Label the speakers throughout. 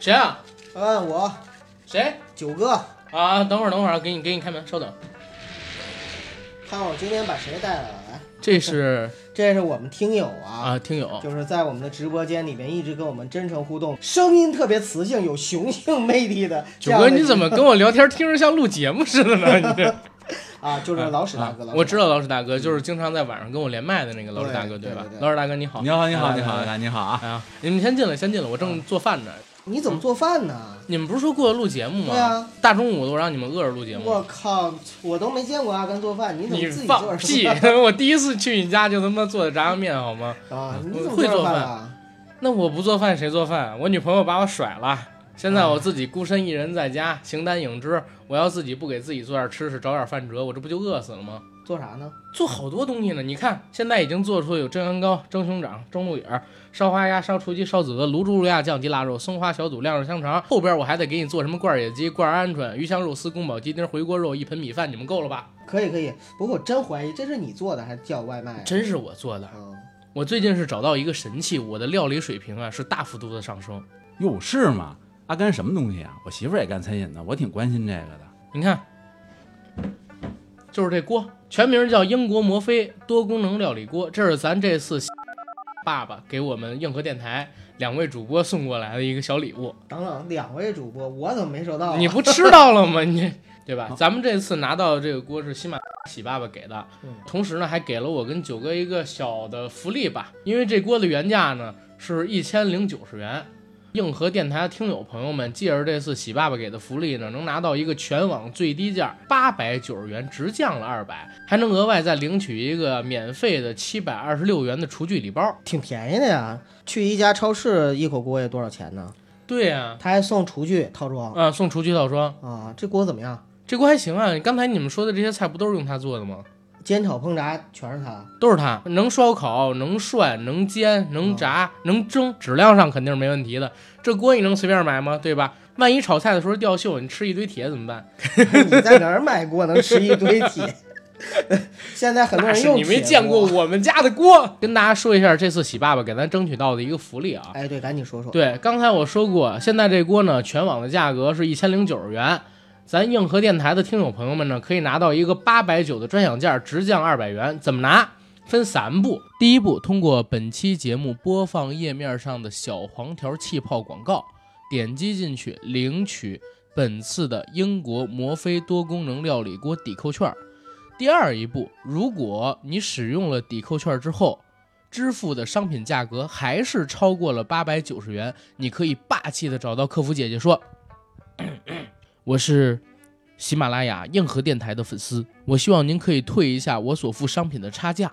Speaker 1: 谁啊？
Speaker 2: 啊，我
Speaker 1: 谁
Speaker 2: 九哥，
Speaker 1: 啊？等会儿，等会儿，给你给你开门，稍等。
Speaker 2: 看我今天把谁带来了？来，
Speaker 1: 这是
Speaker 2: 这是我们听友 啊，
Speaker 1: 啊，听友，
Speaker 2: 就是在我们的直播间里面一直跟我们真诚互动，声音特别磁性，有雄性魅力的这
Speaker 1: 九
Speaker 2: 样的
Speaker 1: 哥，
Speaker 2: 一个。
Speaker 1: 你 怎么跟我聊天听着像录节目似的呢？你这
Speaker 2: 啊？就是老史大
Speaker 1: 啊
Speaker 2: 哥，老史大哥
Speaker 1: 我知道老史大哥，就是经常在晚上跟我连麦的那个老史大哥，
Speaker 2: 对
Speaker 1: 吧
Speaker 2: 对对？对
Speaker 1: 老史大哥你好
Speaker 3: 你，好，你好，
Speaker 1: 来
Speaker 3: 你好，
Speaker 1: 来
Speaker 3: 来，你好啊！
Speaker 1: 啊，你们先进来，先进来，我
Speaker 2: 啊
Speaker 1: 正做饭呢。
Speaker 2: 你怎么做饭呢？
Speaker 1: 你们不是说过来录节目吗？
Speaker 2: 对啊
Speaker 1: 大中哎午的我让你们饿着录节目
Speaker 2: 我。靠，我都没见过阿甘做饭，你怎么
Speaker 1: 你
Speaker 2: 自己做
Speaker 1: 放
Speaker 2: 着
Speaker 1: 屁！
Speaker 2: 饭
Speaker 1: 我第一次去你家就他妈做的炸酱面，好吗？
Speaker 2: 啊？你
Speaker 1: 我
Speaker 2: 怎么
Speaker 1: 会
Speaker 2: 着
Speaker 1: 做
Speaker 2: 饭
Speaker 1: 饭
Speaker 2: 啊？
Speaker 1: 那我不做饭谁做饭？我女朋友把我甩了，现在我自己孤身一人在家，形单影只。我要自己不给自己做点吃食，找点饭辙，我这不就饿死了吗？
Speaker 2: 做啥呢？
Speaker 1: 做好多东西呢，你看现在已经做出有蒸羊羔、蒸熊掌、蒸鹿眼儿、烧花鸭、烧雏鸡、烧子鹅、卤猪、卤鸭、酱鸡、腊肉、松花小肚、晾肉香肠。后边我还得给你做什么罐野鸡、罐鹌鹑、鱼香肉丝、宫保鸡丁、回锅肉、一盆米饭，你们够了吧？
Speaker 2: 可以可以，不过我真怀疑这是你做的还是叫外卖啊？
Speaker 1: 真是我做的。
Speaker 2: 嗯
Speaker 1: 我最近是找到一个神器，我的料理水平啊是大幅度的上升。
Speaker 3: 哟，是吗？阿甘什么东西啊？我媳妇儿也干餐饮的，我挺关心这个的。
Speaker 1: 你看，就是这锅，全名叫英国摩飞多功能料理锅，这是咱这次 爸爸给我们硬核电台两位主播送过来的一个小礼物。
Speaker 2: 等等，两位主播，我怎么没收到啊？
Speaker 1: 你不吃到了吗？你对吧？咱们这次拿到这个锅是喜马喜爸爸给的
Speaker 2: 嗯，
Speaker 1: 同时呢还给了我跟九哥一个小的福利吧，因为这锅的原价呢是一千零九十元。硬核电台的听友朋友们，借着这次喜爸爸给的福利呢，能拿到一个全网最低价八百九十元，直降了二百，还能额外再领取一个免费的七百二十六元的厨具礼包。
Speaker 2: 挺便宜的呀，去一家超市一口锅也多少钱呢？
Speaker 1: 对呀、
Speaker 2: 他还送厨具套装
Speaker 1: 啊，送厨具套装，
Speaker 2: 啊，这锅怎么样？
Speaker 1: 这锅还行啊。刚才你们说的这些菜不都是用它做的吗？
Speaker 2: 煎炒烹炸全是 他，
Speaker 1: 都是它，能烧烤，能涮，能煎，能炸，
Speaker 2: 嗯
Speaker 1: 能蒸，质量上肯定是没问题的。这锅你能随便买吗？对吧？万一炒菜的时候掉锈，你吃一堆铁怎么办？
Speaker 2: 你在哪儿买锅能吃一堆铁？ 现在很多
Speaker 1: 那
Speaker 2: 人
Speaker 1: 是
Speaker 2: 用
Speaker 1: 你没
Speaker 2: 铁
Speaker 1: 见过
Speaker 2: 锅。
Speaker 1: 我们家的锅。跟大家说一下，这次喜爸爸给咱争取到的一个福利啊。
Speaker 2: 哎，对，赶紧说说。
Speaker 1: 对，刚才我说过，现在这锅呢，全网的价格是一千零九十元。咱硬核电台的听友朋友们呢，可以拿到一个八百九的专享价，直降二百元。怎么拿？分三步。第一步，通过本期节目播放页面上的小黄条气泡广告，点击进去领取本次的英国摩飞多功能料理锅抵扣券儿。第二一步，如果你使用了抵扣券儿之后，支付的商品价格还是超过了八百九十元，你可以霸气的找到客服姐姐说：“我是喜马拉雅硬核电台的粉丝，我希望您可以退一下我所付商品的差价。”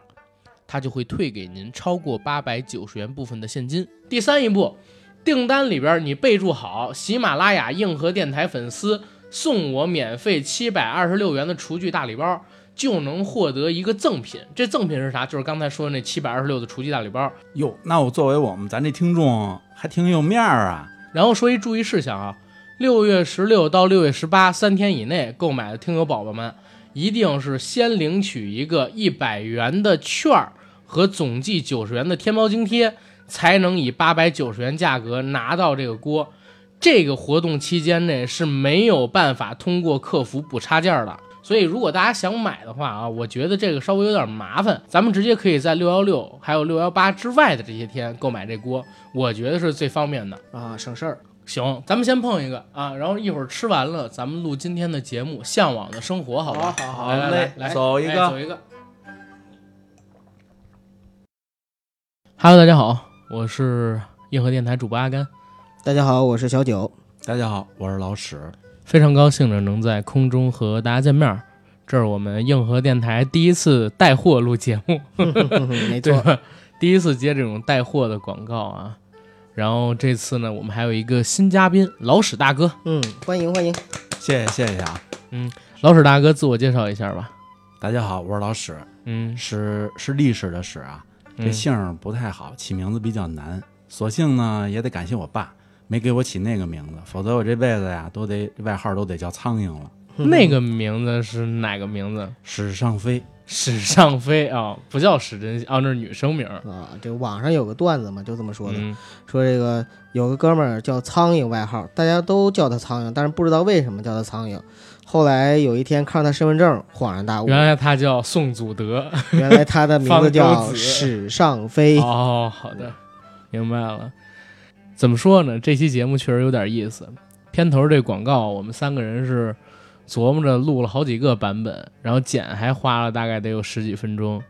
Speaker 1: 他就会退给您超过八百九十元部分的现金。第三一步，订单里边你备注好喜马拉雅硬核电台粉丝送我免费七百二十六元的厨具大礼包，就能获得一个赠品。这赠品是啥？就是刚才说的那七百二十六的厨具大礼包。
Speaker 3: 哟，那我作为我们咱这听众还挺有面儿啊。
Speaker 1: 然后说一注意事项啊，六月十六到六月十八三天以内购买的听友宝宝们，一定是先领取一个一百元的券儿和总计九十元的天猫津贴，才能以八百九十元价格拿到这个锅。这个活动期间内是没有办法通过客服补差价的。所以，如果大家想买的话啊，我觉得这个稍微有点麻烦，咱们直接可以在六幺六还有六幺八之外的这些天购买这锅，我觉得是最方便的。
Speaker 2: 啊，省事儿。
Speaker 1: 行，咱们先碰一个啊，然后一会儿吃完了，咱们录今天的节目《向往的生活》，好吧？
Speaker 2: 好
Speaker 1: 来来来
Speaker 3: 嘞
Speaker 1: 来，
Speaker 3: 走一
Speaker 1: 哎走
Speaker 3: 个。
Speaker 1: 一个。Hello，大家好，我是硬核电台主播阿甘，
Speaker 2: 大家好，我是小九。
Speaker 3: 大家好，我是老史。
Speaker 1: 非常高兴呢能在空中和大家见面儿。这是我们硬核电台第一次带货录节目，
Speaker 2: 嗯没
Speaker 1: 对
Speaker 2: 错，
Speaker 1: 吧？ 第一次接这种带货的广告啊。然后这次呢，我们还有一个新嘉宾老史大哥，
Speaker 2: 嗯，欢迎欢迎。
Speaker 3: 谢谢谢谢啊！
Speaker 1: 老史大哥自我介绍一下吧。
Speaker 3: 大家好，我是老史，
Speaker 1: 嗯，
Speaker 3: 史是历史的史啊。
Speaker 1: 嗯
Speaker 3: 这姓儿不太好，起名字比较难。所幸呢，也得感谢我爸没给我起那个名字，否则我这辈子呀
Speaker 2: 嗯
Speaker 3: 都得外号都得叫苍蝇了。
Speaker 1: 那个名字是哪个名字？
Speaker 3: 史上飞
Speaker 1: 史尚飞啊，不叫史珍惜啊，那是女生名儿。
Speaker 2: 啊，这网上有个段子嘛，就这么说的，
Speaker 1: 嗯
Speaker 2: 说这个有个哥们儿叫苍蝇外号，大家都叫他苍蝇，但是不知道为什么叫他苍蝇。后来有一天看他身份证，恍然大悟，
Speaker 1: 原来她叫宋祖德。
Speaker 2: 原来他的名字
Speaker 1: 方舟
Speaker 2: 叫
Speaker 1: 子
Speaker 2: 史尚飞。
Speaker 1: 哦，好的，明白了。怎么说呢？这期节目确实有点意思。片头这广告，我们三个人是琢磨着录了好几个版本，然后剪还花了大概得有十几分钟，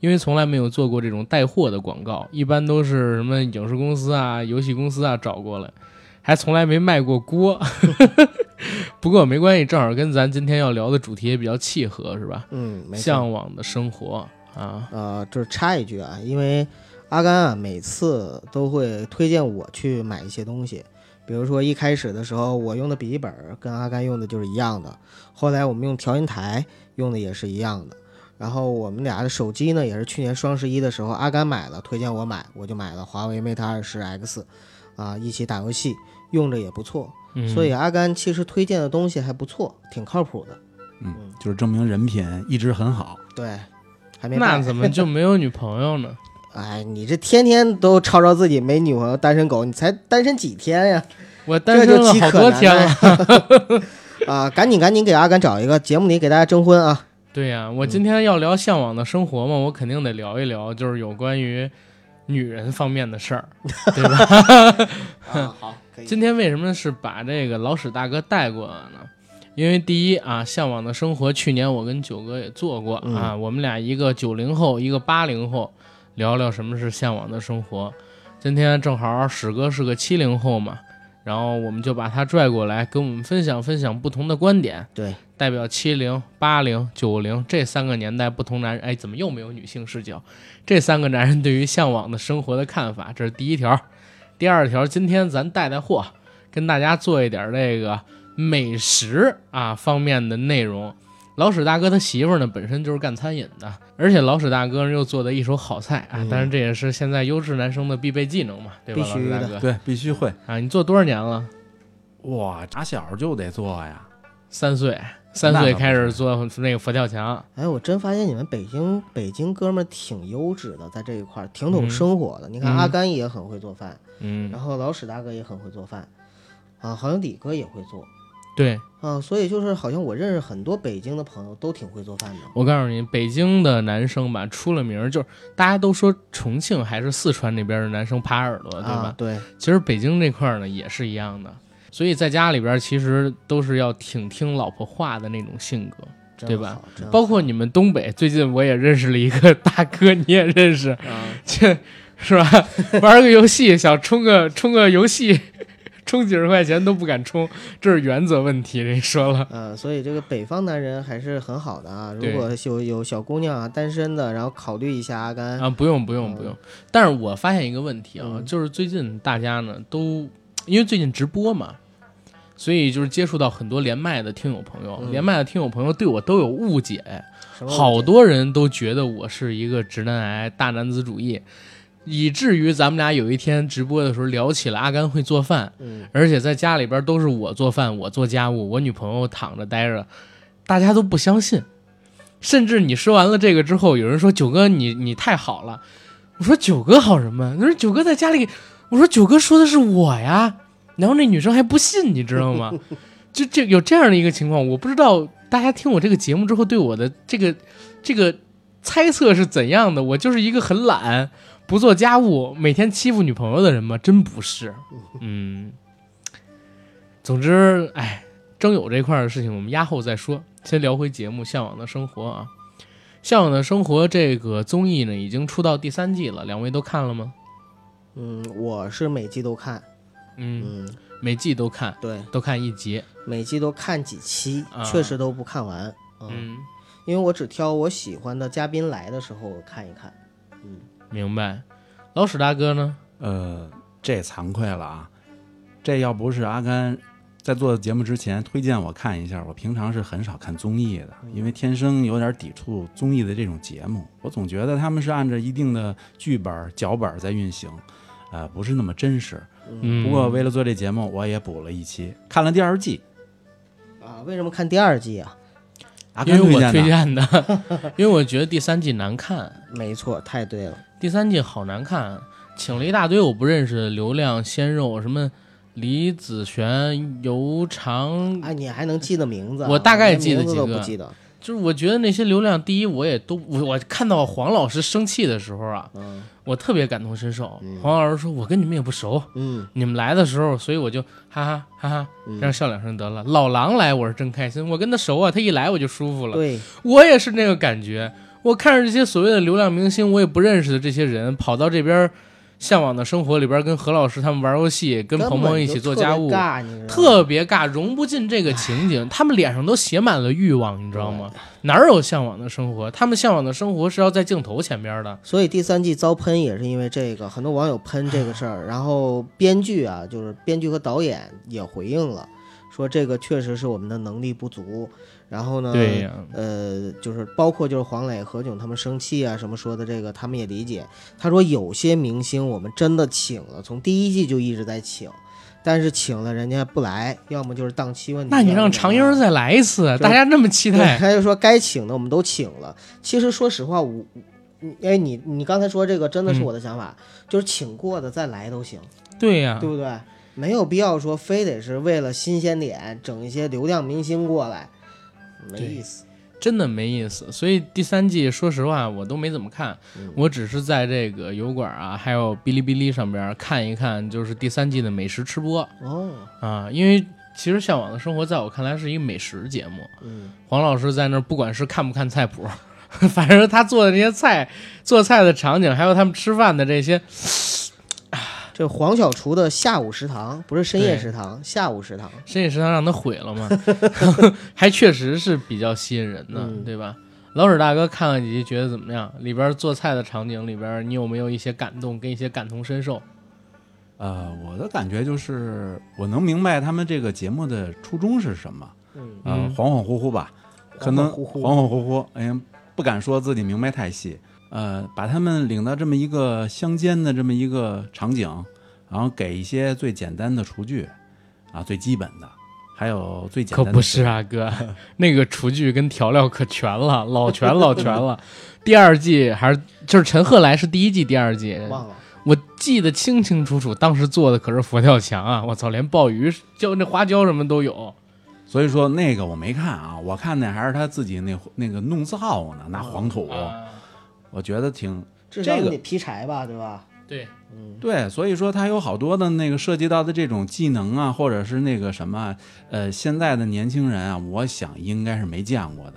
Speaker 1: 因为从来没有做过这种带货的广告，一般都是什么影视公司啊、游戏公司啊找过来，还从来没卖过锅。 不过没关系，正好跟咱今天要聊的主题也比较契合，是吧？
Speaker 2: 嗯，没错。
Speaker 1: 向往的生活啊，
Speaker 2: 呃，就是插一句啊，因为阿甘啊每次都会推荐我去买一些东西，比如说一开始的时候我用的笔记本儿跟阿甘用的就是一样的，后来我们用调音台用的也是一样的，然后我们俩的手机呢也是去年双十一的时候阿甘买了，推荐我买，我就买了华为 Mate 二十 X，啊，一起打游戏用着也不错，
Speaker 1: 嗯、
Speaker 2: 所以阿甘其实推荐的东西还不错，挺靠谱的，
Speaker 3: 嗯，就是证明人品一直很好。
Speaker 2: 对，还没
Speaker 1: 那
Speaker 2: 卖
Speaker 1: 怎么就没有女朋友呢？
Speaker 2: 哎，你这天天都吵吵自己没女朋友、单身狗，你才单身几天呀？
Speaker 1: 我 单身了好多天了。
Speaker 2: 啊，赶紧赶紧给阿甘找一个节目里给大家征婚啊！
Speaker 1: 对呀、我今天要聊《向往的生活》嘛，
Speaker 2: 嗯
Speaker 1: 我肯定得聊一聊，就是有关于女人方面的事 儿，对吧？
Speaker 2: 啊，好，可以。
Speaker 1: 今天为什么是把这个老史大哥带过来呢？因为第一啊，《向往的生活》去年我跟九哥也做过、
Speaker 2: 嗯
Speaker 1: 啊，我们俩一个九零后，一个八零后，聊聊什么是向往的生活。今天正好史哥是个七零后嘛，然后我们就把他拽过来，跟我们分享分享不同的观点。
Speaker 2: 对，
Speaker 1: 代表七零、八零、九零这三个年代不同男人，哎，怎么又没有女性视角？这三个男人对于向往的生活的看法，这是第一条。第二条，今天咱带带货，跟大家做一点这个美食啊方面的内容。老史大哥他媳妇儿呢，本身就是干餐饮的，而且老史大哥又做的一手好菜啊，
Speaker 2: 嗯
Speaker 1: 当然这也是现在优质男生的必备技能嘛，对吧？
Speaker 2: 必须
Speaker 1: 老史
Speaker 2: 的
Speaker 1: 大哥
Speaker 3: 对，必须会。
Speaker 1: 啊，你做多少年了？
Speaker 3: 哇，打小就得做呀。
Speaker 1: 三岁，三
Speaker 3: 那
Speaker 1: 岁
Speaker 3: 可不
Speaker 1: 开始
Speaker 3: 是
Speaker 1: 做那个佛跳墙，
Speaker 2: 哎，我真发现你们北京北京哥们儿挺优质的，在这一块儿挺懂
Speaker 1: 嗯
Speaker 2: 生活的。你看
Speaker 1: 嗯
Speaker 2: 阿甘也很会做饭，
Speaker 1: 嗯，
Speaker 2: 然后老史大哥也很会做饭，啊，好像李哥也会做
Speaker 1: 对，
Speaker 2: 啊，所以就是好像我认识很多北京的朋友都挺会做饭的。
Speaker 1: 我告诉你，北京的男生吧，出了名儿就是大家都说重庆还是四川那边的男生耙耳朵，对
Speaker 2: 啊
Speaker 1: 吧？，
Speaker 2: 对，
Speaker 1: 其实北京这块儿呢也是一样的，所以在家里边儿其实都是要挺听老婆话的那种性格。
Speaker 2: 真
Speaker 1: 对吧
Speaker 2: 好？真
Speaker 1: 包括你们东北，最近我也认识了一个大哥，你也认识，
Speaker 2: 好啊，
Speaker 1: 这是吧？ 玩个游戏想充个充个游戏，充几十块钱都不敢充，这是原则问题。人说了，
Speaker 2: 呃，所以这个北方男人还是很好的啊。
Speaker 1: 对
Speaker 2: 如果有有小姑娘啊，单身的，然后考虑一下阿甘。
Speaker 1: 啊，不用不用不用。但是我发现一个问题啊，
Speaker 2: 嗯
Speaker 1: 就是最近大家呢都因为最近直播嘛，所以就是接触到很多连麦的听友朋友，
Speaker 2: 嗯
Speaker 1: 连麦的听友朋友对我都有误解，
Speaker 2: 什么
Speaker 1: 好
Speaker 2: 问题
Speaker 1: 多人都觉得我是一个直男癌、大男子主义，以至于咱们俩有一天直播的时候聊起了阿甘会做饭，
Speaker 2: 嗯，
Speaker 1: 而且在家里边都是我做饭，我做家务，我女朋友躺着待着，大家都不相信。甚至你说完了这个之后，有人说九哥你你太好了，我说九哥好什么？他说九哥在家里，我说九哥说的是我呀。然后那女生还不信，你知道吗？就这有这样的一个情况，我不知道大家听我这个节目之后对我的这个这个猜测是怎样的。我就是一个很懒、不做家务、每天欺负女朋友的人吗？真不是，嗯。总之，哎，征友这块儿的事情我们压后再说，先聊回节目《向往的生活》啊。《向往的生活》这个综艺呢，已经出到第三季了，两位都看了吗？
Speaker 2: 嗯，我是每季都看，
Speaker 1: 嗯，
Speaker 2: 嗯，
Speaker 1: 每季都看，
Speaker 2: 对，
Speaker 1: 都看一集。
Speaker 2: 每季都看几期
Speaker 1: 啊，
Speaker 2: 确实都不看完，嗯，
Speaker 1: 嗯，
Speaker 2: 因为我只挑我喜欢的嘉宾来的时候我看一看。
Speaker 1: 明白。老史大哥呢？
Speaker 3: 呃，这惭愧了啊，这要不是阿甘在做节目之前推荐我看一下，我平常是很少看综艺的，因为天生有点抵触综艺的这种节目，我总觉得他们是按照一定的剧本脚本在运行，呃，不是那么真实。
Speaker 1: 嗯，
Speaker 3: 不过为了做这节目，我也补了一期，看了第二季。
Speaker 2: 啊，为什么看第二季啊？
Speaker 3: 阿
Speaker 1: 因
Speaker 3: 甘
Speaker 1: 为我推
Speaker 3: 荐的，
Speaker 1: 荐的，因为我觉得第三季难看，
Speaker 2: 没错，太对了。
Speaker 1: 第三季好难看，请了一大堆我不认识的流量鲜肉，什么李子璇、尤长，
Speaker 2: 哎，你还能记得名字啊？
Speaker 1: 我大概
Speaker 2: 连
Speaker 1: 记得
Speaker 2: 名字
Speaker 1: 几
Speaker 2: 都
Speaker 1: 个
Speaker 2: 不记得。
Speaker 1: 就是我觉得那些流量，第一我也都我我看到黄老师生气的时候啊，
Speaker 2: 嗯
Speaker 1: 我特别感同身受。黄老师说：“我跟你们也不熟，
Speaker 2: 嗯
Speaker 1: 你们来的时候，所以我就哈哈哈哈，让笑两声得了。老狼来我是真开心，我跟他熟啊，他一来我就舒服了。
Speaker 2: 对，
Speaker 1: 我也是那个感觉。我看着这些所谓的流量明星，我也不认识的这些人，跑到这边向往的生活里边，跟何老师他们玩游戏，跟
Speaker 2: 根
Speaker 1: 鹏
Speaker 2: 本
Speaker 1: 鹏一
Speaker 2: 就
Speaker 1: 起做
Speaker 2: 特别
Speaker 1: 家务，
Speaker 2: 尬你知道吗
Speaker 1: 特别尬，融不进这个情景，他们脸上都写满了欲望，你知道吗？哪儿有向往的生活？他们向往的生活是要在镜头前边的。
Speaker 2: 所以第三季遭喷也是因为这个，很多网友喷这个 事儿，然后编剧啊，就是编剧和导演也回应了，说这个确实是我们的能力不足。然后呢，
Speaker 1: 对呀
Speaker 2: 呃，就是包括就是黄磊、何炅他们生气啊什么说的这个，他们也理解。他说有些明星我们真的请了，从第一季就一直在请，但是请了人家不来，要么就是档期问题。
Speaker 1: 那你
Speaker 2: 要么
Speaker 1: 让
Speaker 2: 怎么
Speaker 1: 常英
Speaker 2: 样
Speaker 1: 儿再来一次，
Speaker 2: 就
Speaker 1: 大家那么期
Speaker 2: 对，
Speaker 1: 待，
Speaker 2: 他就说该请的我们都请了。其实说实话，我，嗯哎，你你刚才说这个真
Speaker 3: 嗯
Speaker 2: 的是我的想法，就是请过的再来都行，
Speaker 1: 对
Speaker 3: 啊
Speaker 1: 呀、
Speaker 2: 对不对？没有必要说非得是为了新鲜点整一些流量明星过来，没
Speaker 1: 对
Speaker 2: 意思。
Speaker 1: 真的没意思。所以第三季，说实话我都没怎么看，我只是在这个油管啊，还有哔哩哔哩上边看一看，就是第三季的美食吃播
Speaker 2: 哦，
Speaker 1: 啊，因为其实《向往的生活》在我看来是一个美食节目。
Speaker 2: 嗯，
Speaker 1: 黄老师在那儿，不管是看不看菜谱， 反正他做的那些菜、做菜的场景，还有他们吃饭的这些，
Speaker 2: 这黄小厨的下午食堂不是深夜
Speaker 1: 对
Speaker 2: 食堂，下午食堂。
Speaker 3: 嗯
Speaker 1: 深夜食堂让他毁了嘛， 还确实是比较吸引人的，
Speaker 2: 嗯
Speaker 1: 对吧？老史大哥看了几集，觉得怎么样？里边做菜的场景里边，你有没有一些感动跟一些感同身受？
Speaker 3: 呃，我的感觉就是我能明白他们这个节目的初衷是什么，
Speaker 2: 嗯，
Speaker 3: 呃
Speaker 1: 嗯
Speaker 3: 恍恍惚惚吧，可
Speaker 2: 恍
Speaker 3: 能
Speaker 2: 恍惚惚
Speaker 3: 恍恍惚惚，哎呀，不敢说自己明白太细，呃，把他们领到这么一个乡间的这么一个场景，然后给一些最简单的厨具，啊，最基本的，还有最简
Speaker 1: 可
Speaker 3: 单的
Speaker 1: 不是啊，哥， 那个厨具跟调料可全了，老全老全了。第二季还是就是陈赫来是第一季、第二季，
Speaker 2: 忘了。
Speaker 1: 我记得清清楚楚，当时做的可是佛跳墙啊！我操，连鲍鱼、就那花椒什么都有。
Speaker 3: 所以说那个我没看啊，我看的还是他自己那那个弄灶呢，拿黄土，
Speaker 1: 啊
Speaker 3: 我觉得挺
Speaker 2: 至少
Speaker 3: 这个
Speaker 2: 你得劈柴吧，对吧？嗯
Speaker 1: 对，
Speaker 3: 对，所以说它有好多的那个涉及到的这种技能啊，或者是那个什么，呃，现在的年轻人啊，我想应该是没见过的。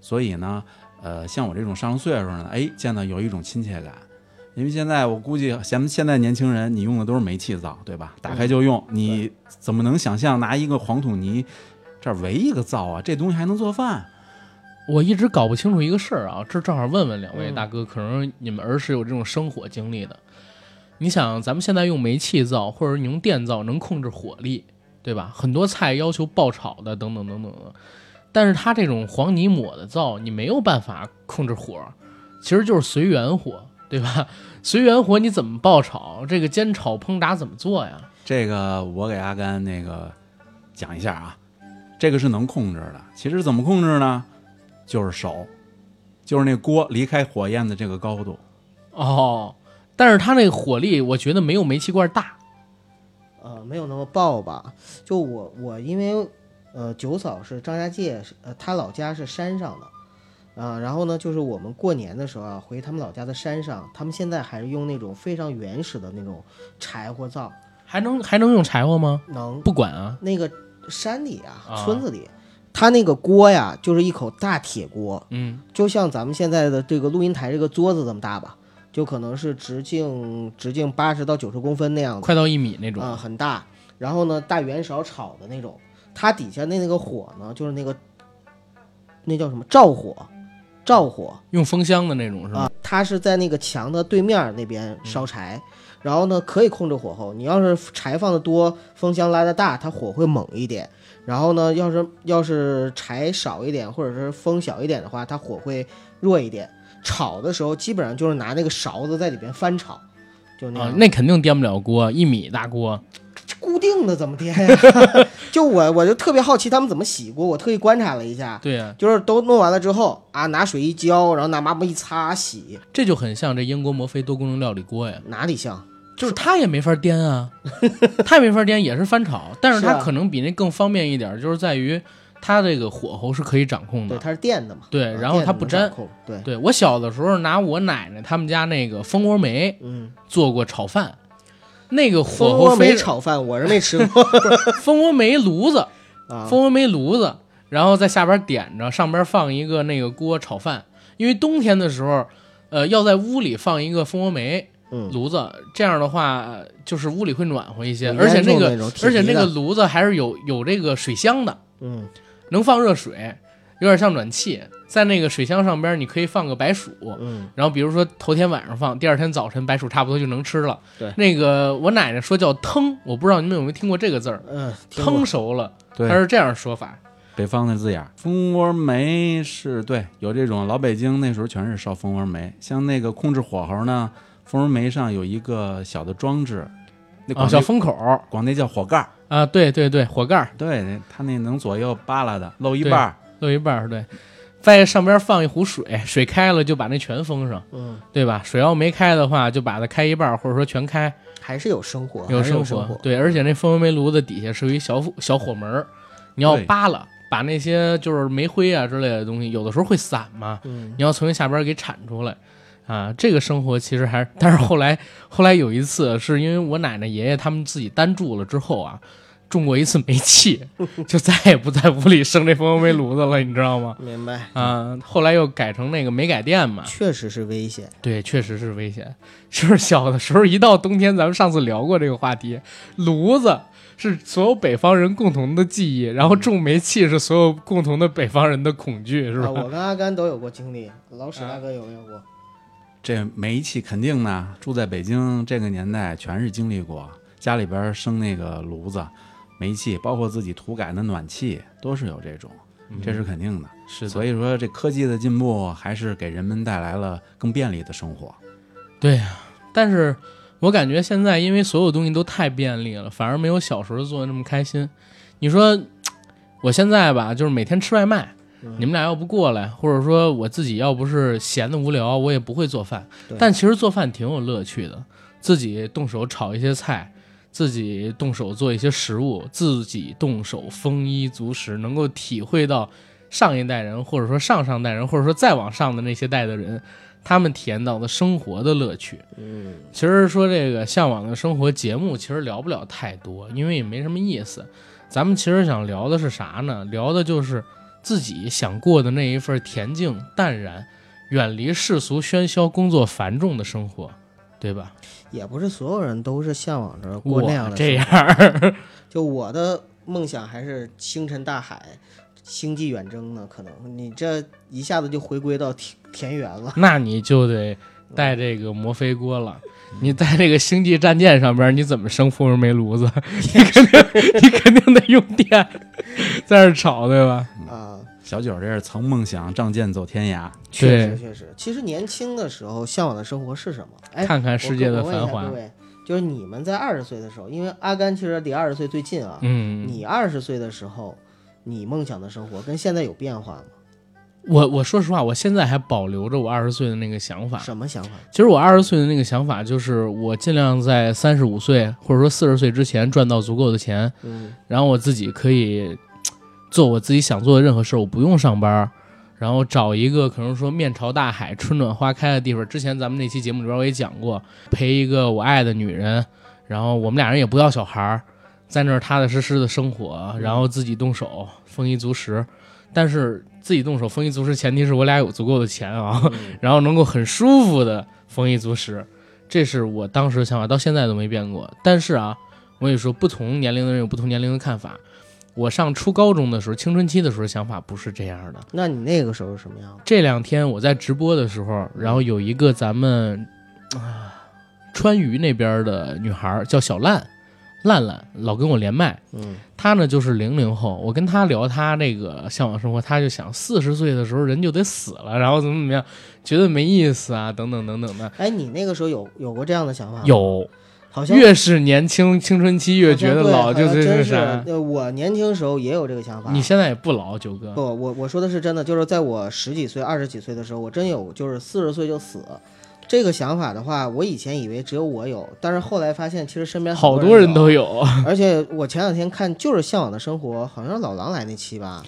Speaker 3: 所以呢，呃，像我这种上了岁数呢，哎，见到有一种亲切感，因为现在我估计咱们现在年轻人，你用的都是煤气灶，对吧？打开就用，你怎么能想象拿一个黄土泥这儿围一个灶啊？这东西还能做饭？
Speaker 1: 我一直搞不清楚一个事儿啊，这正好问问两位
Speaker 2: 嗯
Speaker 1: 大哥，可能你们儿时有这种生火经历的。你想，咱们现在用煤气灶或者你用电灶能控制火力，对吧？很多菜要求爆炒的，等等等等的。但是它这种黄泥抹的灶，你没有办法控制火，其实就是随缘火，对吧？ 随缘火你怎么爆炒？这个煎炒烹炸怎么做呀？
Speaker 3: 这个我给阿甘那个讲一下啊，这个是能控制的。其实怎么控制呢？就是手，就是那锅离开火焰的这个高度。
Speaker 1: 哦，但是它那个火力，我觉得没有煤气罐大。
Speaker 2: 呃，没有那么爆吧。就我我因为呃九嫂是张家界，是呃她老家是山上的，啊、然后呢就是我们过年的时候啊回他们老家的山上，他们现在还是用那种非常原始的那种柴火灶，
Speaker 1: 还能还能用柴火吗？
Speaker 2: 能
Speaker 1: 不管啊，
Speaker 2: 那个山里
Speaker 1: 啊
Speaker 2: 啊村子里，他那个锅呀就是一口大铁锅，
Speaker 1: 嗯，
Speaker 2: 就像咱们现在的这个录音台这个桌子这么大吧，就可能是直径直径八十到九十公分那样子。
Speaker 1: 快到一米那种。
Speaker 2: 啊、很大。然后呢，大圆勺炒的那种，它底下那那个火呢，就是那个那叫什么灶火，灶火
Speaker 1: 用风箱的那种是
Speaker 2: 啊、
Speaker 1: 吗？
Speaker 2: 它是在那个墙的对面那边
Speaker 1: 嗯
Speaker 2: 烧柴，然后呢可以控制火候。你要是柴放的多，风箱拉的大，它火会猛一点。然后呢，要是要是柴少一点，或者是风小一点的话，它火会弱一点。炒的时候基本上就是拿那个勺子在里边翻炒，嗯就那样
Speaker 1: 啊啊，那肯定颠不了锅，一米大锅。
Speaker 2: 固定的怎么颠呀？ 就我我就特别好奇他们怎么洗锅，我特意观察了一下，
Speaker 1: 对啊呀、
Speaker 2: 就是都弄完了之后啊，拿水一浇，然后拿抹布一擦洗，
Speaker 1: 这就很像这英国摩飞多功能料理锅呀，
Speaker 2: 哪里像？
Speaker 1: 就是它也没法颠啊， 它也没法颠，也是翻炒，但是
Speaker 2: 是啊
Speaker 1: 它可能比那更方便一点，就是在于它这个火候是可以掌控
Speaker 2: 对，
Speaker 1: 的。
Speaker 2: 它是电的嘛，
Speaker 1: 嗯对，
Speaker 2: 啊
Speaker 1: 然后
Speaker 2: 电
Speaker 1: 它
Speaker 2: 的
Speaker 1: 不
Speaker 2: 能掌
Speaker 1: 粘。
Speaker 2: 控，对，
Speaker 1: 对我小的时候拿我奶奶他们家那个蜂窝煤
Speaker 2: 嗯，
Speaker 1: 做过炒饭，那个火
Speaker 2: 蜂
Speaker 1: 候
Speaker 2: 窝
Speaker 1: 非
Speaker 2: 煤
Speaker 1: 常
Speaker 2: 炒 饭我是没吃过
Speaker 1: 蜂窝煤炉子，
Speaker 2: 啊，
Speaker 1: 蜂窝煤炉子，然后在下边点着，上边放一个那个锅炒饭。因为冬天的时候，呃，要在屋里放一个蜂窝煤
Speaker 2: 嗯，
Speaker 1: 炉子，这样的话呃就是屋里会暖和一些，
Speaker 2: 有
Speaker 1: 而且
Speaker 2: 烟
Speaker 1: 那
Speaker 2: 囱
Speaker 1: 个
Speaker 2: 那种铁
Speaker 1: 而且
Speaker 2: 皮
Speaker 1: 那
Speaker 2: 的
Speaker 1: 个炉子还是有有这个水箱的，
Speaker 2: 嗯
Speaker 1: 能放热水，有点像暖气。在那个水箱上边，你可以放个白薯，
Speaker 2: 嗯，
Speaker 1: 然后比如说头天晚上放，第二天早晨白薯差不多就能吃了。
Speaker 2: 对
Speaker 1: 那个我奶奶说叫腾，我不知道你们有没有听过这个字儿，
Speaker 2: 嗯，听过
Speaker 1: 腾熟了，
Speaker 3: 对
Speaker 1: 它是这样说法。
Speaker 3: 北方的字眼儿，蜂窝煤是对，有这种老北京那时候全是烧蜂窝煤，像那个控制火候呢，蜂窝煤上有一个小的装置，那
Speaker 1: 啊，
Speaker 3: 广
Speaker 1: 叫
Speaker 3: 内、
Speaker 1: 风口儿
Speaker 3: 广内叫火盖儿，
Speaker 1: 啊，对对对，火盖儿
Speaker 3: 对，那它那能左右扒拉的，露一
Speaker 1: 对
Speaker 3: 半儿，
Speaker 1: 露一半儿，对，在上边放一壶水，水开了就把那全封上，
Speaker 2: 嗯，
Speaker 1: 对吧？水要没开的话，就把它开一半儿，或者说全开，
Speaker 2: 还是有生活，
Speaker 1: 有
Speaker 2: 还是有
Speaker 1: 活。
Speaker 2: 活，嗯
Speaker 1: 对，而且那蜂窝煤炉子底下是有一小火小火门儿，你要
Speaker 3: 对
Speaker 1: 扒拉，把那些就是煤灰啊之类的东西，有的时候会散嘛，
Speaker 2: 嗯
Speaker 1: 你要从下边儿给铲出来。啊，这个生活其实还是，但是后来后来有一次，是因为我奶奶、爷爷他们自己单住了之后啊，种过一次煤气， 就再也不在屋里生这蜂窝煤炉子了，你知道吗？
Speaker 2: 明白，
Speaker 1: 啊，后来又改成那个煤改电嘛，
Speaker 2: 确实是危险，
Speaker 1: 对，确实是危险。就是小的时候，一到冬天，咱们上次聊过这个话题，炉子是所有北方人共同的记忆，然后种煤气是所有共同的北方人的恐惧，是吧？啊
Speaker 2: 啊，我跟阿甘都有过经历，老史大哥有没有过？
Speaker 3: 这煤气肯定呢，住在北京这个年代全是经历过，家里边生那个炉子、煤气，包括自己土改的暖气，都是有这种，这是肯定的。
Speaker 1: 是
Speaker 3: 所以说，这科技的进步还是给人们带来了更便利的生活。
Speaker 1: 对呀、但是我感觉现在因为所有东西都太便利了，反而没有小时候做的那么开心。你说我现在吧，就是每天吃外卖，你们俩要不过来，或者说我自己要不是闲的无聊，我也不会做饭
Speaker 2: 对。
Speaker 1: 但其实做饭挺有乐趣的，自己动手炒一些菜。自己动手做一些食物，自己动手丰衣足食，能够体会到上一代人，或者说上上代人，或者说再往上的那些代的人，他们体验到的生活的乐趣。
Speaker 2: 嗯，
Speaker 1: 其实说这个《向往的生活》节目，其实聊不了太多，因为也没什么意思。咱们其实想聊的是啥呢？聊的就是自己想过的那一份恬静淡然、远离世俗喧嚣、工作繁重的生活，对吧？
Speaker 2: 也不是所有人都是向往着过那样
Speaker 1: 我
Speaker 2: 的
Speaker 1: 这
Speaker 2: 生活，
Speaker 1: 样儿，
Speaker 2: 就我的梦想还是星辰大海。星际远征呢？可能你这一下子就回归到田田园了。
Speaker 1: 那你就得带这个摩飞锅了。
Speaker 2: 嗯
Speaker 1: 你在这个星际战舰上边，你怎么生蜂窝煤炉 子？你肯定，你肯定得用电， 在这儿炒，对吧？
Speaker 2: 啊，
Speaker 3: 小九这是曾梦想仗剑走天涯，
Speaker 2: 确
Speaker 1: 对
Speaker 2: 实确实。其实年轻的时候向往的生活是什么？哎，
Speaker 1: 看看
Speaker 2: 我
Speaker 1: 世界的
Speaker 2: 我问一
Speaker 1: 繁
Speaker 2: 下
Speaker 1: 华
Speaker 2: 各。位，就是你们在二十岁的时候，因为阿甘其实离二十岁最近啊。
Speaker 1: 嗯，
Speaker 2: 你二十岁的时候，你梦想的生活跟现在有变化吗？
Speaker 1: 我我说实话，我现在还保留着我二十岁的那个想法。
Speaker 2: 什么想法？
Speaker 1: 其实我二十岁的那个想法就是，我尽量在三十五岁或者说四十岁之前赚到足够的钱，
Speaker 2: 嗯
Speaker 1: 然后我自己可以嘖做我自己想做的任何事儿，我不用上班儿，然后找一个可能说面朝大海、春暖花开的地方。之前咱们那期节目里边我也讲过，陪一个我爱的女人，然后我们俩人也不要小孩儿，在那儿踏踏实实的生活，然后自己动手，丰衣足食。但是自己动手丰衣足食，前提是我俩有足够的钱啊，
Speaker 2: 嗯
Speaker 1: 然后能够很舒服的丰衣足食，这是我当时的想法，到现在都没变过。但是啊，我也说，不同年龄的人有不同年龄的看法。我上初高中的时候，青春期的时候，想法不是这样的。
Speaker 2: 那你那个时候是什么样的？
Speaker 1: 这两天我在直播的时候，然后有一个咱们啊川渝那边的女孩儿叫小烂，烂烂老跟我连麦，
Speaker 2: 嗯
Speaker 1: 她呢就是零零后。我跟她聊她那个向往生活，她就想四十岁的时候人就得死了，然后怎么怎么样，觉得没意思啊，等等等等的。
Speaker 2: 哎，你那个时候有有过这样的想法吗？
Speaker 1: 有，
Speaker 2: 好像
Speaker 1: 越是年轻，青春期越觉得老，
Speaker 2: 好
Speaker 1: 就
Speaker 2: 像对好像
Speaker 1: 这
Speaker 2: 真
Speaker 1: 啥。
Speaker 2: 呃，我年轻时候也有这个想法。
Speaker 1: 你现在也不老，九哥
Speaker 2: 不，我我说的是真的，就是在我十几岁、二十几岁的时候，我真有就是四十岁就死这个想法的话，我以前以为只有我有，但是后来发现其实身边
Speaker 1: 好
Speaker 2: 多
Speaker 1: 多
Speaker 2: 人
Speaker 1: 人都
Speaker 2: 有。
Speaker 1: 有。
Speaker 2: 而且我前两天看就是《向往的生活》，好像是老狼来那期吧，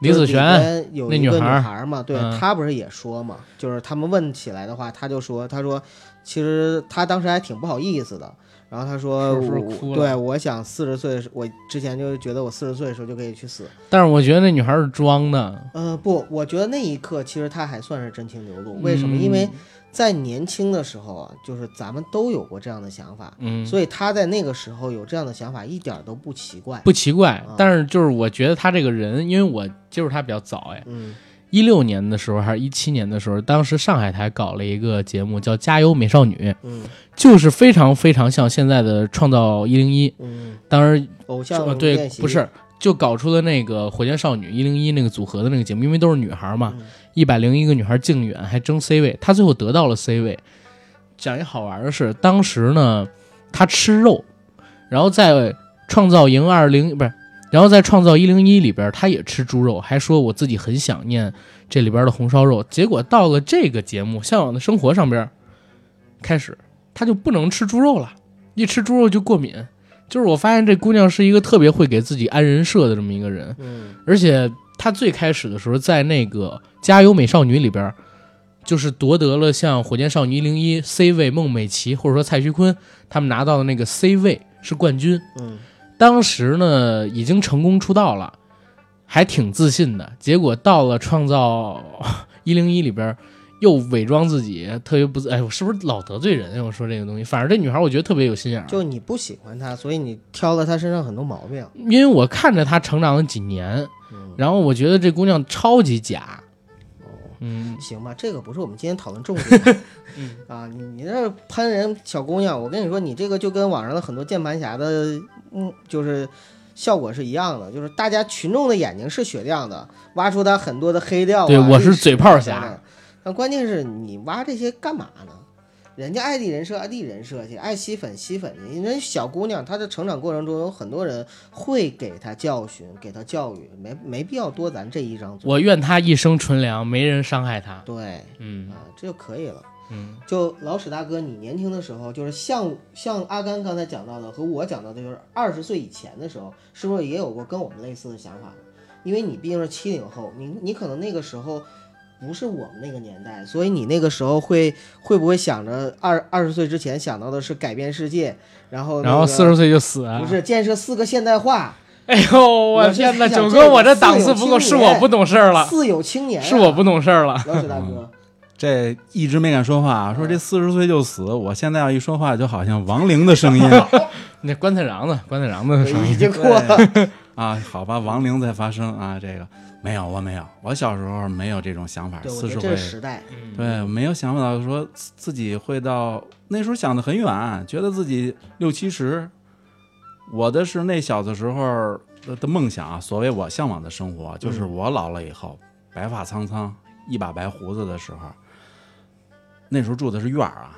Speaker 1: 李子璇，
Speaker 2: 璇有
Speaker 1: 那
Speaker 2: 一
Speaker 1: 女
Speaker 2: 个女
Speaker 1: 孩儿
Speaker 2: 孩嘛，对
Speaker 1: 嗯
Speaker 2: 她不是也说嘛，就是他们问起来的话，她就说，她说其实她当时还挺不好意思的，然后她说，
Speaker 1: 是不是
Speaker 2: 我
Speaker 1: 哭了
Speaker 2: 对，我想四十岁的时，我之前就觉得我四十岁的时候就可以去死，
Speaker 1: 但是我觉得那女孩是装的。
Speaker 2: 呃，不，我觉得那一刻其实她还算是真情流露，为什么？
Speaker 1: 嗯
Speaker 2: 因为在年轻的时候啊，就是咱们都有过这样的想法，
Speaker 1: 嗯，
Speaker 2: 所以她在那个时候有这样的想法一点儿都不奇怪，
Speaker 1: 不奇怪
Speaker 2: 啊。
Speaker 1: 但是就是我觉得他这个人，因为我接触他比较早，哎，
Speaker 2: 嗯
Speaker 1: 一六年的时候还是一七年的时候，当时上海台搞了一个节目叫《加油美少女》，
Speaker 2: 嗯
Speaker 1: 就是非常非常像现在的《创造一零一》，
Speaker 2: 嗯，
Speaker 1: 当时
Speaker 2: 偶像
Speaker 1: 呃
Speaker 2: 练
Speaker 1: 对
Speaker 2: 习
Speaker 1: 不是。就搞出了那个火箭少女一零一那个组合的那个节目，因为都是女孩嘛，
Speaker 2: 嗯
Speaker 1: 一百零一个女孩竞选还争 C 位，她最后得到了 C 位。讲一好玩的是，当时呢，她吃肉，然后在创造营二零不是，然后在创造一零一里边，她也吃猪肉，还说我自己很想念这里边的红烧肉。结果到了这个节目《向往的生活》上边，开始她就不能吃猪肉了，一吃猪肉就过敏。就是我发现这姑娘是一个特别会给自己安人设的这么一个人，
Speaker 2: 嗯
Speaker 1: 而且她最开始的时候在那个《加油美少女》里边儿，就是夺得了像《火箭少女一零一》C 位孟美岐或者说蔡徐坤他们拿到的那个 C 位是冠军。
Speaker 2: 嗯
Speaker 1: 当时呢已经成功出道了，还挺自信的。结果到了《创造一零一》里边儿，又伪装自己特别不自，哎，我是不是老得罪人呀？我说这个东西，反正这女孩我觉得特别有心眼儿。
Speaker 2: 就你不喜欢他，所以你挑了他身上很多毛病。
Speaker 1: 因为我看着她成长了几年，
Speaker 2: 嗯，
Speaker 1: 然后我觉得这姑娘超级假。
Speaker 2: 哦，
Speaker 1: 嗯，
Speaker 2: 行吧，这个不是我们今天讨论 重点。
Speaker 1: 嗯
Speaker 2: 啊，你你这喷人小姑娘，我跟你说，你这个就跟网上的很多键盘侠的，嗯，就是效果是一样的，就是大家群众的眼睛是雪亮的，挖出他很多的黑料、啊。
Speaker 1: 对我是
Speaker 2: 历史啊
Speaker 1: 嘴炮侠。
Speaker 2: 等等但关键是你挖这些干嘛呢？人家爱立人设，爱立人设去，爱吸粉吸粉去。人家小姑娘她的成长过程中有很多人会给她教训，给她教育，没没必要多咱这一张嘴。
Speaker 1: 我愿他一生纯良，没人伤害他。
Speaker 2: 对，
Speaker 1: 嗯
Speaker 2: 啊，这就可以了。
Speaker 1: 嗯，
Speaker 2: 就老史大哥，你年轻的时候，就是像像阿甘刚才讲到的和我讲到的，就是二十岁以前的时候，是不是也有过跟我们类似的想法呢？因为你毕竟是七零后，你你可能那个时候不是我们那个年代，所以你那个时候会会不会想着二二十岁之前想到的是改变世界，然后、
Speaker 1: 然后四十。岁就死
Speaker 2: 哦不是建设四个现代化，
Speaker 1: 哎呦，我
Speaker 2: 我是
Speaker 1: 天哪，
Speaker 2: 想这
Speaker 1: 九
Speaker 2: 个
Speaker 1: 哥，我这档次不够，
Speaker 2: 自
Speaker 1: 是
Speaker 2: 由青年
Speaker 1: 我不懂事儿了，
Speaker 2: 四有青年、啊
Speaker 1: 是我不。懂事儿了。
Speaker 2: 老史大哥，
Speaker 3: 这一直没敢说话，啊说这四十岁就死，我现在要一说话就好像亡灵的声音
Speaker 1: 那棺材瓤子，棺材瓤子的声
Speaker 2: 已
Speaker 1: 音，
Speaker 2: 经过了。
Speaker 3: 啊！好吧，亡灵在发生啊，这个没有，我没有，我小时候没有这种想法，
Speaker 2: 对，我
Speaker 3: 四
Speaker 2: 觉
Speaker 3: 十
Speaker 2: 得这
Speaker 3: 会
Speaker 2: 是时代。
Speaker 1: 嗯
Speaker 3: 对，没有想到说自自己会到那时候想的很远，觉得自己六七十。我的是那小的时候的的梦想啊，所谓我向往的生活，就是
Speaker 1: 嗯
Speaker 3: 我老了以后，白发苍苍，一把白胡子的时候。那时候住的是院儿啊，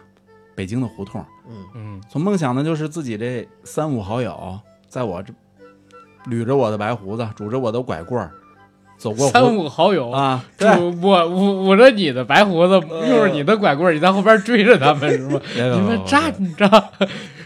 Speaker 3: 北京的胡同。
Speaker 2: 嗯
Speaker 1: 嗯，
Speaker 3: 从梦想呢，就是自己这三五好友，在我这捋着我的白胡子，拄着我的拐棍儿，走过
Speaker 1: 三
Speaker 3: 胡
Speaker 1: 五好友。
Speaker 3: 啊，
Speaker 1: 就
Speaker 3: 对，
Speaker 1: 我我捂着你的白胡子，
Speaker 2: 嗯
Speaker 3: 呃
Speaker 1: 用着你的拐棍儿，你在后边追着他们是 吗？
Speaker 3: 没
Speaker 2: 哦
Speaker 3: 有
Speaker 1: 你
Speaker 3: 没有
Speaker 1: 们
Speaker 3: 没有
Speaker 1: 站着，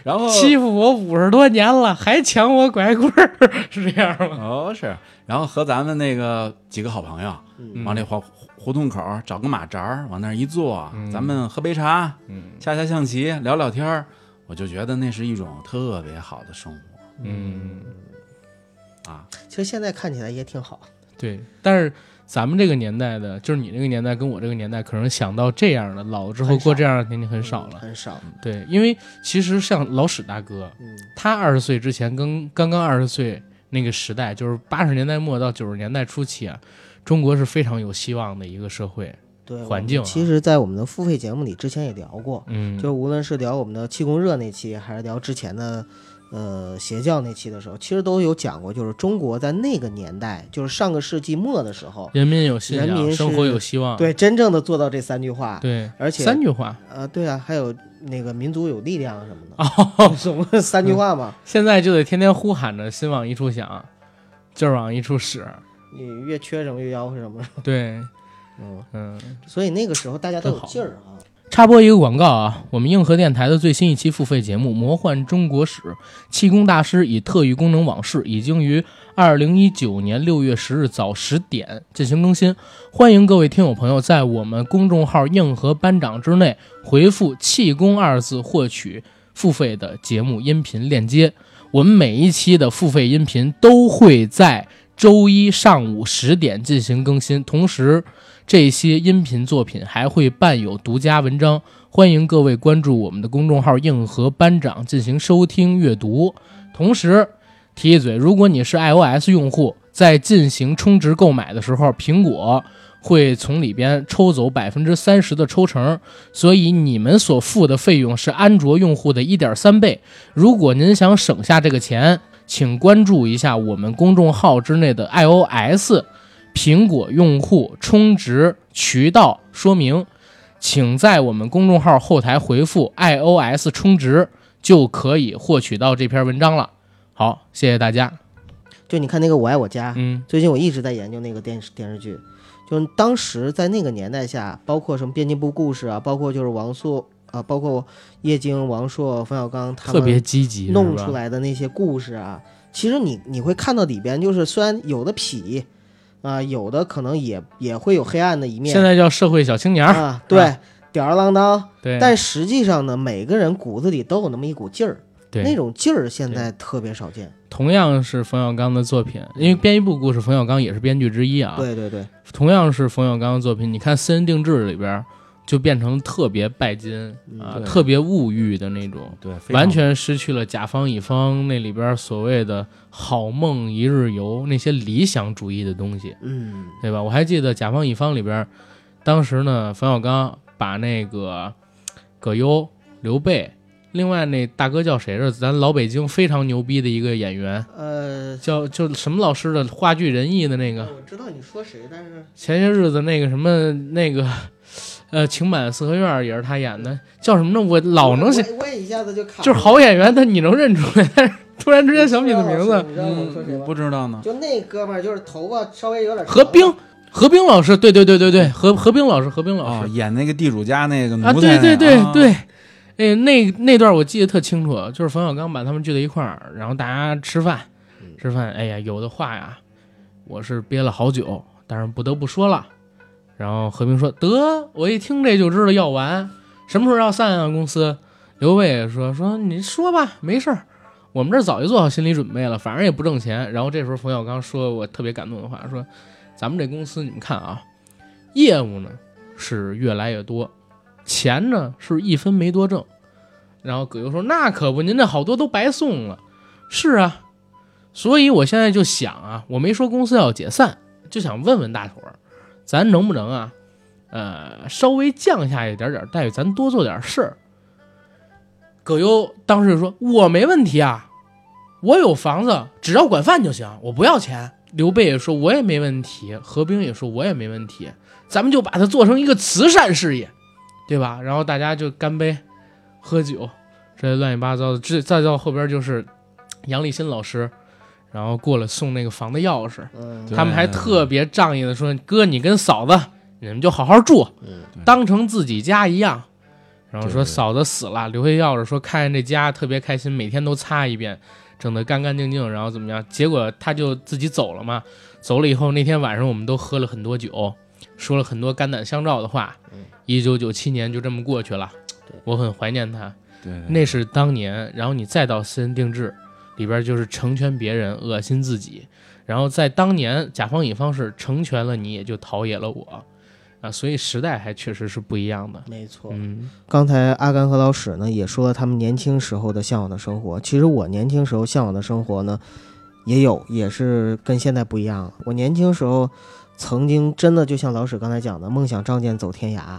Speaker 3: 然后
Speaker 1: 欺负我五十多年了，还抢我拐棍儿， 是这样吗？
Speaker 3: 哦，是，然后和咱们那个几个好朋友
Speaker 2: 嗯
Speaker 3: 往那胡胡同口儿找个马扎儿，往那儿一坐，
Speaker 1: 嗯
Speaker 3: 咱们喝杯茶，
Speaker 1: 嗯
Speaker 3: 下下象棋，聊聊天儿，我就觉得那是一种特别好的生活
Speaker 1: 嗯。
Speaker 3: 啊。
Speaker 2: 其实现在看起来也挺好。
Speaker 1: 对，但是咱们这个年代的，就是你这个年代跟我这个年代，可能想到这样的老了之后
Speaker 2: 很少嗯
Speaker 1: 过这样的年纪很少了。
Speaker 2: 很少。
Speaker 1: 对，因为其实像老史大哥，
Speaker 2: 嗯
Speaker 1: 他二十岁之前跟刚刚二十岁那个时代，就是八十年代末到九十年代初期啊，中国是非常有希望的一个社会。，
Speaker 2: 对，
Speaker 1: 环
Speaker 2: 我们
Speaker 1: 境啊
Speaker 2: 其实，在我们的付费节目里之前也聊过，
Speaker 1: 嗯，
Speaker 2: 就无论是聊我们的气功热那期，还是聊之前的，呃邪教那期的时候，其实都有讲过，就是中国在那个年代，就是上个世纪末的时候，
Speaker 1: 人民有信
Speaker 2: 人民
Speaker 1: 仰，
Speaker 2: 是
Speaker 1: 生活有希望。
Speaker 2: 对真正的做到这三句话，
Speaker 1: 啊对，
Speaker 2: 而且
Speaker 1: 三句话。
Speaker 2: 呃，对啊，还有那个民族有力量什么的，
Speaker 1: 哦，
Speaker 2: 什么三句话嘛，
Speaker 1: 现在就得天天呼喊着“心往一处想，劲儿往一处使
Speaker 2: 你越缺什么越吆喝什么，”。
Speaker 1: 对，
Speaker 2: 嗯，
Speaker 1: 嗯。
Speaker 2: 所以那个时候大家都有
Speaker 1: 真好
Speaker 2: 劲儿啊，
Speaker 1: 插播一个广告啊，我们硬核电台的最新一期付费节目《魔幻中国史：气功大师与特异功能往事》已经于二零一九年六月十日早十点进行更新，欢迎各位听友朋友在我们公众号“硬核班长”之内回复“气功”二字获取付费的节目音频链接。我们每一期的付费音频都会在周一上午十点进行更新，同时。这些音频作品还会伴有独家文章，欢迎各位关注我们的公众号“硬核班长”进行收听阅读。同时，提一嘴，如果你是 iOS 用户，在进行充值购买的时候，苹果会从里边抽走百分之三十的抽成，所以你们所付的费用是安卓用户的一点三倍。如果您想省下这个钱，请关注一下我们公众号之内的 iOS 苹果用户充值渠道说明，请在我们公众号后台回复 “iOS 充值”就可以获取到这篇文章了。好，谢谢大家。
Speaker 2: 就你看那个《我爱我家》，
Speaker 1: 嗯，
Speaker 2: 最近我一直在研究那个电视电视剧，就是当时在那个年代下，包括什么编辑部故事啊，包括就是王朔啊，包括叶京、王朔、冯小刚他
Speaker 1: 特别
Speaker 2: 们
Speaker 1: 积极，
Speaker 2: 弄出
Speaker 1: 来。
Speaker 2: 来的那些故事啊，其实你你会看到里边，就是虽然有的痞啊，有的可能也也会有黑暗的一面，
Speaker 1: 现在叫社会小青年儿，
Speaker 2: 啊，对，吊儿郎当，
Speaker 1: 对，
Speaker 2: 但实际上呢，每个人骨子里都有那么一股劲儿，那
Speaker 1: 对，
Speaker 2: 种劲儿现在特别少见。
Speaker 1: 同样是冯小刚的作品，因为编一部故事，冯小刚也是编剧之一啊。
Speaker 2: 对对对，
Speaker 1: 同样是冯小刚的作品，你看《私人定制》里边儿就变成特别拜金
Speaker 2: 嗯
Speaker 1: 啊，
Speaker 3: 对
Speaker 1: 特别物欲的那种。
Speaker 3: 对，非常嗯
Speaker 1: 完全失去了甲方乙方那里边所谓的“好梦一日游”那些理想主义的东西，
Speaker 2: 嗯，
Speaker 1: 对吧？我还记得《甲方乙方》里边，当时呢，冯小刚把那个葛优、刘备，另外那大哥叫谁着？咱老北京非常牛逼的一个演员，
Speaker 2: 呃，
Speaker 1: 叫就什么老师的话剧仁义的那个，
Speaker 2: 我知道你说谁，但是
Speaker 1: 前些日子那个什么那个，呃，情满四合院儿也是他演的，叫什么呢？我老能想。
Speaker 2: 我我也一下子就卡了，
Speaker 1: 就是好演员，但你能认出来，但是突然之间想不起的名字。
Speaker 2: 你知道我说谁
Speaker 3: 嗯，
Speaker 2: 吗？
Speaker 3: 不知道呢。
Speaker 2: 就那哥们儿，就是头发稍微有点
Speaker 1: 何冰，何冰老师，对对对对对，何何冰老师，何冰老
Speaker 3: 哦，
Speaker 1: 师
Speaker 3: 演那个地主家那个奴
Speaker 1: 啊，
Speaker 3: 才
Speaker 1: 对
Speaker 3: 那个
Speaker 1: 对对
Speaker 3: 啊
Speaker 1: 对，哎，那那段我记得特清楚，就是冯小刚把他们聚在一块儿，然后大家吃饭，吃饭，哎呀，有的话呀，我是憋了好久，但是不得不说了。然后何冰说：“得，我一听这就知道要完，什么时候要散啊？公司。”刘备也说：“说你说吧，没事儿，我们这儿早就做好心理准备了，反正也不挣钱。”然后这时候冯小刚说我特别感动的话，说：“咱们这公司，你们看啊，业务呢是越来越多，钱呢是一分没多挣。”然后葛优说：“那可不，您这好多都白送了。”是啊，所以我现在就想啊，我没说公司要解散，就想问问大伙儿，咱能不能啊，呃，稍微降下一点点待遇，咱多做点事儿。葛优当时就说：“我没问题啊，我有房子，只要管饭就行，我不要钱。”刘备也说：“我也没问题。”何冰也说：“我也没问题。”咱们就把它做成一个慈善事业，对吧？然后大家就干杯、喝酒，这些乱七八糟的。这再到后边就是杨立新老师，然后过来送那个房的钥匙，
Speaker 2: 嗯，
Speaker 3: 对
Speaker 1: 他们还特别仗义的说：“哥，你跟嫂子，你们就好好住，
Speaker 2: 嗯
Speaker 1: 当成自己家一样。”然后说
Speaker 3: 对对
Speaker 1: 嫂子死了，留下钥匙，说看见这家特别开心，每天都擦一遍，整得干干净净，然后怎么样？结果他就自己走了嘛。走了以后，那天晚上我们都喝了很多酒，说了很多肝胆相照的话
Speaker 2: 嗯。
Speaker 1: 一九九七年就这么过去了
Speaker 2: 对，
Speaker 1: 我很怀念他。
Speaker 3: 对对
Speaker 1: 那是当年，然后你再到私人定制里边，就是成全别人，恶心自己。然后在当年，甲方乙方是成全了你，也就陶冶了我，啊，所以时代还确实是不一样的。
Speaker 2: 没错。
Speaker 1: 嗯，
Speaker 2: 刚才阿甘和老史呢也说了他们年轻时候的向往的生活。其实我年轻时候向往的生活呢，也有，也是跟现在不一样。我年轻时候曾经真的就像老史刚才讲的，梦想仗剑走天涯。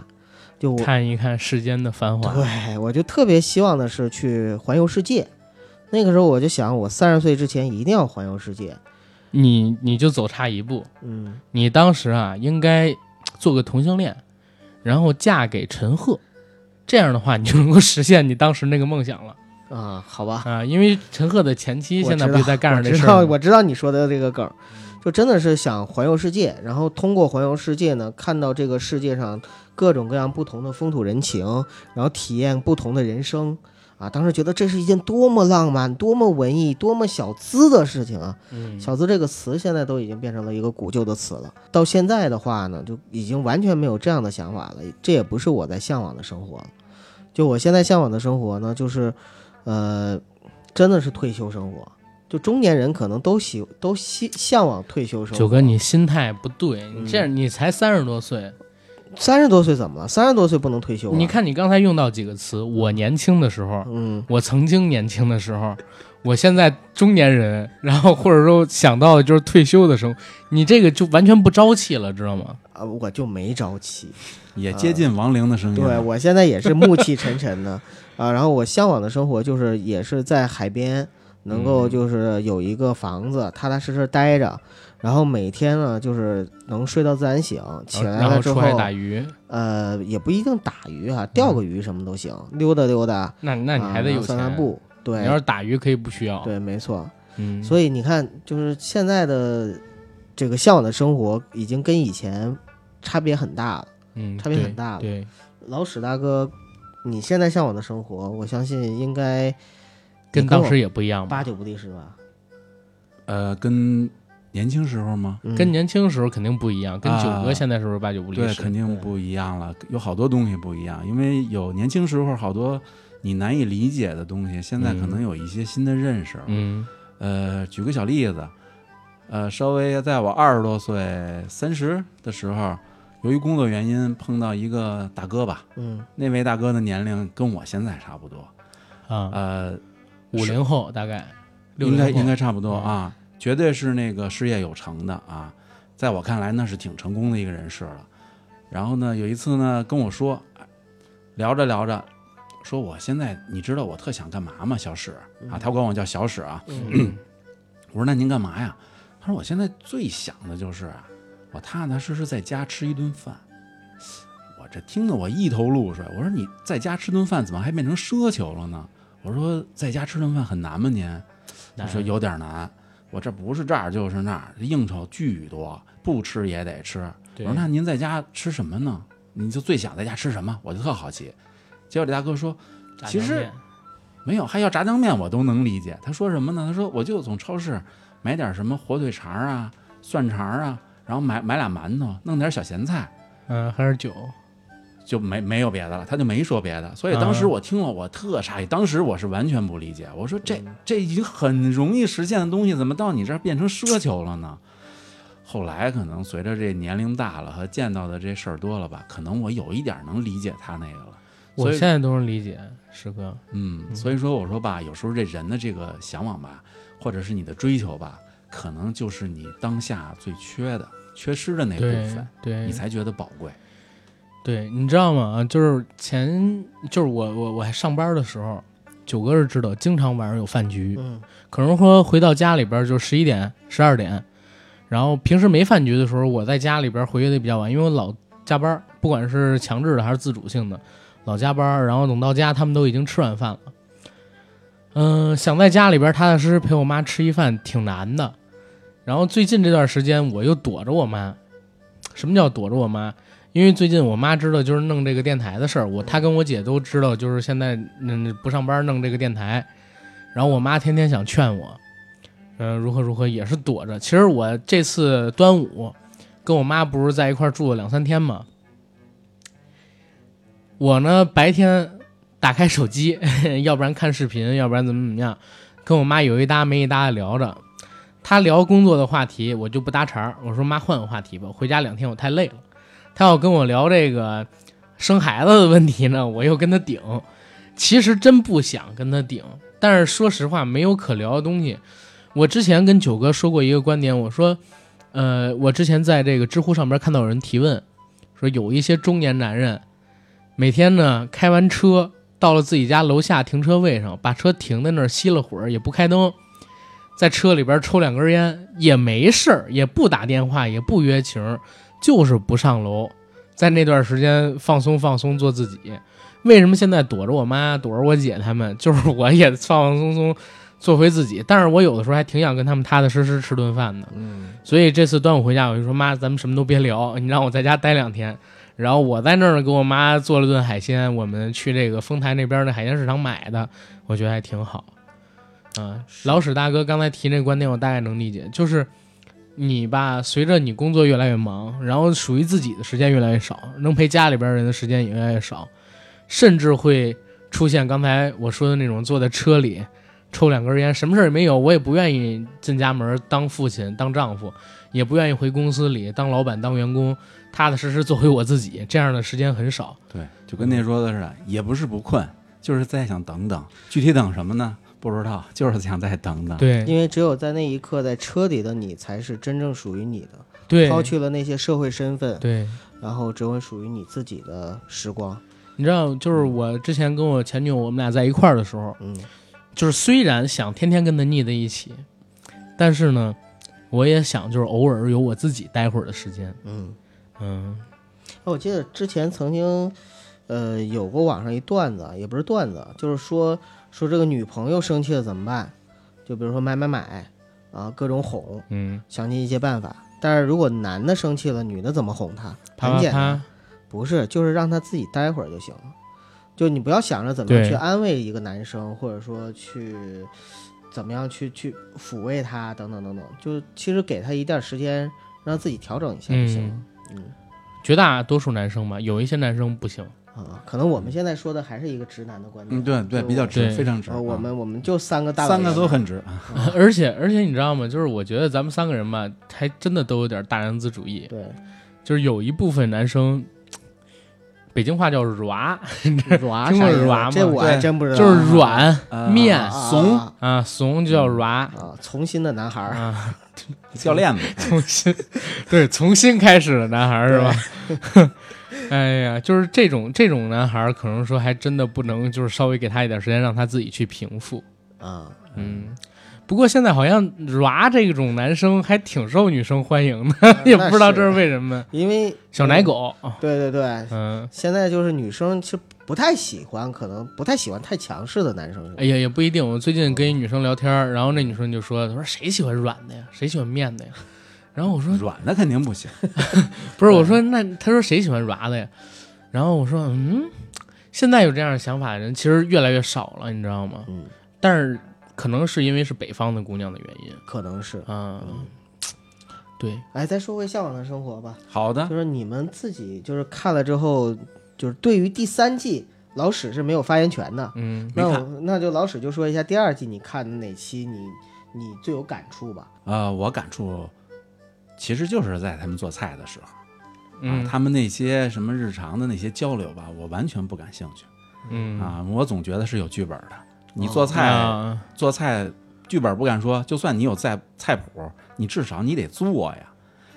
Speaker 2: 就我
Speaker 1: 看一看世间的繁华，
Speaker 2: 对，我就特别希望的是去环游世界，那个时候我就想，我三十岁之前一定要环游世界。
Speaker 1: 你你就走差一步，
Speaker 2: 嗯，
Speaker 1: 你当时啊应该嘖做个同性恋，然后嫁给陈赫，这样的话你就能够实现你当时那个梦想了
Speaker 2: 啊，好吧，
Speaker 1: 啊！因为陈赫的前妻
Speaker 2: 我
Speaker 1: 现在
Speaker 2: 知
Speaker 1: 不
Speaker 2: 道
Speaker 1: 是在干上这
Speaker 2: 我
Speaker 1: 事
Speaker 2: 知
Speaker 1: 儿嗯
Speaker 2: 道，
Speaker 1: 吗
Speaker 2: 我知道你说的这个梗，就真的是想环游世界，然后通过环游世界呢，看到这个世界上各种各样不同的风土人情，然后体验不同的人生。啊，当时觉得这是一件多么浪漫、多么文艺、多么小资的事情啊！
Speaker 1: 嗯
Speaker 2: 小资这个词现在都已经变成了一个古旧的词了。到现在的话呢，就已经完全没有这样的想法了，这也不是我在向往的生活了。就我现在向往的生活呢，就是，呃，真的是退休生活。就中年人可能都喜都希向往退休生活。
Speaker 1: 九哥，你心态不对，
Speaker 2: 嗯
Speaker 1: 你这样你才三十多岁，
Speaker 2: 三十多岁怎么了？三十多岁不能退休、啊？
Speaker 1: 你，看你刚才用到几个词，我年轻的时候，
Speaker 2: 嗯，
Speaker 1: 我曾经年轻的时候，我现在中年人，然后或者说想到的就是退休的时候，你这个就完全不朝气了，知道吗？
Speaker 2: 啊，我就没朝气。
Speaker 3: 也接近亡灵
Speaker 1: 嗯
Speaker 3: 的声音。
Speaker 2: 对我现在也是暮气沉沉的啊。然后我向往的生活就是也是在海边，能够
Speaker 1: 嗯
Speaker 2: 就是有一个房子，踏踏实实待着，然后每天呢就是能睡到自然醒，起来
Speaker 1: 然
Speaker 2: 了
Speaker 1: 后
Speaker 2: 之
Speaker 1: 出
Speaker 2: 后
Speaker 1: 海打鱼，
Speaker 2: 呃也不一定打鱼啊，钓个鱼什么都行，溜达溜达，
Speaker 1: 那那你还得
Speaker 2: 啊
Speaker 1: 有
Speaker 2: 散
Speaker 1: 钱。
Speaker 2: 散步。对，
Speaker 1: 你要是打鱼可以不需要。，
Speaker 2: 对，没错。
Speaker 1: 嗯，
Speaker 2: 所以你看，就是现在的这个向往的生活，已经跟以前差别很大了。
Speaker 1: 嗯
Speaker 2: 差别很大了
Speaker 1: 对，对
Speaker 2: 老史大哥，你现在向往的生活，我相信应该
Speaker 1: 跟
Speaker 2: 你
Speaker 1: 当
Speaker 2: 我
Speaker 1: 时也不一样吧
Speaker 2: 八？九不离十吧。
Speaker 3: 呃，跟年轻时候吗？
Speaker 2: 嗯
Speaker 1: 跟年轻时候肯定不一样，跟
Speaker 3: 啊
Speaker 1: 九哥现在是不是八九不离
Speaker 3: 对，
Speaker 1: 十？
Speaker 3: 肯定不一样了，有好多东西不一样，因为有年轻时候好多你难以理解的东西，现在可能有一些新的认识了。
Speaker 1: 嗯
Speaker 3: 呃，举个小例子，呃，稍微在我二十多岁、三十的时候，由于工作原因碰到一个大哥吧，
Speaker 2: 嗯
Speaker 3: 那位大哥的年龄跟我现在差不多，
Speaker 1: 啊，
Speaker 3: 呃，
Speaker 1: 五零后大概，60
Speaker 3: 应该
Speaker 1: 后
Speaker 3: 应该差不多啊，绝对是那个事业有成的啊，在我看来那是挺成功的一个人士了。然后呢，有一次呢跟我说，哎聊着聊着，说我现在你知道我特想干嘛吗？小史啊，他管我叫小史啊。
Speaker 1: 嗯
Speaker 3: 我说那您干嘛呀？他说我现在最想的就是啊，我踏踏实实在家吃一顿饭。我这听得我一头雾水。我说你在家吃顿饭怎么还变成奢求了呢？我说在家吃顿饭很难吗您？他
Speaker 1: 难
Speaker 3: 说有点难，我这不是这儿就是那儿，应酬巨多，不吃也得吃。我
Speaker 1: 对
Speaker 3: 说那您在家吃什么呢？你就最想在家吃什么？我就特好奇。结果这大哥说
Speaker 1: 炸
Speaker 3: 其
Speaker 1: 酱
Speaker 3: 实
Speaker 1: 面
Speaker 3: 没有，还要炸酱面我都能理解。他说什么呢？他说我就从超市买点什么火腿肠啊、蒜肠啊，然后买买俩馒头，弄点小咸菜，
Speaker 1: 嗯还是酒，
Speaker 3: 就没没有别的了。他就没说别的，所以当时我听了我特诧异，当时我是完全不理解，我说这这已经很容易实现的东西，怎么到你这儿变成奢求了呢？后来可能随着这年龄大了和见到的这事儿多了吧，可能我有一点能理解他那个了。
Speaker 1: 我
Speaker 3: 所以
Speaker 1: 现在都能理解，师哥。
Speaker 3: 嗯，所以说我说吧，有时候这人的这个向往吧，或者是你的追求吧，可能就是你当下最缺的、缺失的那部分，
Speaker 1: 对，对
Speaker 3: 你才觉得宝贵。
Speaker 1: 对，你知道吗？啊，就是前就是我我我还上班的时候，九哥是知道，经常晚上有饭局，
Speaker 2: 嗯
Speaker 1: 可能说回到家里边就十一点、十二点，然后平时没饭局的时候，我在家里边回去的比较晚，因为我老加班，不管是强制的还是自主性的，老加班，然后等到家他们都已经吃晚饭了。嗯、想在家里边踏踏实实陪我妈吃一饭挺难的。然后最近这段时间我又躲着我妈，什么叫躲着我妈？因为最近我妈知道就是弄这个电台的事儿，我她跟我姐都知道，就是现在嗯不上班弄这个电台，然后我妈天天想劝我，嗯、如何如何也是躲着。其实我这次端午跟我妈不是在一块儿住了两三天嘛，我呢白天打开手机， 要不然看视频，要不然怎么怎么样，跟我妈有一搭没一搭的聊着。她聊工作的话题，我就不搭茬儿。我说妈，换个话题吧，回家两天我太累了。她要跟我聊这个生孩子的问题呢，我又跟她顶。其实真不想跟她顶，但是说实话，没有可聊的东西。我之前跟九哥说过一个观点，我说，呃，我之前在这个知乎上边看到有人提问，说有一些中年男人每天呢开完车到了自己家楼下停车位上，把车停在那儿熄了火，也不开灯，在车里边抽两根烟，也没事儿，也不打电话，也不约情，就是不上楼，在那段时间放松放松，做自己。为什么现在躲着我妈、躲着我姐他们？就是我也放放松松，做回自己。但是我有的时候还挺想跟他们踏踏实实吃顿饭的。
Speaker 2: 嗯，
Speaker 1: 所以这次端午回家，我就说妈，咱们什么都别聊，你让我在家待两天。然后我在那儿给我妈做了顿海鲜，我们去这个丰台那边的海鲜市场买的，我觉得还挺好。嗯，老史大哥刚才提那观点，我大概能理解，就是你吧，随着你工作越来越忙，然后属于自己的时间越来越少，能陪家里边人的时间也越来越少，甚至会出现刚才我说的那种坐在车里抽两根烟，什么事儿也没有，我也不愿意进家门当父亲、当丈夫，也不愿意回公司里当老板、当员工，踏踏实实做回我自己，这样的时间很少。
Speaker 3: 对，就跟那说的似的，也不是不困，就是再想等等。具体等什么呢？不知道，就是想再等
Speaker 2: 啊
Speaker 3: 等。
Speaker 1: 对
Speaker 2: 嗯因为只有在那一刻，在车里的你才是真正属于你的，
Speaker 1: 对
Speaker 2: 抛去了那些社会身份，
Speaker 1: 对，
Speaker 2: 然后只有属于你自己的时光。
Speaker 1: 你知道，就是我之前跟我前女友我们俩在一块儿的时候，
Speaker 2: 嗯，
Speaker 1: 就是虽然想天天跟她腻在一起，但是呢，我也想就是偶尔有我自己待会儿的时间。
Speaker 2: 嗯，
Speaker 1: 嗯
Speaker 2: 我记得之前曾经，呃，有过网上一段子，也不是段子，就是说说这个女朋友生气了怎么办？就比如说买买买啊，各种哄，
Speaker 1: 嗯，
Speaker 2: 想尽一些办法。但是如果男的生气了，女的怎么哄他？
Speaker 1: 啪
Speaker 2: 很
Speaker 1: 啪
Speaker 2: 简
Speaker 1: 啪
Speaker 2: 单，，不是，就是让他自己待会儿就行了。就你不要想着怎么样
Speaker 1: 对
Speaker 2: 去安慰一个男生，或者说去怎么样去去抚慰他，等等等等。就其实给他一点时间，让自己调整一下就行了。嗯
Speaker 1: 绝大多数男生吧，有一些男生不行。
Speaker 2: 啊，可能我们现在说的还是一个直男的观点。
Speaker 3: 嗯，对对，比较
Speaker 2: 直。
Speaker 3: 直，
Speaker 1: 对
Speaker 3: 非常直。
Speaker 2: 呃，我
Speaker 3: 啊
Speaker 2: 们我们就三个大老
Speaker 3: 三
Speaker 2: 爷们
Speaker 3: 个
Speaker 2: 儿，
Speaker 3: 都很直啊。
Speaker 1: 而且而且你知道吗？就是我觉得咱们三个人吧，还真的都有点大男子主义。
Speaker 2: 对，
Speaker 1: 就是有一部分男生，北京话叫软，
Speaker 2: 软
Speaker 1: 听过
Speaker 2: 啥意思啊
Speaker 1: 软吗
Speaker 2: 这我还
Speaker 3: 对
Speaker 2: 真不知道。
Speaker 1: 就是软、
Speaker 3: 啊嗯
Speaker 1: 面、
Speaker 2: 啊啊
Speaker 3: 怂
Speaker 2: 啊
Speaker 1: 啊，怂就叫软
Speaker 2: 啊，从新的男孩儿，
Speaker 1: 啊，
Speaker 3: 教练 嘛，
Speaker 1: 重新对从新开始的男孩儿是吧？ 哎呀，就是这种这种男孩，可能说还真的不能，就是稍微给他一点时间，让他自己去平复。
Speaker 2: 啊，
Speaker 1: 嗯，不过现在好像软这种男生还挺受女生欢迎的，
Speaker 2: 啊
Speaker 1: 也不知道这
Speaker 2: 那
Speaker 1: 是为什么。
Speaker 2: 因为
Speaker 1: 小奶，狗，
Speaker 2: 对对对，
Speaker 1: 嗯，
Speaker 2: 现在就是女生是不太喜欢，可能不太喜欢太强势的男生。
Speaker 1: 哎呀，也不一定。我最近跟一女生聊天儿，然后那女生就说：“她说谁喜欢软的呀？谁喜欢面的呀？”然后我说
Speaker 3: 软的肯定不行。：“
Speaker 1: 不是，我说那她说谁喜欢软的呀？”然后我说：“嗯，现在有这样想法的人其实越来越少了，你知道吗？
Speaker 2: 嗯，
Speaker 1: 但是可能是因为是北方的姑娘的原因
Speaker 2: 可能是。
Speaker 1: 啊。对，
Speaker 2: 哎，再说回《向往的生活》吧，
Speaker 3: 好
Speaker 1: 啊
Speaker 3: 的，
Speaker 2: 就是你们自己就是看了之后，就是对于第三季老史是没有发言权的。
Speaker 1: 嗯，
Speaker 3: 没
Speaker 2: 那
Speaker 3: 看
Speaker 2: 我那就老史就说一下第二季，你看哪期你你最有感触吧？
Speaker 3: 呃，我感触其实就是在他们做菜的时候，啊，
Speaker 1: 嗯
Speaker 3: 他们那些什么日常的那些交流吧，我完全不感兴趣
Speaker 1: 嗯
Speaker 3: 啊，我总觉得是有剧本的。你做菜、
Speaker 1: 啊
Speaker 3: 做菜，剧本不敢说，就算你有菜菜谱，你至少你得做呀。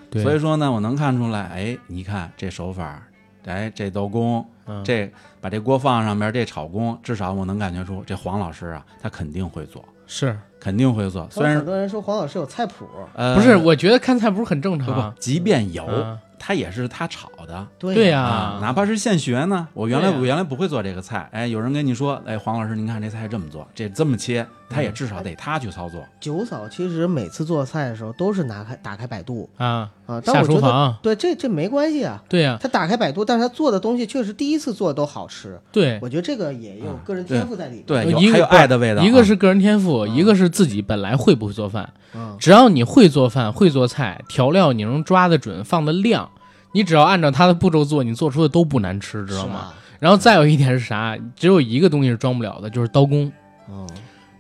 Speaker 1: 对，
Speaker 3: 所以说呢，我能看出来，哎，你看这手法，哎，这刀工，
Speaker 1: 嗯
Speaker 3: 这把这锅放上边，这炒工，至少我能感觉出这黄老师啊，他肯定会做，
Speaker 1: 是
Speaker 3: 肯定会做。
Speaker 2: 他
Speaker 3: 虽
Speaker 2: 们
Speaker 3: 然
Speaker 2: 很多人说黄老师有菜谱，
Speaker 3: 呃，
Speaker 1: 不是？我觉得看菜谱很正
Speaker 3: 不不
Speaker 1: 常，，
Speaker 3: 即便有，
Speaker 1: 嗯
Speaker 3: 他也是他炒的。
Speaker 2: 对
Speaker 1: 对
Speaker 2: 呀、
Speaker 1: 呀
Speaker 3: 啊哪怕是现学呢，我原来、
Speaker 1: 啊对呀啊
Speaker 3: 我原来不会做这个菜，哎，有人跟你说，哎，黄老师，您看这菜这么做，这这么切，他
Speaker 1: 嗯
Speaker 3: 也至少得他去操作。
Speaker 2: 九嫂其实每次做菜的时候都是拿开打开百度
Speaker 1: 啊，
Speaker 2: 啊，但
Speaker 1: 下
Speaker 2: 我
Speaker 1: 厨
Speaker 2: 觉得
Speaker 1: 房，
Speaker 2: 对这这没关系啊。
Speaker 1: 对呀、
Speaker 2: 他打开百度，但是他做的东西确实第一次做都好吃，
Speaker 1: 对。嗯
Speaker 2: 我觉得这个也有个人天赋在里面。
Speaker 3: 对，
Speaker 1: 呃
Speaker 3: 有
Speaker 1: 一个
Speaker 3: 还有爱的味道啊，
Speaker 1: 一个是个人天赋，
Speaker 2: 嗯
Speaker 1: 一个是自己本来会不会做饭。
Speaker 2: 嗯，
Speaker 1: 只要你会做饭、会做菜，调料你能抓得准、放的量，你只要按照它的步骤做，你做出的都不难吃，知道
Speaker 2: 啊
Speaker 1: 吗？然后再有一点是啥？只有一个东西是装不了的，就是刀工。
Speaker 2: 是吧？嗯，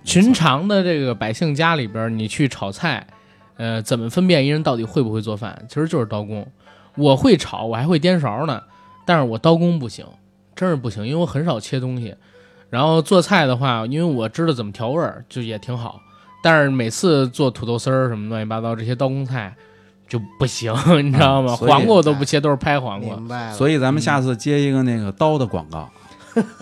Speaker 1: 寻常的这个百姓家里边，你去炒菜，呃，怎么分辨一人到底会不会做饭？其实就是刀工。我会炒，我还会颠勺呢，但是我刀工不行，真是不行，因为我很少切东西。然后做菜的话，因为我知道怎么调味儿，就也挺好。但是每次做土豆丝儿什么乱七八糟这些刀工菜就不行， 你知道吗？
Speaker 3: 所以
Speaker 1: 黄瓜我都不切，都是拍黄瓜。
Speaker 2: 明白了。
Speaker 3: 所以咱们下次接一个那个刀的广告，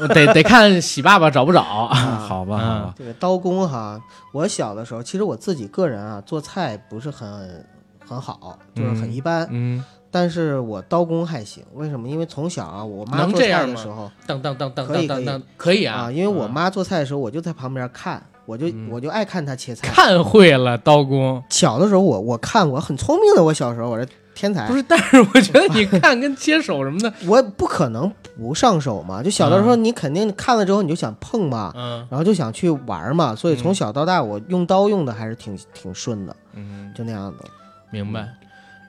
Speaker 1: 得 得看喜爸爸找不找。
Speaker 3: 啊好
Speaker 1: 嗯
Speaker 3: 吧，好吧，，
Speaker 2: 这个刀工哈，我小的时候，其实我自己个人啊，做菜不是很很好，就是很一般。
Speaker 1: 嗯，
Speaker 2: 但是我刀工还行，为什么？因为从小啊，我妈
Speaker 1: 能
Speaker 2: 做
Speaker 1: 这样
Speaker 2: 菜的
Speaker 1: 吗
Speaker 2: 时候
Speaker 1: 当当当当
Speaker 2: 可以
Speaker 1: 当当当，可以啊，
Speaker 2: 啊，因为我
Speaker 1: 嗯
Speaker 2: 妈做菜的时候，我就在旁边看，我就
Speaker 1: 嗯
Speaker 2: 我就爱看她切菜。
Speaker 1: 看会了刀工，
Speaker 2: 小的时候我我看我很聪明的，我小时候我是天才，
Speaker 1: 不是？但是我觉得你看跟切手什么 的，
Speaker 2: 我不可能不上手嘛。就小的时候你肯定看了之后你就想碰嘛，
Speaker 1: 嗯
Speaker 2: 然后就想去玩嘛，所以
Speaker 1: 嗯
Speaker 2: 从小到大我用刀用的还是挺挺顺的，
Speaker 1: 嗯，
Speaker 2: 就那样的。
Speaker 1: 明白。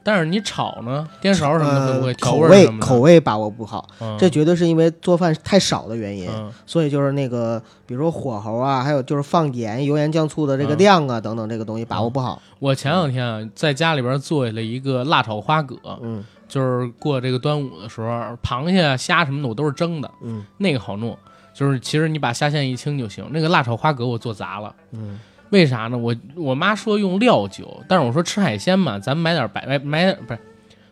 Speaker 1: 但是你炒呢，颠勺什么的会不会
Speaker 2: 呃
Speaker 1: 调
Speaker 2: 口
Speaker 1: 味儿什么的？
Speaker 2: 口味把握不好，
Speaker 1: 嗯
Speaker 2: 这绝对是因为做饭太少的原因。
Speaker 1: 嗯
Speaker 2: 所以就是那个，比如说火候啊，还有就是放盐、油盐酱醋的这个
Speaker 1: 嗯
Speaker 2: 量啊，等等，这个东西把握不好。
Speaker 1: 我前两天啊，在家里边做了一个辣炒花蛤，
Speaker 2: 嗯
Speaker 1: 就是过这个端午的时候，螃蟹、啊虾什么的我都是蒸的，
Speaker 2: 嗯
Speaker 1: 那个好弄。就是其实你把虾线一清就行。那个辣炒花蛤我做砸了，
Speaker 2: 嗯
Speaker 1: 为啥呢？我我妈说用料酒，但是我说吃海鲜嘛，咱买点白买买点不是。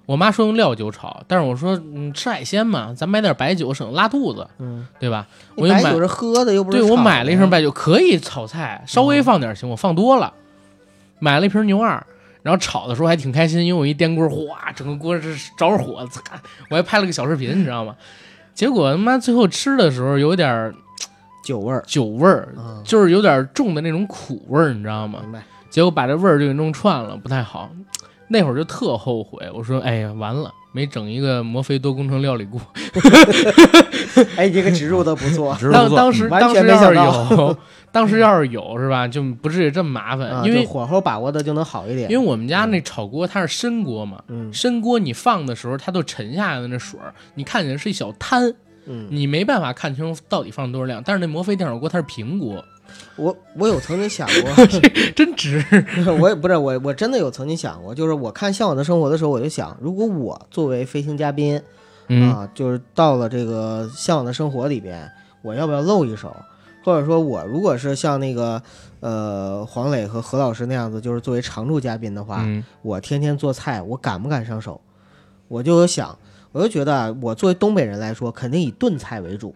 Speaker 1: 我妈说用料酒炒，但是我说嗯吃海鲜嘛，咱买点白酒省拉肚子，
Speaker 2: 嗯，
Speaker 1: 对吧？我就
Speaker 2: 你白
Speaker 1: 买
Speaker 2: 酒是喝的，又不是
Speaker 1: 对，我
Speaker 2: 炒
Speaker 1: 买了一瓶
Speaker 2: 的
Speaker 1: 白酒，可以炒菜，稍微放点行，我放多了。买了一瓶牛二，然后炒的时候还挺开心，因为我一颠锅，哗，整个锅是着着火，擦我还拍了个小视频，你知道吗？结果他妈最后吃的时候有点儿
Speaker 2: 酒味儿
Speaker 1: 酒味儿，
Speaker 2: 啊，
Speaker 1: 就是有点儿重的那种苦味儿，你知道吗？
Speaker 2: 嗯明白？
Speaker 1: 结果把这味儿就给弄串了，不太好。那会儿就特后悔，我说哎呀完了，没整一个摩飞多工程料理锅。
Speaker 2: 哎，你这个植入的不错
Speaker 3: 植入
Speaker 1: 嗯当
Speaker 3: 做
Speaker 1: 当时
Speaker 2: 完
Speaker 1: 当
Speaker 2: 全
Speaker 1: 时
Speaker 2: 没
Speaker 1: 要是
Speaker 2: 想到
Speaker 1: 有， 当时要是有是吧，就不至于这么麻烦。
Speaker 2: 啊
Speaker 1: 因
Speaker 2: 就
Speaker 1: 为
Speaker 2: 火候把握的就能好一点。
Speaker 1: 因为我们家那炒锅它是深锅嘛，
Speaker 2: 嗯
Speaker 1: 深锅你放的时候它都沉下来的那水儿，你看起来是一小滩，
Speaker 2: 嗯，
Speaker 1: 你没办法看清楚到底放多少量。但是那摩飞电炒锅它是平 锅，
Speaker 2: 我我有曾经想过，
Speaker 1: 真值。
Speaker 2: 我也不是我我真的有曾经想过，就是我看《向往的生活》的时候，我就想，如果我作为飞行嘉宾，
Speaker 1: 嗯，
Speaker 2: 啊，就是到了这个《向往的生活》里边，我要不要露一手？或者说，我如果是像那个呃黄磊和何老师那样子，就是作为常驻嘉宾的话，
Speaker 1: 嗯
Speaker 2: 我天天做菜，我敢不敢上手？我就有想，我就觉得啊我作为东北人来说，肯定以炖菜为主，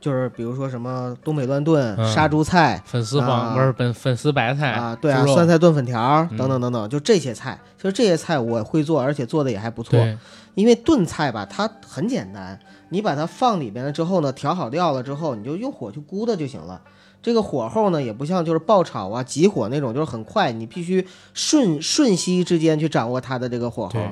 Speaker 2: 就是比如说什么东北乱炖、
Speaker 1: 嗯
Speaker 2: 杀猪菜
Speaker 1: 粉丝黄
Speaker 2: 啊
Speaker 1: 不是粉粉丝白菜
Speaker 2: 啊，对啊，
Speaker 1: 猪肉
Speaker 2: 酸菜炖粉条儿
Speaker 1: 嗯
Speaker 2: 等等等等，就这些菜，其实这些菜我会做，而且做的也还不错。
Speaker 1: 对，
Speaker 2: 因为炖菜吧，它很简单，你把它放里边了之后呢，调好料了之后，你就用火去咕的就行了。这个火候呢，也不像就是爆炒啊、急火那种，就是很快，你必须瞬瞬息之间去掌握它的这个火候
Speaker 1: 对。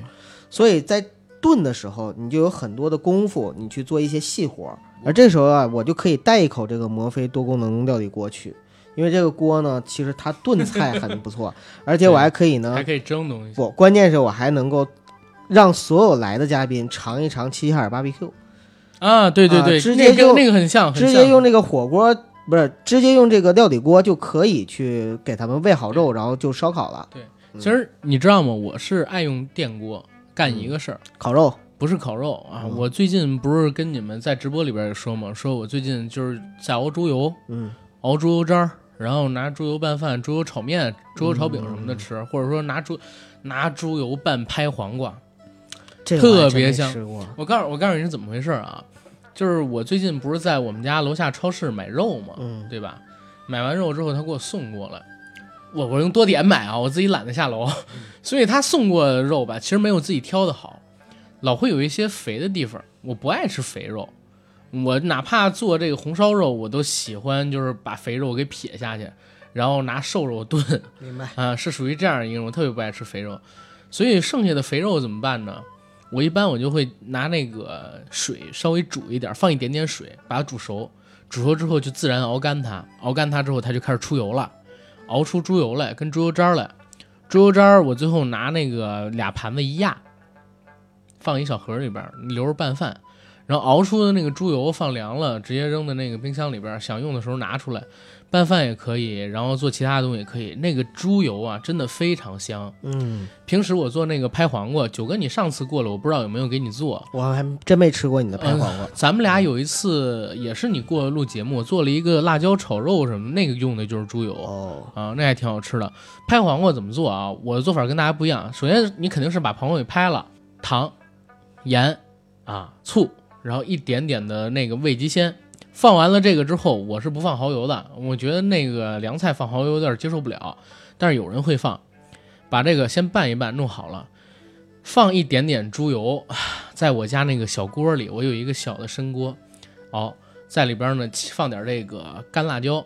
Speaker 2: 所以在炖的时候，你就有很多的功夫，你去做一些细活儿。而这时候啊，我就可以带一口这个摩飞多功能料理锅去，因为这个锅呢，其实它炖菜很不错，而且我还可以呢
Speaker 1: 还，可以蒸东西。
Speaker 2: 我关键是我还能够让所有来的嘉宾尝一尝齐齐哈尔 BBQ，
Speaker 1: 啊，对对
Speaker 2: 啊
Speaker 1: 对，
Speaker 2: 直
Speaker 1: 那
Speaker 2: 接
Speaker 1: 跟
Speaker 2: 就
Speaker 1: 那个很像，很
Speaker 2: 直
Speaker 1: 像
Speaker 2: 接用这个火锅不是直接用这个料理锅就可以去给他们喂好肉，然后就烧烤了，
Speaker 1: 其实你知道吗？我是爱用电锅干一个事儿，
Speaker 2: 烤肉
Speaker 1: 不是烤肉啊。
Speaker 2: 嗯
Speaker 1: 我最近不是跟你们在直播里边也说嘛，说我最近就是在熬猪油，
Speaker 2: 嗯，
Speaker 1: 熬猪油渣儿，然后拿猪油拌饭、猪油炒面、猪油炒饼什么的
Speaker 2: 嗯
Speaker 1: 吃，或者说拿猪拿猪油拌拍黄瓜。
Speaker 2: 这个我还
Speaker 1: 特别
Speaker 2: 真没
Speaker 1: 香
Speaker 2: 吃过，嗯
Speaker 1: 我告诉我告诉你是怎么回事儿啊，就是我最近不是在我们家楼下超市买肉嘛，
Speaker 2: 嗯
Speaker 1: 对吧？买完肉之后，他给我送过来，我我用多点买啊，我自己懒得下楼， 所以他送过的肉吧，其实没有自己挑的好，老会有一些肥的地方，我不爱吃肥肉，我哪怕做这个红烧肉，我都喜欢就是把肥肉给撇下去，然后拿瘦肉炖，
Speaker 2: 明白，
Speaker 1: 啊，是属于这样一个人，我特别不爱吃肥肉，所以剩下的肥肉怎么办呢？我一般我就会拿那个水稍微煮一点，放一点点水，把它煮熟，煮熟之后就自然熬干它，熬干它之后它就开始出油了，熬出猪油来跟猪油渣儿来，猪油渣儿我最后拿那个俩盘子一压，放一小盒里边儿留着拌饭，然后熬出的那个猪油放凉了，直接扔到那个冰箱里边儿，想用的时候拿出来。拌饭也可以，然后做其他的东西也可以。那个猪油啊，真的非常香。
Speaker 2: 嗯，
Speaker 1: 平时我做那个拍黄瓜，九哥你上次过了，我不知道有没有给你做。
Speaker 2: 我还真没吃过你的拍黄瓜，
Speaker 1: 咱们俩有一次也是你过来录节目，我做了一个辣椒炒肉什么，那个用的就是猪油
Speaker 2: 哦，
Speaker 1: 啊，那还挺好吃的。拍黄瓜怎么做啊？我的做法跟大家不一样。首先你肯定是把黄瓜给拍了，糖、盐啊、醋，然后一点点的那个味极鲜。放完了这个之后，我是不放蚝油的，我觉得那个凉菜放蚝油有点接受不了，但是有人会放，把这个先拌一拌，弄好了，放一点点猪油， 在我家那个小锅里，我有一个小的深锅，哦，在里边呢放点这个干辣椒，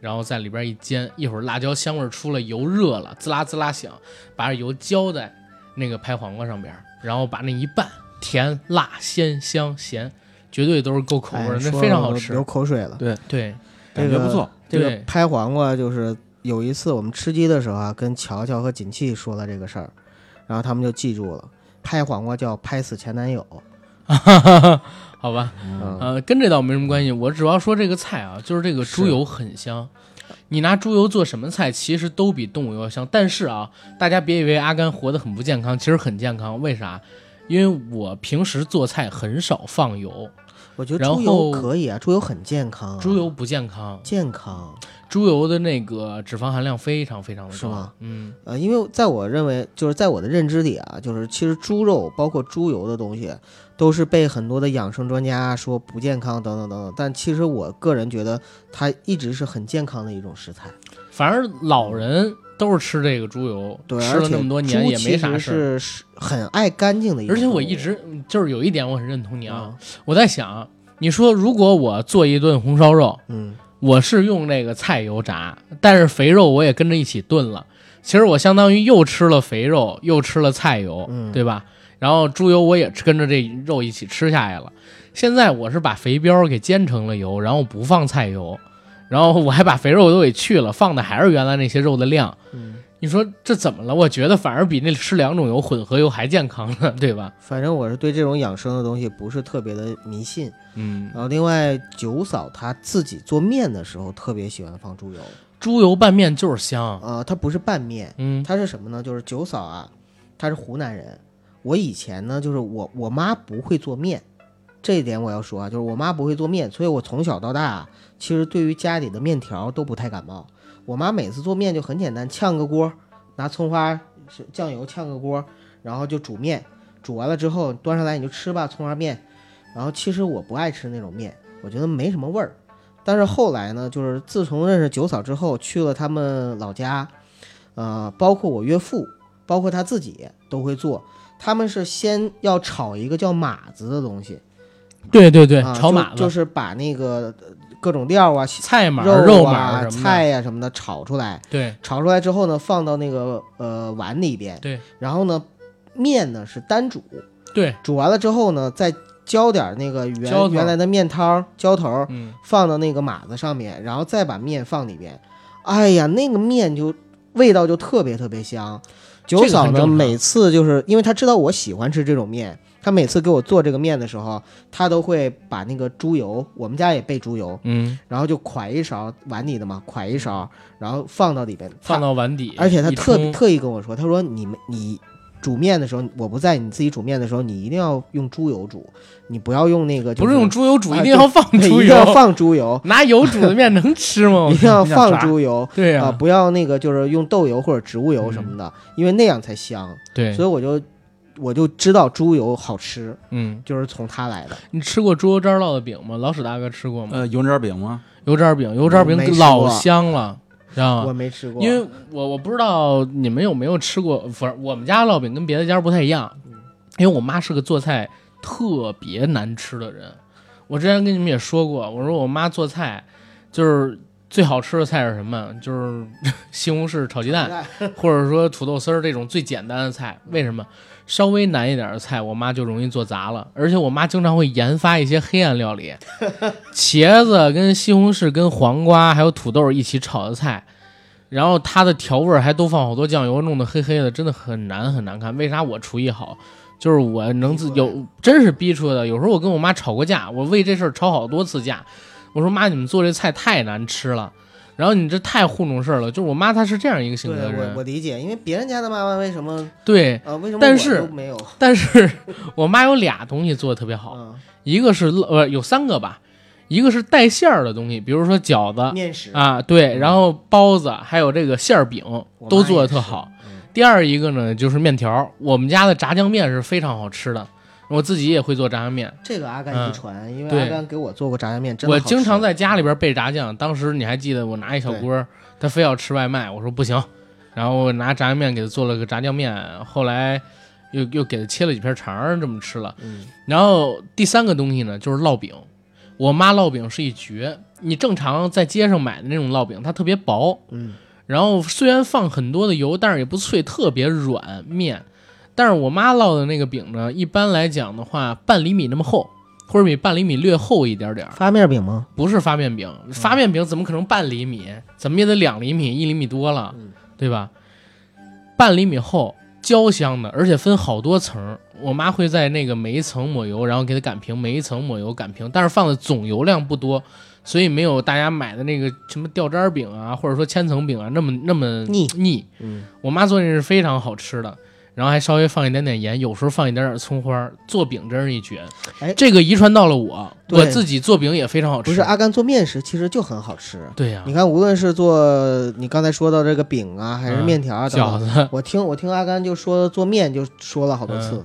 Speaker 1: 然后在里边一煎，一会儿辣椒香味儿出了，油热了，滋啦滋啦响，把这油浇在那个拍黄瓜上边，然后把那一拌，甜、辣、鲜、香、咸，绝对都是够口味儿，
Speaker 2: 哎
Speaker 1: 那
Speaker 2: 说
Speaker 1: 非常
Speaker 2: 了
Speaker 1: 好
Speaker 2: 我
Speaker 1: 吃
Speaker 2: 流。口水了。
Speaker 1: 对，
Speaker 2: 这
Speaker 3: 感觉
Speaker 2: 个
Speaker 3: 不错。
Speaker 2: 这个
Speaker 1: 对
Speaker 2: 拍黄瓜就是有一次我们吃鸡的时候啊，跟乔乔和锦气说了这个事儿，然后他们就记住了，拍黄瓜叫拍死前男友。
Speaker 1: 好吧，
Speaker 2: 嗯，
Speaker 1: 呃，跟这倒没什么关系。我主要说这个菜啊，就是这个猪油很香。你拿猪油做什么菜，其实都比动物油要香。但是啊，大家别以为阿甘活得很不健康，其实很健康。为啥？因为我平时做菜很少放油，
Speaker 2: 我觉得
Speaker 1: 然
Speaker 2: 猪油
Speaker 1: 后
Speaker 2: 可以啊，猪油很健康、啊，
Speaker 1: 猪油不健康，
Speaker 2: 健康。
Speaker 1: 猪油的那个脂肪含量非常非常的高。
Speaker 2: 是吗？
Speaker 1: 嗯，
Speaker 2: 呃，因为在我认为，就是在我的认知里啊，就是其实猪肉包括猪油的东西，都是被很多的养生专家说不健康等等等等。但其实我个人觉得，它一直是很健康的一种食材。
Speaker 1: 反正老人都是吃这个猪油，
Speaker 2: 对，
Speaker 1: 吃了那么多年也没啥事儿。
Speaker 2: 是是很爱干净的一
Speaker 1: 而
Speaker 2: 种动
Speaker 1: 且
Speaker 2: 物。
Speaker 1: 我一直就是有一点我很认同你啊，
Speaker 2: 啊，
Speaker 1: 我在想，你说如果我做一顿红烧肉，
Speaker 2: 嗯，
Speaker 1: 我是用那个菜油炸，但是肥肉我也跟着一起炖了。其实我相当于又吃了肥肉，又吃了菜油，
Speaker 2: 嗯
Speaker 1: 对吧？然后猪油我也跟着这肉一起吃下来了。现在我是把肥膘给煎成了油，然后不放菜油，然后我还把肥肉都给去了，放的还是原来那些肉的量。
Speaker 2: 嗯，
Speaker 1: 你说这怎么了？我觉得反而比那吃两种油混合油还健康呢， 对吧？
Speaker 2: 反正我是对这种养生的东西不是特别的迷信。
Speaker 1: 嗯，
Speaker 2: 然后另外，九嫂她自己做面的时候特别喜欢放猪油，
Speaker 1: 猪油拌面就是香。
Speaker 2: 呃，它不是拌面，
Speaker 1: 嗯
Speaker 2: 它是什么呢？就是九嫂啊，她是湖南人。我以前呢，就是我我妈不会做面，这一点我要说啊，就是我妈不会做面，所以我从小到大啊，其实对于家里的面条都不太感冒。我妈每次做面就很简单，炝个锅，拿葱花、是酱油炝个锅，然后就煮面，煮完了之后端上来你就吃吧，葱花面。然后其实我不爱吃那种面，我觉得没什么味儿。但是后来呢，就是自从认识九嫂之后，去了他们老家，呃，包括我岳父，包括他自己都会做。他们是先要炒一个叫码子的东西，
Speaker 1: 对对对，
Speaker 2: 啊
Speaker 1: 炒
Speaker 2: 就
Speaker 1: 码子、
Speaker 2: 就是把那个呃各种料啊、
Speaker 1: 菜码、
Speaker 2: 肉
Speaker 1: 码
Speaker 2: 啊、
Speaker 1: 什么的。
Speaker 2: 菜呀、什么的炒出来，
Speaker 1: 对
Speaker 2: 炒出来之后呢，放到那个呃碗里边，
Speaker 1: 对
Speaker 2: 然后呢，面呢是单煮，
Speaker 1: 对，
Speaker 2: 煮完了之后呢，再浇点那个原
Speaker 1: 浇头
Speaker 2: 原来的面汤儿浇头儿，
Speaker 1: 嗯，
Speaker 2: 放到那个码子上面，然后再把面放里边。哎呀，那个面就味道就特别特别香。九
Speaker 1: 这个
Speaker 2: 嫂
Speaker 1: 很
Speaker 2: 呢，
Speaker 1: 正常
Speaker 2: 每次就是因为她知道我喜欢吃这种面，她每次给我做这个面的时候，她都会把那个猪油，我们家也备猪油，
Speaker 1: 嗯，
Speaker 2: 然后就㧟一勺碗里的嘛，㧟一勺，然后放到里边，她
Speaker 1: 放到碗底，
Speaker 2: 而且她
Speaker 1: 一
Speaker 2: 特别
Speaker 1: 冲
Speaker 2: 特意跟我说，她说你们你煮面的时候，我不在，你自己煮面的时候，你一定要用猪油煮，你不要用那个、就
Speaker 1: 不是用猪油煮，
Speaker 2: 啊
Speaker 1: 一定要放
Speaker 2: 对
Speaker 1: 猪
Speaker 2: 一定要
Speaker 1: 油，
Speaker 2: 放猪油，
Speaker 1: 拿油煮的面能吃吗
Speaker 2: 一？定要
Speaker 3: 一定要
Speaker 2: 放
Speaker 3: 炸
Speaker 2: 猪油
Speaker 1: 对
Speaker 2: 啊、
Speaker 1: 呀，
Speaker 2: 不要那个就是用豆油或者植物油什么的，因为那样才香。
Speaker 1: 对
Speaker 2: 所，以我就我就知道猪油好吃，
Speaker 1: 嗯，
Speaker 2: 就是从它来的。
Speaker 1: 你吃过猪油渣烙的饼吗？老史大哥吃过吗？
Speaker 3: 呃，油炸饼吗？
Speaker 1: 油渣饼，油渣饼
Speaker 2: 没吃过
Speaker 1: 老香了，知道
Speaker 2: 我
Speaker 1: 吗？
Speaker 2: 没吃过，
Speaker 1: 啊因为我我不知道你们有没有吃过，反正我们家烙饼跟别的家不太一样，因为我妈是个做菜特别难吃的人。我之前跟你们也说过，我说我妈做菜就是最好吃的菜是什么？就是西红柿炒鸡蛋， 或者说土豆丝儿这种最简单的菜，为什么稍微难一点的菜，我妈就容易做砸了？而且我妈经常会研发一些黑暗料理，茄子跟西红柿、跟黄瓜还有土豆一起炒的菜，然后它的调味儿还都放好多酱油，弄得黑黑的，真的很难很难看。为啥我厨艺好？就是我能自
Speaker 2: 逼出来
Speaker 1: 有，真是逼出来的。有时候我跟我妈吵过架，我为这事儿吵好多次架。我说妈，你们做这菜太难吃了，然后你这太糊弄事儿了。就是我妈她是这样一个性
Speaker 2: 对
Speaker 1: 格的人，
Speaker 2: 我我理解，因为别人家的妈妈为什么
Speaker 1: 对，
Speaker 2: 呃为什么
Speaker 1: 但
Speaker 2: 我
Speaker 1: 是
Speaker 2: 都没有？
Speaker 1: 但是我妈有俩东西做的特别好，
Speaker 2: 嗯，
Speaker 1: 一个是呃有三个吧，一个是带馅儿的东西，比如说饺子
Speaker 2: 面食，嗯
Speaker 1: 啊，对，然后包子还有这个馅儿饼
Speaker 2: 我妈
Speaker 1: 都做的
Speaker 2: 也
Speaker 1: 特
Speaker 2: 是
Speaker 1: 好。
Speaker 2: 嗯
Speaker 1: 第二一个呢就是面条，我们家的炸酱面是非常好吃的，我自己也会做炸酱面，
Speaker 2: 这个阿甘
Speaker 1: 嗯
Speaker 2: 遗传，因为
Speaker 1: 对
Speaker 2: 阿甘给我做过炸酱面，真的
Speaker 1: 我
Speaker 2: 好
Speaker 1: 经常
Speaker 2: 吃
Speaker 1: 在家里边备炸酱。当时你还记得我拿一小锅儿，他非要吃外卖，我说不行，然后我拿炸酱面给他做了个炸酱面，后来又又给他切了几片肠儿，这么吃了。
Speaker 2: 嗯
Speaker 1: 然后第三个东西呢，就是烙饼。我妈烙饼是一绝，你正常在街上买的那种烙饼，它特别薄，
Speaker 2: 嗯，
Speaker 1: 然后虽然放很多的油，但是也不脆，特别软面。但是我妈烙的那个饼呢，一般来讲的话，半厘米那么厚，或者比半厘米略厚一点点儿，
Speaker 2: 发面饼吗？
Speaker 1: 不是发面饼。
Speaker 2: 嗯
Speaker 1: 发面饼怎么可能半厘米？怎么也得两厘米，一厘米多了
Speaker 2: 嗯，
Speaker 1: 对吧？半厘米厚，焦香的，而且分好多层儿。我妈会在那个每一层抹油，然后给它擀平，每一层抹油擀平，但是放的总油量不多，所以没有大家买的那个什么掉渣儿饼啊，或者说千层饼啊那么那么
Speaker 2: 腻
Speaker 1: 腻。
Speaker 2: 嗯，
Speaker 1: 我妈做那是非常好吃的，然后还稍微放一点点盐，有时候放一点点葱花儿，做饼真是一绝。
Speaker 2: 哎
Speaker 1: 这个遗传到了我，
Speaker 2: 对
Speaker 1: 我自己做饼也非常好吃。啊
Speaker 2: 不是，阿甘做面食其实就很好吃。
Speaker 1: 对呀、
Speaker 2: 你看，无论是做你刚才说到这个饼啊，还是
Speaker 1: 嗯
Speaker 2: 面条啊等
Speaker 1: 饺
Speaker 2: 等，
Speaker 1: 子。
Speaker 2: 我听我听阿甘就说做面就说了好多
Speaker 1: 嗯
Speaker 2: 次，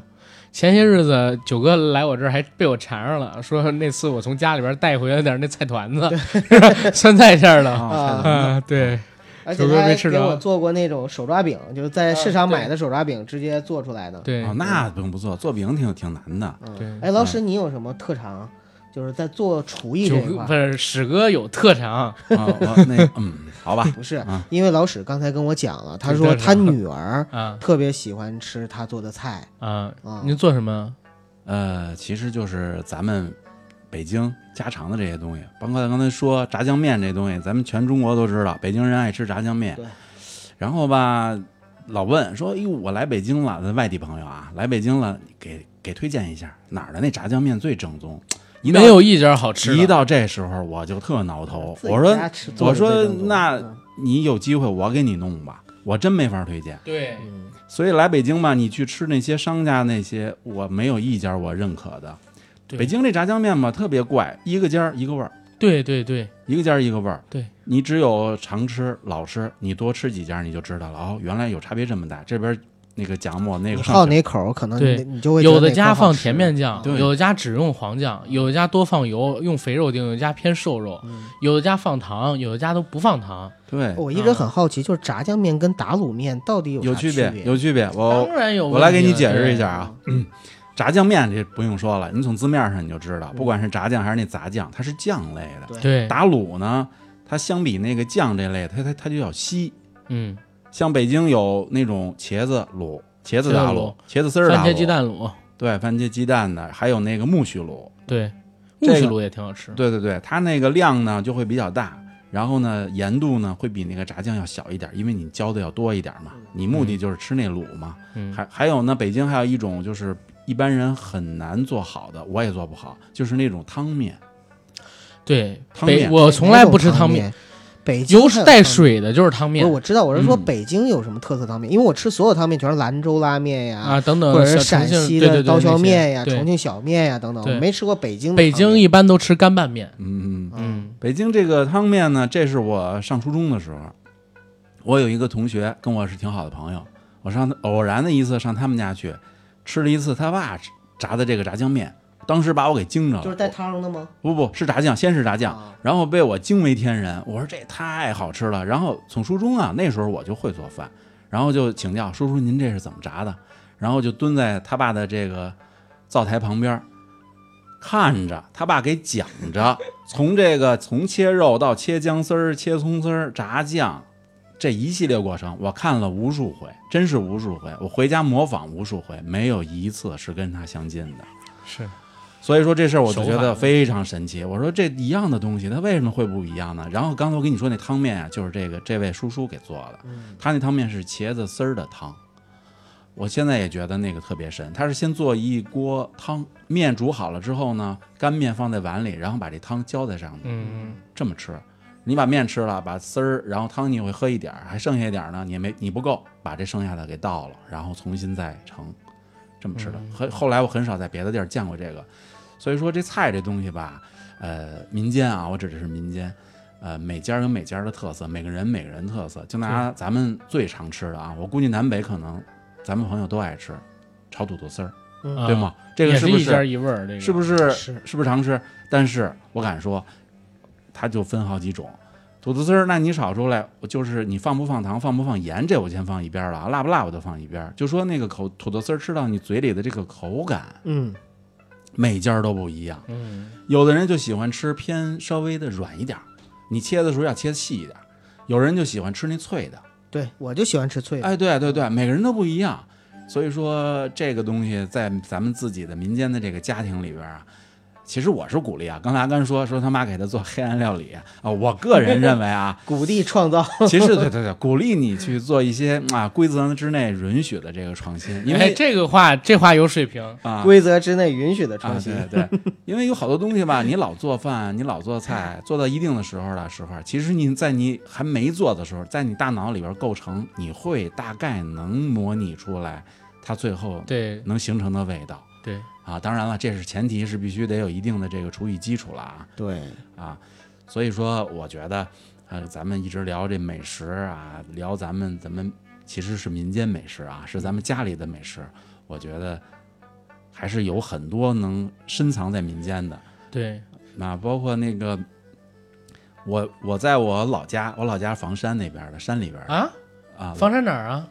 Speaker 1: 前些日子九哥来我这儿还被我缠上了， 说那次我从家里边带回来点那菜团子， 酸菜馅儿
Speaker 3: 哦
Speaker 1: 的。
Speaker 2: 啊
Speaker 1: 啊，对，
Speaker 2: 而且
Speaker 1: 九哥
Speaker 2: 他还
Speaker 1: 没吃
Speaker 2: 给
Speaker 1: 着
Speaker 2: 我做过那种手抓饼，就是在市
Speaker 1: 啊
Speaker 2: 场
Speaker 1: 对
Speaker 2: 买的手抓饼直接做出来的。
Speaker 1: 对
Speaker 3: 哦，，那不用不错，做饼挺挺 难的。
Speaker 1: 对
Speaker 2: 嗯，哎，老史，你有什么特长？就是在做厨艺这
Speaker 1: 九
Speaker 2: 一
Speaker 1: 哥
Speaker 2: 块
Speaker 1: 不，是史哥有特长，
Speaker 3: 啊，我那嗯，好吧，
Speaker 2: 不是
Speaker 3: 啊，
Speaker 2: 因为老史刚才跟我讲了，他
Speaker 1: 对
Speaker 2: 说
Speaker 1: 但是
Speaker 2: 他女儿
Speaker 1: 啊
Speaker 2: 特别喜欢吃他做的菜
Speaker 1: 啊，
Speaker 2: 啊，
Speaker 1: 您做什么？
Speaker 3: 呃，其实就是咱们北京家常的这些东西，包括刚才说炸酱面这东西，咱们全中国都知道，北京人爱吃炸酱面
Speaker 2: 对。
Speaker 3: 然后吧，老问说：“哟，我来北京了，咱外地朋友啊，来北京了，给给推荐一下哪儿的那炸酱面最正宗。”一到
Speaker 1: 没有一家好吃
Speaker 3: 一
Speaker 1: 的。
Speaker 3: 到这时候我就特挠头，
Speaker 2: 自己
Speaker 3: 我说
Speaker 2: 家吃做
Speaker 3: 我
Speaker 2: 的
Speaker 3: 说
Speaker 2: 这种
Speaker 3: 那
Speaker 2: 嗯
Speaker 3: 你有机会我给你弄吧，我真没法推荐。
Speaker 1: 对，
Speaker 2: 嗯
Speaker 3: 所以来北京吧，你去吃那些商家那些，我没有一家我认可的。
Speaker 1: 对
Speaker 3: 北京这炸酱面吧，特别怪，一个家儿一个味儿，
Speaker 1: 对对对，
Speaker 3: 一个家儿一个味儿。
Speaker 1: 对，
Speaker 3: 你只有常吃、老吃，你多吃几家你就知道了。哦，原来有差别这么大，这边那个夹馍，那
Speaker 2: 你
Speaker 3: 个
Speaker 2: 好
Speaker 3: 上
Speaker 2: 哪口儿，可能
Speaker 1: 对
Speaker 2: 你你就会觉得
Speaker 1: 有的
Speaker 2: 哪口
Speaker 1: 家
Speaker 2: 好
Speaker 1: 放
Speaker 2: 吃
Speaker 1: 甜面酱，
Speaker 3: 对
Speaker 1: 有的家只用黄酱，有的家多放油，用肥肉定；有的家偏瘦肉，
Speaker 2: 嗯
Speaker 1: 有的家放糖，有的家都不放糖。
Speaker 3: 对
Speaker 2: 我一
Speaker 1: 嗯
Speaker 2: 直很好奇，就是炸酱面跟打卤面到底
Speaker 3: 有
Speaker 2: 啥
Speaker 3: 区
Speaker 2: 别？
Speaker 3: 有区别。我
Speaker 1: 当然有问题
Speaker 3: 哦我
Speaker 1: 了，
Speaker 3: 来给你解释一
Speaker 1: 对
Speaker 3: 下啊，炸酱面这不用说了，你从字面上你就知道，不管是炸酱还是那杂酱，它是酱类的。
Speaker 2: 对
Speaker 1: 对，
Speaker 3: 打卤呢，它相比那个酱这类，它它它就要稀。
Speaker 1: 嗯，
Speaker 3: 像北京有那种茄子卤、茄子打卤、茄子丝儿打
Speaker 1: 番
Speaker 3: 卤、
Speaker 1: 茄鸡，蛋卤，
Speaker 3: 对，番茄鸡蛋的，还有那个苜蓿卤，
Speaker 1: 对，
Speaker 3: 这
Speaker 1: 木须
Speaker 3: 个
Speaker 1: 卤也挺好吃。
Speaker 3: 对对对，它那个量呢就会比较大，然后呢盐度呢会比那个炸酱要小一点，因为你浇的要多一点嘛，你目的就是吃那卤嘛。
Speaker 1: 嗯，
Speaker 3: 还还有呢，北京还有一种就是一般人很难做好的，我也做不好，就是那种汤面。
Speaker 1: 对，
Speaker 3: 汤
Speaker 1: 北
Speaker 3: 面
Speaker 1: 我从来不吃
Speaker 2: 汤
Speaker 1: 汤面，，
Speaker 2: 北京
Speaker 1: 有
Speaker 2: 还有
Speaker 1: 带
Speaker 2: 汤
Speaker 1: 水的就是汤
Speaker 2: 面。
Speaker 1: 面
Speaker 2: 不是，我知道，我是说
Speaker 3: 嗯
Speaker 2: 北京有什么特色汤面，因为我吃所有汤面全是兰州拉面呀，
Speaker 1: 啊，等等，
Speaker 2: 或者是
Speaker 1: 小重
Speaker 2: 陕
Speaker 1: 庆
Speaker 2: 西
Speaker 1: 对对
Speaker 2: 的
Speaker 1: 对
Speaker 2: 刀削
Speaker 1: 那些
Speaker 2: 面呀、
Speaker 1: 对
Speaker 2: 重庆小面呀等等，
Speaker 1: 对
Speaker 2: 我没吃过北京的
Speaker 1: 北
Speaker 2: 汤
Speaker 1: 京
Speaker 2: 面
Speaker 1: 一般都吃干拌面。
Speaker 3: 嗯嗯，
Speaker 2: 嗯
Speaker 1: 嗯
Speaker 3: 北京这个汤面呢，这是我上初中的时候，我有一个同学跟我是挺好的朋友，我上偶然的一次上他们家去吃了一次他爸炸的这个炸酱面，当时把我给
Speaker 1: 嗯
Speaker 3: 惊着了，
Speaker 2: 就是带汤的吗？
Speaker 3: 不不是炸酱，先是炸酱，
Speaker 2: 啊
Speaker 3: 然后被我惊为天人，我说这太好吃了。然后从初中啊，那时候我就会做饭，然后就请教叔叔您这是怎么炸的，然后就蹲在他爸的这个灶台旁边儿，看着他爸给讲着， 从这个从切肉到切姜丝儿、切葱丝儿、炸酱。这一系列过程，我看了无数回，真是无数回。我回家模仿无数回，没有一次是跟他相近的。
Speaker 1: 是，
Speaker 3: 所以说这事儿我就觉
Speaker 1: 手法
Speaker 3: 得非常神奇。我说这一样的东西，它为什么会不一样呢？然后刚才我跟你说那汤面啊，就是这个这位叔叔给做的，
Speaker 1: 嗯
Speaker 3: 他那汤面是茄子丝儿的汤。我现在也觉得那个特别神，他是先做一锅汤，面煮好了之后呢，干面放在碗里，然后把这汤浇在上面，
Speaker 1: 嗯，
Speaker 3: 这么吃。你把面吃了，把丝儿，然后汤你会喝一点儿，还剩下一点儿呢，你没你不够，把这剩下的给倒了，然后重新再盛，这么吃
Speaker 1: 嗯
Speaker 3: 的。后、后来我很少在别的地儿见过这个，所以说这菜这东西吧，呃，民间啊，我指的是民间，呃，每家有每家的特色，每个人每个人特色。就拿咱们最常吃的啊，我估计南北可能咱们朋友都爱吃炒土豆丝儿，
Speaker 2: 嗯
Speaker 1: 啊
Speaker 3: 对吗？这个
Speaker 1: 也
Speaker 3: 是
Speaker 1: 是
Speaker 3: 不
Speaker 1: 一家
Speaker 3: 是
Speaker 1: 一味儿，这个
Speaker 3: 是不是
Speaker 2: 是
Speaker 3: 是不是常吃？但是我敢说，它就分好几种。土豆丝儿，那你炒出来，我就是你放不放糖，放不放盐，这我先放一边儿了啊，辣不辣我就放一边儿。就说那个口土豆丝儿吃到你嘴里的这个口感，
Speaker 2: 嗯，
Speaker 3: 每家儿都不一样。
Speaker 1: 嗯，
Speaker 3: 有的人就喜欢吃偏稍微的软一点儿，你切的时候要切细一点儿；有人就喜欢吃那脆的。
Speaker 2: 对我就喜欢吃脆的，
Speaker 3: 哎，对对对，每个人都不一样，所以说这个东西在咱们自己的民间的这个家庭里边啊，其实我是鼓励啊。刚才阿甘说说他妈给他做黑暗料理啊、我个人认为啊，
Speaker 2: 谷地创造，
Speaker 3: 其实对对对，鼓励你去做一些啊规则之内允许的这个创新，因
Speaker 1: 哎
Speaker 3: 为
Speaker 1: 这个话这话有水平，
Speaker 3: 啊。
Speaker 2: 规则之内允许的
Speaker 3: 啊
Speaker 2: 创，新，
Speaker 3: 对对，因为有好多东西吧，你老做饭，你老做菜，做到一定的时候的时候，其实你在你还没做的时候，在你大脑里边构成，你会大概能模拟出来它最后
Speaker 1: 对
Speaker 3: 能形成的味道
Speaker 1: 对，
Speaker 3: 啊。当然了，这是前提是必须得有一定的这个厨艺基础了啊
Speaker 2: 对，
Speaker 3: 啊。所以说，我觉得，呃，咱们一直聊这美食啊，聊咱们咱们其实是民间美食啊，是咱们家里的美食。我觉得还是有很多能深藏在民间的。
Speaker 1: 对，
Speaker 3: 那包括那个，我我在我老家，我老家房山那边的山里边的
Speaker 1: 啊，
Speaker 3: 啊，
Speaker 1: 房山哪儿啊？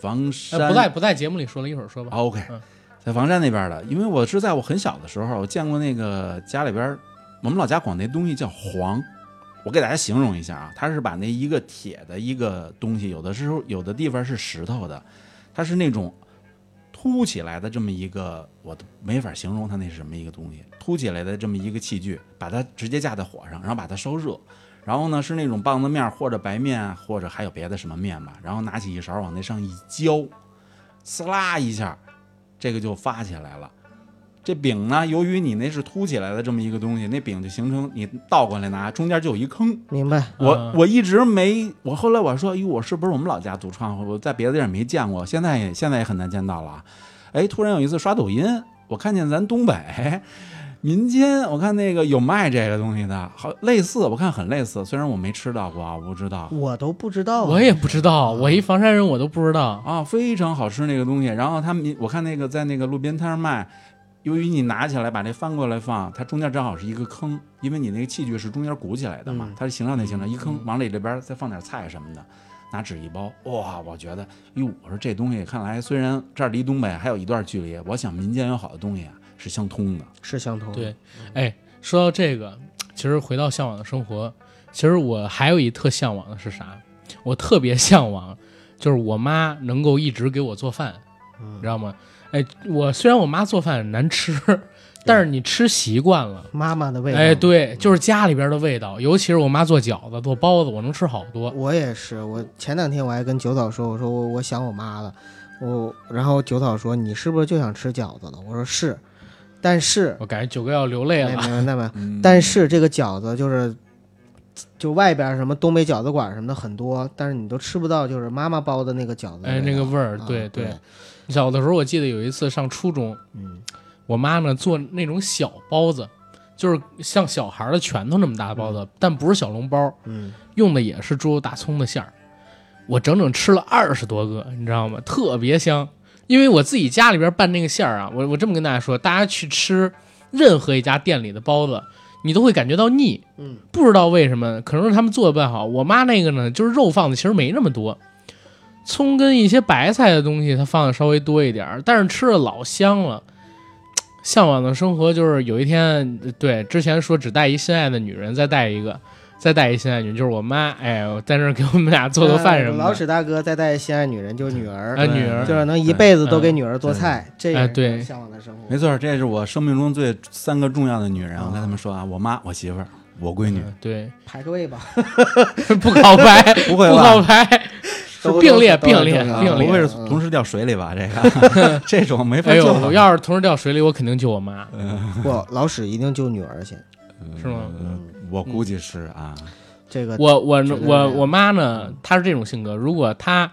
Speaker 3: 房
Speaker 1: 哎
Speaker 3: 山
Speaker 1: 不在不在节目里说了，一会儿说吧。
Speaker 3: OK，、
Speaker 1: 嗯
Speaker 3: 在房山那边的，因为我是在我很小的时候，我见过那个家里边，我们老家管那东西叫黄。我给大家形容一下啊，它是把那一个铁的一个东西，有的时候有的地方是石头的，它是那种凸起来的这么一个，我都没法形容它那是什么一个东西，凸起来的这么一个器具，把它直接架在火上，然后把它烧热，然后呢是那种棒子面儿或者白面啊或者还有别的什么面吧，然后拿起一勺往那上一浇，呲啦一下，这个就发起来了。这饼呢，由于你那是凸起来的这么一个东西，那饼就形成你倒过来拿，中间就有一坑。
Speaker 2: 明白，
Speaker 3: 我
Speaker 1: 啊
Speaker 3: 我一直没，我后来我说，哎哟，我是不是我们老家独创？我在别的地儿没见过，现在也现在也很难见到了啊。哎，突然有一次刷抖音，我看见咱东北民间，我看那个有卖这个东西的，好类似，我看很类似，虽然我没吃到过啊，我不知道
Speaker 2: 我都不知
Speaker 3: 哦
Speaker 2: 道，
Speaker 1: 我也不知道，我一房山人我都不知道。
Speaker 3: 啊，非常好吃那个东西。然后他们，我看那个在那个路边摊儿卖，由于你拿起来把这翻过来放，它中间正好是一个坑，因为你那个器具是中间鼓起来的嘛，
Speaker 2: 嗯
Speaker 3: 它是形状那形状，一坑往里这边再放点菜什么的，拿纸一包，哇，我觉得，哟，我说这东西看来虽然这儿离东北还有一段距离，我想民间有好的东西啊是相通的。
Speaker 2: 是相同的，
Speaker 1: 对哎，说到这个，其实回到向往的生活，其实我还有一特向往的是啥？我特别向往，就是我妈能够一直给我做饭，
Speaker 2: 嗯
Speaker 1: 你知道吗？哎，我虽然我妈做饭难吃，但是你吃习惯了。
Speaker 2: 妈妈的味道，嗯
Speaker 1: 哎，，对，就是家里边的味道，尤其是我妈做饺子、做包子，我能吃好多。
Speaker 2: 我也是，我前两天我还跟九嫂说，我说我我想我妈了，我然后九嫂说你是不是就想吃饺子了？我说是，但是
Speaker 1: 我感觉九哥要流泪
Speaker 2: 没
Speaker 1: 了。
Speaker 2: 没那么，
Speaker 3: 嗯
Speaker 2: 但是这个饺子就是。就外边什么东北饺子馆什么的很多，但是你都吃不到，就是妈妈包的那个饺子的
Speaker 1: 哎，
Speaker 2: 味
Speaker 1: 那个
Speaker 2: 道
Speaker 1: 味儿，
Speaker 2: 啊
Speaker 1: 对
Speaker 2: 对，
Speaker 1: 小的时候，我记得有一次上初中，
Speaker 2: 嗯，
Speaker 1: 我妈呢做那种小包子，就是像小孩儿的拳头那么大的包子，但不是小笼包，
Speaker 2: 嗯，
Speaker 1: 用的也是猪油大葱的馅儿。我整整吃了二十多个，你知道吗？特别香。因为我自己家里边拌那个馅儿啊，我我这么跟大家说，大家去吃任何一家店里的包子，你都会感觉到腻。
Speaker 2: 嗯，
Speaker 1: 不知道为什么，可能是他们做的不太好。我妈那个呢，就是肉放的其实没那么多，葱跟一些白菜的东西它放的稍微多一点儿，但是吃的老香了。向往的生活就是有一天，对之前说只带一心爱的女人，再带一个，再带一心爱的女人，就是我妈。哎，我在那儿给我们俩做做饭什么的。
Speaker 2: 老史大哥再带心爱女人就是女儿，
Speaker 1: 哎女儿嗯
Speaker 2: 就是能一辈子都给女儿做菜，这也
Speaker 1: 哎
Speaker 2: 是
Speaker 1: 对
Speaker 2: 向往的生活。
Speaker 3: 没错，这是我生命中最三个重要的女人。
Speaker 2: 啊
Speaker 3: 我跟他们说啊，我妈、我媳妇儿、我闺女，
Speaker 1: 嗯对，
Speaker 2: 排个位吧，
Speaker 1: 不告白，
Speaker 3: 不会
Speaker 1: 不
Speaker 3: 吧
Speaker 1: 告？白，是
Speaker 2: 都
Speaker 1: 并列
Speaker 2: 都是
Speaker 1: 并列
Speaker 2: 都是
Speaker 1: 并列
Speaker 3: 不会是
Speaker 2: 嗯
Speaker 3: 同时掉水里吧？这个这种没法
Speaker 1: 哎呦，
Speaker 3: 救
Speaker 1: 我要是同时掉水里，我肯定救我妈。
Speaker 2: 不，老史一定救女儿先，
Speaker 1: 是吗
Speaker 3: 呃我估计是啊，
Speaker 2: 这个
Speaker 1: 我我
Speaker 2: 绝对
Speaker 1: 我
Speaker 2: 的
Speaker 1: 我妈呢，她是这种性格，如果她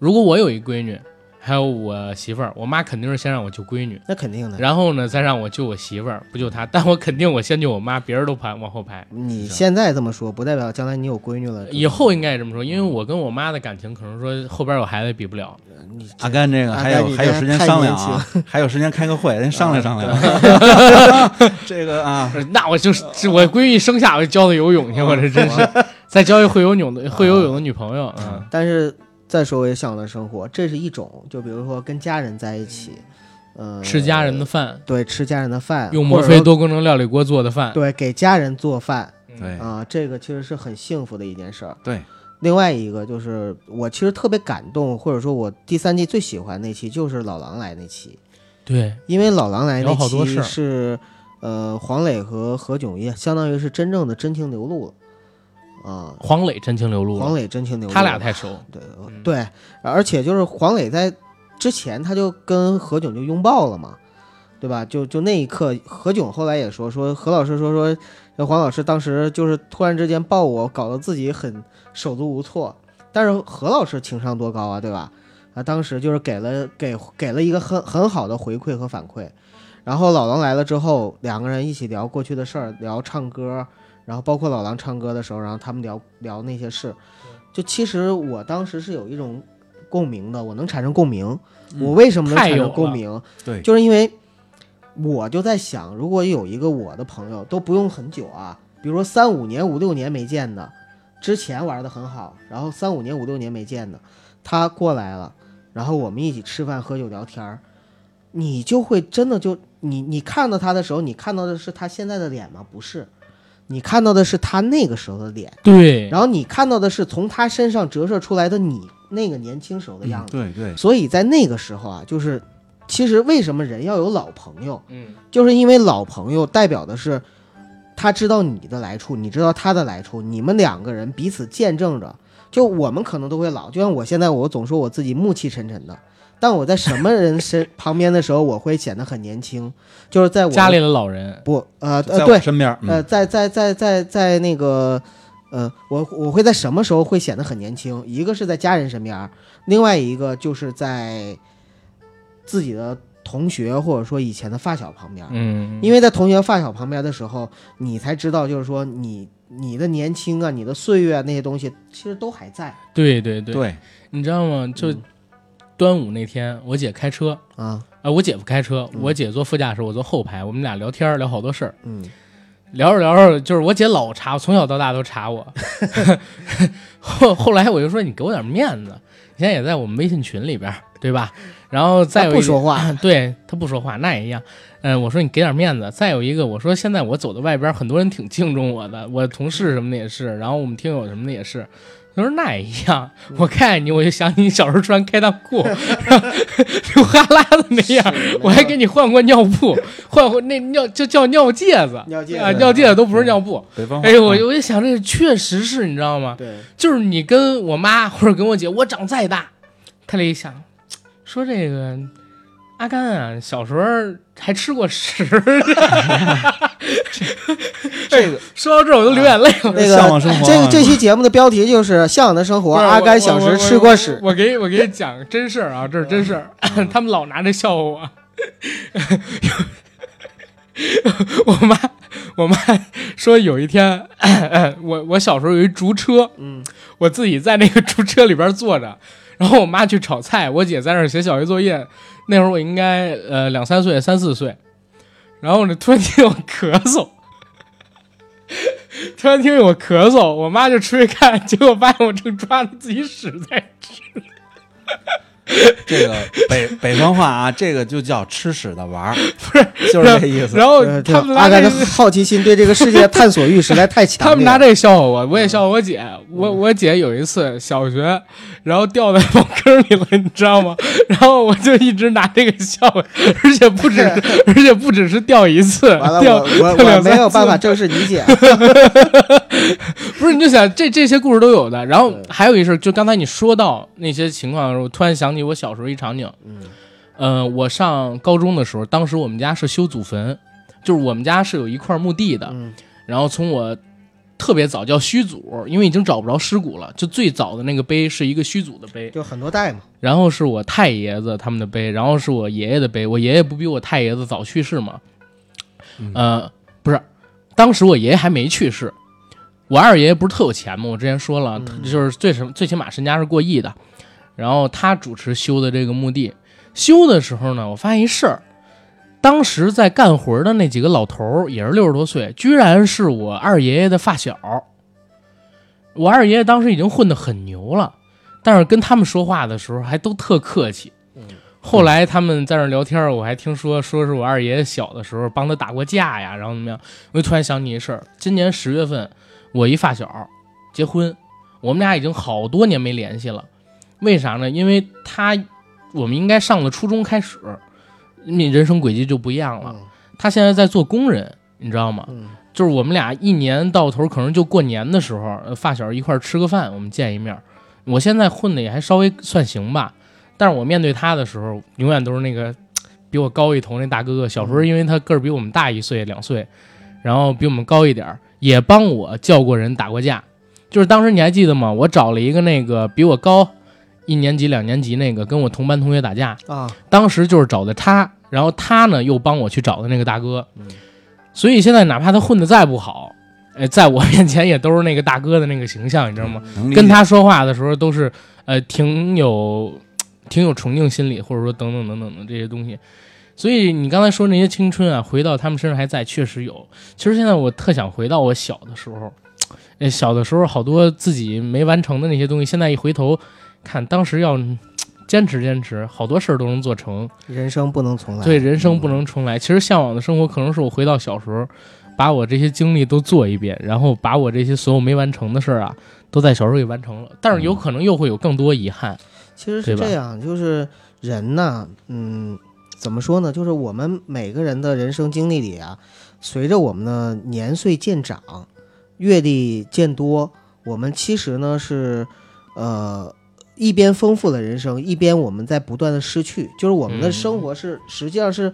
Speaker 1: 如果我有一闺女，还有我媳妇儿，我妈肯定是先让我救闺女，
Speaker 2: 那肯定的。
Speaker 1: 然后呢再让我救我媳妇儿，不救她， 但我肯定我先救我妈，别人都排往后排。
Speaker 2: 你现在这么说，不代表将来你有闺女了，
Speaker 1: 啊以后应该也这么说，因为我跟我妈的感情可能说后边有孩子比不了，
Speaker 2: 你
Speaker 3: 阿甘这个
Speaker 2: 阿甘
Speaker 3: 还有
Speaker 2: 你
Speaker 3: 还有
Speaker 2: 这
Speaker 3: 时间
Speaker 2: 太
Speaker 3: 商
Speaker 2: 年
Speaker 3: 量啊，还有时间开个会，人商量商量。 这个啊，
Speaker 1: 那我就是这我闺女生下我就教她游泳去，我这真是再交一会游泳的会游泳的女朋友，嗯，
Speaker 2: 但是再说回向往的生活，这是一种，就比如说跟家人在一起，呃，
Speaker 1: 吃家人的饭，
Speaker 2: 对，吃家人的饭，
Speaker 1: 用
Speaker 2: 嗯或
Speaker 1: 墨
Speaker 2: 者
Speaker 1: 菲
Speaker 2: 说
Speaker 1: 多功能料理锅做的饭，
Speaker 2: 对给家人做饭
Speaker 1: 哎
Speaker 3: 对
Speaker 2: 啊、这个其实是很幸福的一件事儿。
Speaker 3: 对，
Speaker 2: 另外一个就是我其实特别感动，或者说我第三季最喜欢那期就是老狼来那期，
Speaker 1: 对，
Speaker 2: 因为老狼来那
Speaker 1: 聊好多事
Speaker 2: 期
Speaker 1: 儿
Speaker 2: 是呃黄磊和何炅也相当于是真正的真情流露了啊、
Speaker 1: 黄磊真情流露
Speaker 2: 黄
Speaker 1: 了，
Speaker 2: 磊真情流露了，
Speaker 1: 他俩太熟，
Speaker 2: 对、呃
Speaker 1: 嗯
Speaker 2: 对，而且就是黄磊在之前他就跟何炅就拥抱了嘛，对吧？就就那一刻，何炅后来也说说何老师说说，这黄老师当时就是突然之间抱我，搞得自己很手足无措。但是何老师情商多高啊，对吧？啊，当时就是给了给给了一个很很好的回馈和反馈。然后老狼来了之后，两个人一起聊过去的事儿，聊唱歌，然后包括老狼唱歌的时候，然后他们聊聊那些事。就其实我当时是有一种共鸣的，我能产生共鸣。我为什么能
Speaker 1: 嗯太
Speaker 2: 产
Speaker 1: 有
Speaker 2: 生
Speaker 1: 了
Speaker 2: 共鸣？
Speaker 3: 对
Speaker 2: 就是因为我就在想，如果有一个我的朋友，都不用很久啊，比如说三五年、五六年没见的，之前玩的很好，然后三五年、五六年没见的，他过来了，然后我们一起吃饭、喝酒、聊天儿，你就会真的就你你看到他的时候，你看到的是他现在的脸吗？不是，你看到的是他那个时候的脸，
Speaker 1: 对，
Speaker 2: 然后你看到的是从他身上折射出来的你那个年轻时候的样子。
Speaker 3: 对嗯对，
Speaker 2: 所以在那个时候啊，就是其实为什么人要有老朋友，
Speaker 1: 嗯，
Speaker 2: 就是因为老朋友代表的是他知道你的来处，你知道他的来处，你们两个人彼此见证着。就我们可能都会老，就像我现在，我总说我自己暮气沉沉的，但我在什么人身旁边的时候，我会显得很年轻。就是在我
Speaker 1: 家里的老人，
Speaker 2: 不呃
Speaker 3: 在
Speaker 2: 呃
Speaker 3: 我
Speaker 2: 对
Speaker 3: 身边，嗯
Speaker 2: 呃，在在在在在那个，呃，我我会在什么时候会显得很年轻？一个是在家人身边儿，另外一个就是在自己的同学或者说以前的发小旁边儿。
Speaker 1: 嗯，
Speaker 2: 因为在同学发小旁边的时候，你才知道，就是说你你的年轻啊，你的岁月啊，那些东西其实都还在
Speaker 1: 对对对，嗯
Speaker 3: 对，
Speaker 1: 你知道吗？就端午那天，我姐开车，
Speaker 2: 啊，
Speaker 1: 啊、我姐夫开车，
Speaker 2: 嗯
Speaker 1: 我姐坐副驾驶，我坐后排，我们俩聊天儿聊好多事儿，
Speaker 2: 嗯，
Speaker 1: 聊着聊着，就是我姐老查我，从小到大都查 我。后后来我就说你给我点面子，你现在也在我们微信群里边儿，对吧？然后再
Speaker 2: 他
Speaker 1: 有
Speaker 2: 不
Speaker 1: 一个
Speaker 2: 说 话，
Speaker 1: 对他不说话，那也一样。嗯、我说你给点面子。再有一个，我说现在我走到外边，很多人挺敬重我的，我的同事什么的也是，然后我们听友什么的也是。他说那也一样，我看见你我就想起你小时候穿开裆裤， 然后流哈喇子那样，我还给你换过尿布， 换过那尿就叫尿介子，
Speaker 2: 尿介
Speaker 1: 啊，
Speaker 2: 子
Speaker 1: 尿介子都不是尿布。
Speaker 3: 北方话。
Speaker 1: 哎呦，我
Speaker 3: 嗯
Speaker 1: 我就想这确实是你知道吗？
Speaker 2: 对，
Speaker 1: 就是你跟我妈或者跟我姐，我长再大，他俩一想，说这个阿甘啊，小时候还吃过屎。 这个说到这儿我都流眼泪了。
Speaker 2: 那
Speaker 3: 向往生
Speaker 2: 个
Speaker 3: 活
Speaker 2: 这
Speaker 3: 啊
Speaker 2: 个这期节目的标题就是《向往的生活》，
Speaker 1: 不是
Speaker 2: 阿
Speaker 1: 我
Speaker 2: 甘小
Speaker 1: 我
Speaker 2: 时
Speaker 1: 我
Speaker 2: 吃过屎，
Speaker 1: 我给我给你讲真事儿啊，这是真事儿， 他们老拿这笑话我。我 妈，我妈说有一天， 我我小时候有一竹车，
Speaker 2: 嗯，
Speaker 1: 我自己在那个竹车里边坐着，然后我妈去炒菜，我姐在那儿写小学作业。那会儿我应该呃两三岁，三四岁，然后呢，突然听见我咳嗽，突然听见我咳嗽，我妈就出去看，结果发现我正抓着自己屎在
Speaker 3: 这个北北方话啊，这个就叫吃屎的玩儿，不是，就是这意思。
Speaker 1: 然后
Speaker 2: 呃这
Speaker 1: 他们
Speaker 2: 阿
Speaker 1: 拿
Speaker 2: 甘
Speaker 1: 这
Speaker 2: 的
Speaker 1: 个，
Speaker 2: 好奇心对这个世界探索欲实在太强烈了。
Speaker 1: 他们拿这个笑话我，我也
Speaker 2: 嗯
Speaker 1: 笑话我姐。我我姐有一次小学，然后掉在茅坑里了， 你知道吗？然后我就一直拿这个笑话，而且不 只是，而且不只是掉一次，
Speaker 2: 完了，
Speaker 1: 掉
Speaker 2: 我我
Speaker 1: 掉两
Speaker 2: 我没
Speaker 1: 三
Speaker 2: 有
Speaker 1: 次
Speaker 2: 办法正式理 解。
Speaker 1: 不是，你就想这这些故事都有的。然后还有一事儿，就刚才你说到那些情况的时候，我突然想起我小时候一场景。
Speaker 2: 嗯，
Speaker 1: 呃，我上高中的时候，当时我们家是修祖坟，就是我们家是有一块墓地的。
Speaker 2: 嗯
Speaker 1: 然后从我特别早，叫虚祖，因为已经找不着尸骨了。就最早的那个碑是一个虚祖的碑，
Speaker 2: 就很多代嘛。
Speaker 1: 然后是我太爷子他们的碑，然后是我爷爷的碑。我爷爷不比我太爷子早去世吗？呃，不是，当时我爷爷还没去世。我二爷爷不是特有钱吗？我之前说了，他就是最什最起码身家是过亿的。然后他主持修的这个墓地，修的时候呢，我发现一事儿，当时在干活的那几个老头儿也是六十多岁，居然是我二爷爷的发小。我二爷爷当时已经混得很牛了，但是跟他们说话的时候还都特客气。后来他们在那儿聊天儿，我还听说说是我二爷爷小的时候帮他打过架呀，然后怎么样？我就突然想起一事儿，今年十月份我一发小结婚，我们俩已经好多年没联系了。为啥呢？因为他我们应该上了初中开始，你人生轨迹就不一样了。
Speaker 2: 嗯
Speaker 1: 他现在在做工人，你知道吗？
Speaker 2: 嗯
Speaker 1: 就是我们俩一年到头可能就过年的时候，呃发小一块儿吃个饭，我们见一面儿。我现在混的也还稍微算行吧，但是我面对他的时候，永远都是那个比我高一头那大哥哥。小时候因为他个儿比我们大一岁两岁，然后比我们高一点儿，也帮我叫过人打过架。就是当时你还记得吗？我找了一个那个比我高一年级两年级那个跟我同班同学打架，
Speaker 2: 啊，
Speaker 1: 当时就是找的他，然后他呢又帮我去找的那个大哥，
Speaker 2: 嗯
Speaker 1: 所以现在哪怕他混的再不好，哎，在我面前也都是那个大哥的那个形象，你知道吗？
Speaker 3: 能理解
Speaker 1: 跟他说话的时候都是呃挺有挺有崇敬心理，或者说等等等等的这些东西。所以你刚才说那些青春啊，回到他们身上还在，确实有。其实现在我特想回到我小的时候，哎，小的时候好多自己没完成的那些东西，现在一回头看，当时要坚持坚持，好多事儿都能做成。
Speaker 2: 人生不能重来。
Speaker 1: 对，人
Speaker 2: 嗯
Speaker 1: 生不能重来。其实向往的生活可能是我回到小时候，把我这些经历都做一遍，然后把我这些所有没完成的事儿啊，都在小时候给完成了。但是
Speaker 2: 嗯
Speaker 1: 有可能又会有更多遗憾。
Speaker 2: 其实
Speaker 1: 对
Speaker 2: 是
Speaker 1: 吧
Speaker 2: 这样，就是人呐，嗯，怎么说呢？就是我们每个人的人生经历里啊，随着我们的年岁渐长，阅历渐多，我们其实呢是，呃。一边丰富了人生，一边我们在不断的失去，就是我们的
Speaker 1: 嗯
Speaker 2: 生活是、实际上是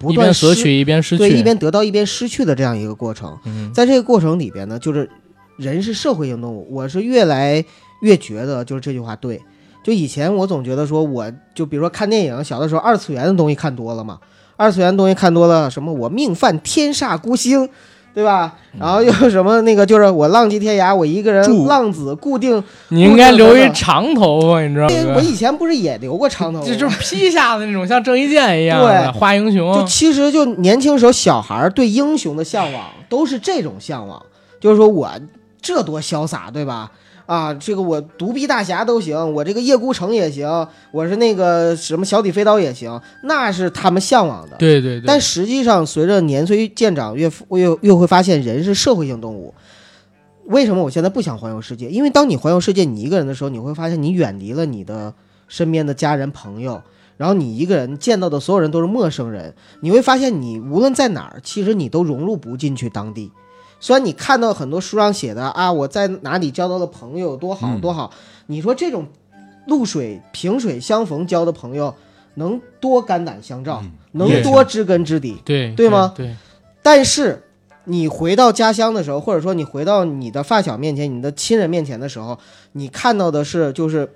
Speaker 2: 不
Speaker 1: 一
Speaker 2: 断
Speaker 1: 边索
Speaker 2: 失
Speaker 1: 取，一边失去。
Speaker 2: 对一边得到一边失去的这样一个过程。
Speaker 1: 嗯，
Speaker 2: 在这个过程里边呢，就是人是社会性动物，我是越来越觉得就是这句话对。就以前我总觉得说，我就比如说看电影，小的时候二次元的东西看多了嘛，二次元的东西看多了，什么我命犯天煞孤星，对吧？
Speaker 1: 嗯
Speaker 2: 然后又什么那个就是我浪迹天涯，我一个人
Speaker 3: 住
Speaker 2: 浪子固定。
Speaker 1: 你应该留一长头发，你知道
Speaker 2: 因为我
Speaker 1: 吗？
Speaker 2: 以前不是也留过长头发
Speaker 1: 这
Speaker 2: 吗？
Speaker 1: 就是披下的那种，像郑伊健一样的
Speaker 2: 对
Speaker 1: 花英雄。
Speaker 2: 就其实就年轻时候小孩儿对英雄的向往都是这种向往，就是说我这多潇洒，对吧？啊，这个我独臂大侠都行，我这个叶孤城也行，我是那个什么小李飞刀也行，那是他们向往的。
Speaker 1: 对对对，
Speaker 2: 但实际上，随着年岁渐长，越越越会发现人是社会性动物。为什么我现在不想环游世界？因为当你环游世界你一个人的时候，你会发现你远离了你的身边的家人朋友，然后你一个人见到的所有人都是陌生人，你会发现你无论在哪儿，其实你都融入不进去当地。虽然你看到很多书上写的啊，我在哪里交到的朋友多好
Speaker 3: 嗯
Speaker 2: 多好，你说这种露水萍水相逢交的朋友，能多肝胆相照，
Speaker 3: 嗯
Speaker 2: 能
Speaker 1: 对
Speaker 2: 多知根知底。
Speaker 1: 对
Speaker 2: 对吗
Speaker 1: 对，
Speaker 2: 但是你回到家乡的时候，或者说你回到你的发小面前、你的亲人面前的时候，你看到的是就是，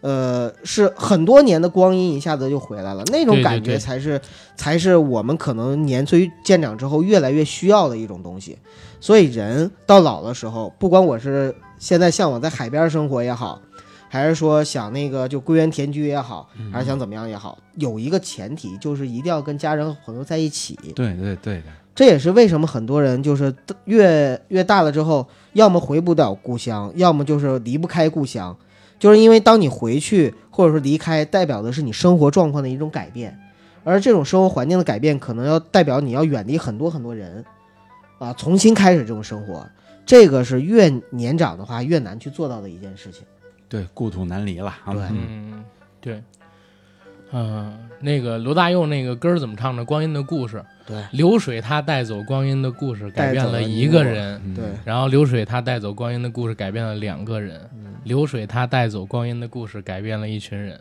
Speaker 2: 呃，是很多年的光阴一下子就回来了，那
Speaker 1: 对对
Speaker 2: 种感觉
Speaker 1: 对
Speaker 2: 才是才是我们可能年岁渐长之后越来越需要的一种东西。所以人到老的时候，不管我是现在向往在海边生活也好。还是说想那个就归园田居也好，还
Speaker 1: 嗯
Speaker 2: 是想怎么样也好，有一个前提就是一定要跟家人和朋友在一起。
Speaker 3: 对对对对，
Speaker 2: 这也是为什么很多人就是越越大了之后，要么回不了故乡，要么就是离不开故乡，就是因为当你回去或者说离开，代表的是你生活状况的一种改变，而这种生活环境的改变，可能要代表你要远离很多很多人，啊，重新开始这种生活，这个是越年长的话越难去做到的一件事情。
Speaker 3: 对，故土难离了啊。
Speaker 2: 对
Speaker 3: 嗯
Speaker 1: 嗯，对，嗯、那个罗大佑那个歌儿怎么唱的？光阴的故事，
Speaker 2: 对
Speaker 1: 流水它带走光阴的故事，改
Speaker 2: 带
Speaker 1: 变
Speaker 2: 走
Speaker 1: 了
Speaker 2: 了
Speaker 1: 一
Speaker 2: 你
Speaker 1: 个
Speaker 2: 我
Speaker 1: 人。
Speaker 3: 嗯
Speaker 2: 对，
Speaker 1: 然后流水它带走光阴的故事，改变了两个人；流水它带走光阴的故事，改变了一群人，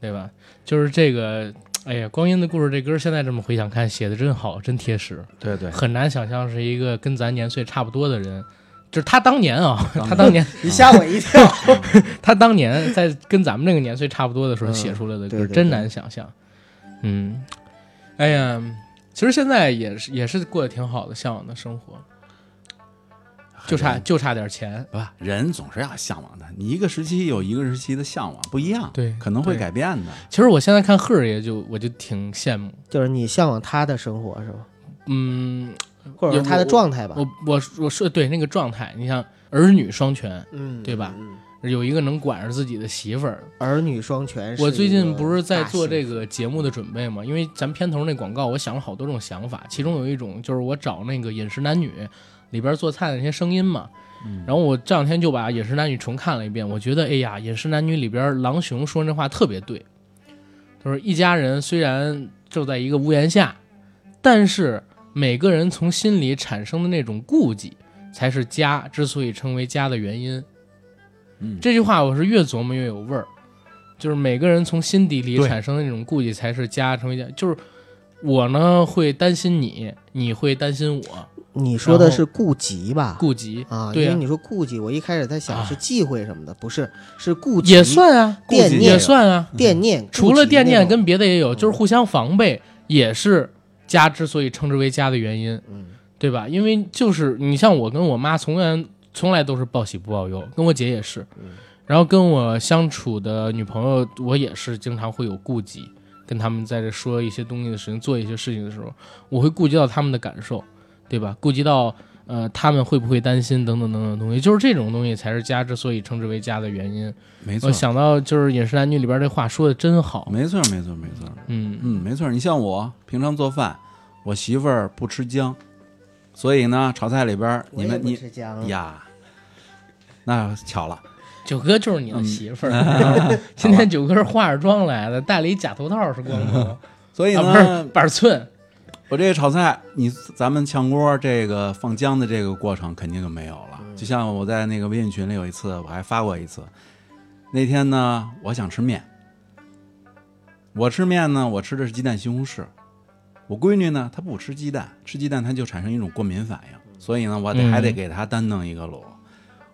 Speaker 1: 对吧？就是这个，哎呀，《光阴的故事》这歌，现在这么回想看，写的真好，真贴实，
Speaker 3: 对对，
Speaker 1: 很难想象是一个跟咱年岁差不多的人就是他当年啊，
Speaker 3: 当年
Speaker 1: 他当年
Speaker 2: 你吓我一跳。
Speaker 1: 他当年在跟咱们这个年岁差不多的时候
Speaker 2: 嗯
Speaker 1: 写出来的
Speaker 2: 对
Speaker 1: 歌，
Speaker 2: 对
Speaker 1: 真
Speaker 2: 对
Speaker 1: 难想象。嗯，哎呀，其实现在也是也是过得挺好的，向往的生活，就差就差点钱。
Speaker 3: 不，人总是要向往的。你一个时期有一个时期的向往，不一样，
Speaker 1: 对
Speaker 3: 可能会
Speaker 1: 对
Speaker 3: 改变的。
Speaker 1: 其实我现在看赫儿爷就我就挺羡慕，
Speaker 2: 就是你向往他的生活是吧？
Speaker 1: 嗯，
Speaker 2: 或者
Speaker 1: 有
Speaker 2: 说他的
Speaker 1: 我
Speaker 2: 状态吧？
Speaker 1: 我我我说对那个状态，你像儿女双全，
Speaker 2: 嗯，
Speaker 1: 对吧
Speaker 2: 嗯？嗯
Speaker 1: 有一个能管着自己的媳妇儿。
Speaker 2: 儿女双全。
Speaker 1: 我最近不是在做这，个节目的准备嘛，因为咱片头那广告，我想了好多种想法，其中有一种就是我找那个《饮食男女》里边做菜的那些声音嘛。然后我这两天就把《饮食男女》重看了一遍，我觉得哎呀，《饮食男女》里边狼雄说那话特别对，就是一家人虽然就在一个屋檐下，但是每个人从心里产生的那种顾忌，才是家之所以称为家的原因。
Speaker 3: 嗯，
Speaker 1: 这句话我是越琢磨越有味儿，就是每个人从心底里
Speaker 3: 对
Speaker 1: 产生的那种顾忌才是家成为家。就是我呢会担心你，你会担心我，
Speaker 2: 你说
Speaker 1: 然
Speaker 2: 的
Speaker 1: 后
Speaker 2: 是顾及吧？
Speaker 1: 顾及
Speaker 2: 啊，
Speaker 1: 对
Speaker 2: 因
Speaker 1: 呀
Speaker 2: 为你说顾忌，我一开始在想
Speaker 1: 啊
Speaker 2: 是忌讳什么的，不是，是顾及
Speaker 1: 也算啊，
Speaker 2: 顾惦及念
Speaker 1: 也算啊。
Speaker 2: 惦念，
Speaker 1: 除了惦念，
Speaker 2: 顾及
Speaker 1: 跟别的也有，
Speaker 2: 嗯
Speaker 1: 就是互相防备，也是家之所以称之为家的原因，
Speaker 2: 那种嗯，
Speaker 1: 对吧？因为就是你像我跟我妈，从来从来都是报喜不报忧，跟我姐也是
Speaker 2: 嗯，
Speaker 1: 然后跟我相处的女朋友，我也是经常会有顾忌，跟他们在这说一些东西的事情，做一些事情的时候，我会顾及到他们的感受，对吧？顾及到呃他们会不会担心等等等等的东西，就是这种东西才是家之所以称之为家的原因。
Speaker 3: 没错
Speaker 1: 我，想到就是《饮食男女》里边这话说的真好，
Speaker 3: 没错，没错，没错。
Speaker 1: 嗯，
Speaker 3: 嗯，没错。你像我平常做饭，我媳妇儿不吃姜，所以呢，炒菜里边儿
Speaker 2: 我
Speaker 3: 你
Speaker 2: 也
Speaker 3: 们
Speaker 2: 不
Speaker 3: 你
Speaker 2: 吃姜，
Speaker 3: 呀，那巧了，
Speaker 1: 九哥就是你的媳妇
Speaker 3: 嗯
Speaker 1: 儿。今天九哥是化着妆来的，戴了一假头套是光头，啊
Speaker 3: 嗯所以
Speaker 1: 不是
Speaker 3: 呢，
Speaker 1: 板寸，
Speaker 3: 我这炒菜，你咱们炝锅这个放姜的这个过程肯定就没有了。就像我在那个微信群里有一次，我还发过一次。那天呢，我想吃面，我吃面呢，我吃的是鸡蛋西红柿。我闺女呢，她不吃鸡蛋，吃鸡蛋她就产生一种过敏反应，所以呢，我得
Speaker 1: 嗯
Speaker 3: 还得给她单弄一个卤。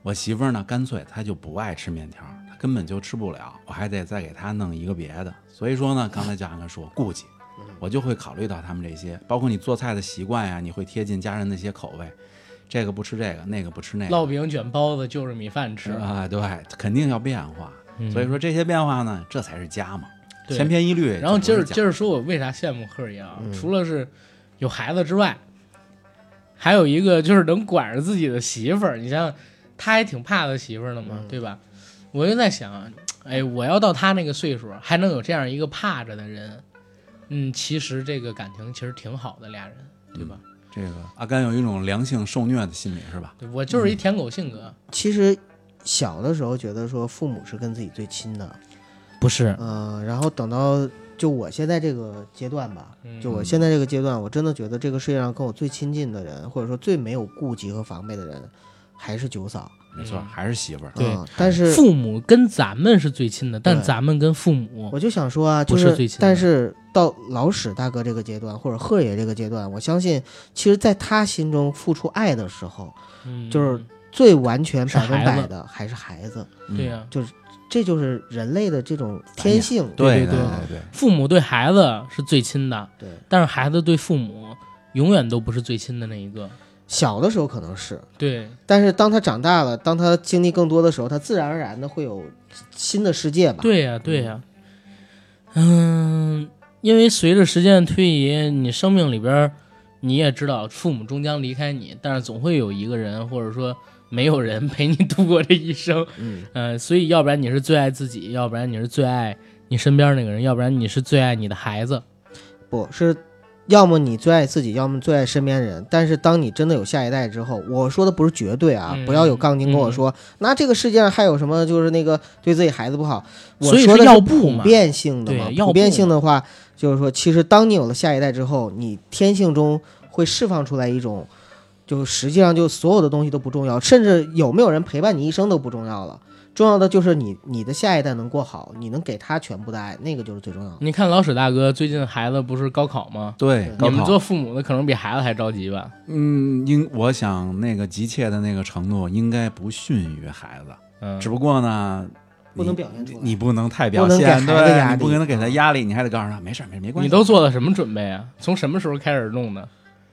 Speaker 3: 我媳妇儿呢，干脆她就不爱吃面条，她根本就吃不了，我还得再给她弄一个别的。所以说呢，刚才就像他说，顾忌，我就会考虑到他们这些，包括你做菜的习惯呀，你会贴近家人的一些口味，这个不吃这个，那个不吃那个，
Speaker 1: 烙饼卷包子就是米饭吃。
Speaker 3: 啊、对，肯定要变化。
Speaker 1: 嗯
Speaker 3: 所以说这些变化呢，这才是家嘛，
Speaker 1: 对
Speaker 3: 千篇一律。
Speaker 1: 然后接着
Speaker 3: 这不是
Speaker 1: 接着说，我为啥羡慕赫儿爷啊？
Speaker 3: 嗯
Speaker 1: 除了是有孩子之外，还有一个就是能管着自己的媳妇儿。你像他还挺怕他媳妇儿的嘛，
Speaker 3: 嗯
Speaker 1: 对吧？我就在想，哎，我要到他那个岁数，还能有这样一个怕着的人，嗯，其实这个感情其实挺好的，俩人，对吧？
Speaker 3: 讲这个阿甘有一种良性受虐的心理是吧？
Speaker 1: 对我就是一舔狗性格，
Speaker 2: 其实小的时候觉得说父母是跟自己最亲的，
Speaker 1: 不是，
Speaker 2: 嗯，然后等到就我现在这个阶段吧，
Speaker 1: 嗯
Speaker 2: 就我现在这个阶段，我真的觉得这个世界上跟我最亲近的人，或者说最没有顾忌和防备的人，还是九嫂。
Speaker 3: 没错，
Speaker 1: 嗯
Speaker 3: 还是媳妇儿。
Speaker 1: 对
Speaker 2: 嗯但是
Speaker 1: 父母跟咱们是最亲的，但
Speaker 2: 对
Speaker 1: 咱们跟父母，
Speaker 2: 我就想说啊，
Speaker 1: 哦不
Speaker 2: 就是
Speaker 1: 最亲的
Speaker 2: 但是到老史大哥这个阶段，或者贺爷这个阶段，我相信，其实在他心中付出爱的时候，
Speaker 1: 嗯
Speaker 2: 就是最完全
Speaker 1: 是
Speaker 2: 百分
Speaker 1: 孩
Speaker 2: 百
Speaker 1: 子
Speaker 2: 的还是孩子，
Speaker 3: 嗯
Speaker 1: 对呀、
Speaker 2: 这就是人类的这种天性。
Speaker 3: 嗯对
Speaker 1: 对
Speaker 3: 对对，
Speaker 1: 父母对孩子是最亲的，
Speaker 2: 嗯对，
Speaker 1: 但是孩子对父母永远都不是最亲的那一个。
Speaker 2: 小的时候可能是，
Speaker 1: 对，
Speaker 2: 但是当他长大了，当他经历更多的时候，他自然而然的会有新的世界吧。
Speaker 1: 对呀、对呀、嗯，因为随着时间的推移，你生命里边儿你也知道，父母终将离开你，但是总会有一个人，或者说没有人陪你度过这一生。
Speaker 2: 嗯，
Speaker 1: 呃，所以要不然你是最爱自己，要不然你是最爱你身边那个人，要不然你是最爱你的孩子。
Speaker 2: 不是，要么你最爱自己，要么最爱身边人。但是当你真的有下一代之后，我说的不是绝对啊，
Speaker 1: 嗯
Speaker 2: 不要有杠精跟我
Speaker 1: 嗯
Speaker 2: 说，那这个世界上还有什么就是那个对自己孩子不好？我
Speaker 1: 所以
Speaker 2: 说的
Speaker 1: 是要
Speaker 2: 是
Speaker 1: 不
Speaker 2: 普
Speaker 1: 嘛
Speaker 2: 遍性的嘛
Speaker 1: 对，要
Speaker 2: 普遍
Speaker 1: 不
Speaker 2: 性的话，就是说，其实当你有了下一代之后，你天性中会释放出来一种。就实际上，就所有的东西都不重要，甚至有没有人陪伴你一生都不重要了。重要的就是你你的下一代能过好，你能给他全部的爱，那个就是最重要的。
Speaker 1: 你看老史大哥最近孩子不是高考吗？
Speaker 3: 对，
Speaker 1: 你
Speaker 3: 高
Speaker 1: 们
Speaker 3: 考
Speaker 1: 做父母的可能比孩子还着急吧？
Speaker 3: 嗯，应我想那个急切的那个程度应该不逊于孩子，
Speaker 1: 嗯，
Speaker 3: 只不过呢，
Speaker 2: 不能表现出来
Speaker 3: 你不能太表
Speaker 2: 不能给孩
Speaker 3: 现，
Speaker 2: 子压
Speaker 3: 对，
Speaker 2: 力啊
Speaker 3: 你不能给他压力，你还得告诉他没事儿没没关系。
Speaker 1: 你都做了什么准备啊？从什么时候开始弄的？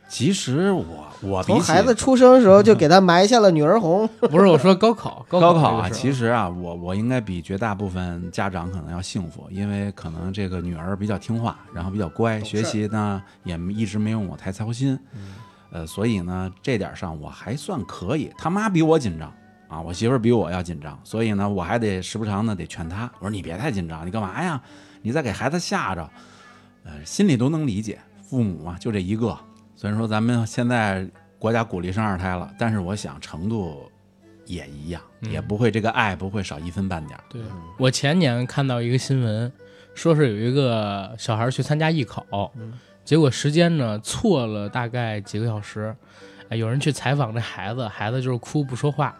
Speaker 3: 其实我
Speaker 1: 啊
Speaker 3: 我比
Speaker 2: 从
Speaker 3: 起
Speaker 2: 孩子出生的时候
Speaker 1: 嗯
Speaker 2: 就给他埋下了女儿红，
Speaker 1: 不是我说高 考，
Speaker 3: 高
Speaker 1: 考
Speaker 3: 考啊，其
Speaker 1: 实
Speaker 3: 实啊，我我应该比绝大部分家长可能要幸福，因为可能这个女儿比较听话，然后比较乖，
Speaker 2: 懂事
Speaker 3: 学
Speaker 2: 儿
Speaker 3: 习呢也一直没用我太操心，呃，所以呢这点上我还算可以。他妈比我紧张啊，我媳妇儿比我要紧张，所以呢我还得时不常的得劝她，我说你别太紧张，你干嘛呀？你再给孩子吓着，呃，心里都能理解。父母啊，就这一个，虽然说咱们现在国家鼓励生二胎了，但是我想程度也一样，
Speaker 1: 嗯
Speaker 3: 也不会这个爱不会少一分半点儿。
Speaker 1: 对我前年看到一个新闻，说是有一个小孩去参加艺考，结果时间呢错了大概几个小时，哎，有人去采访这孩子，孩子就是哭不说话，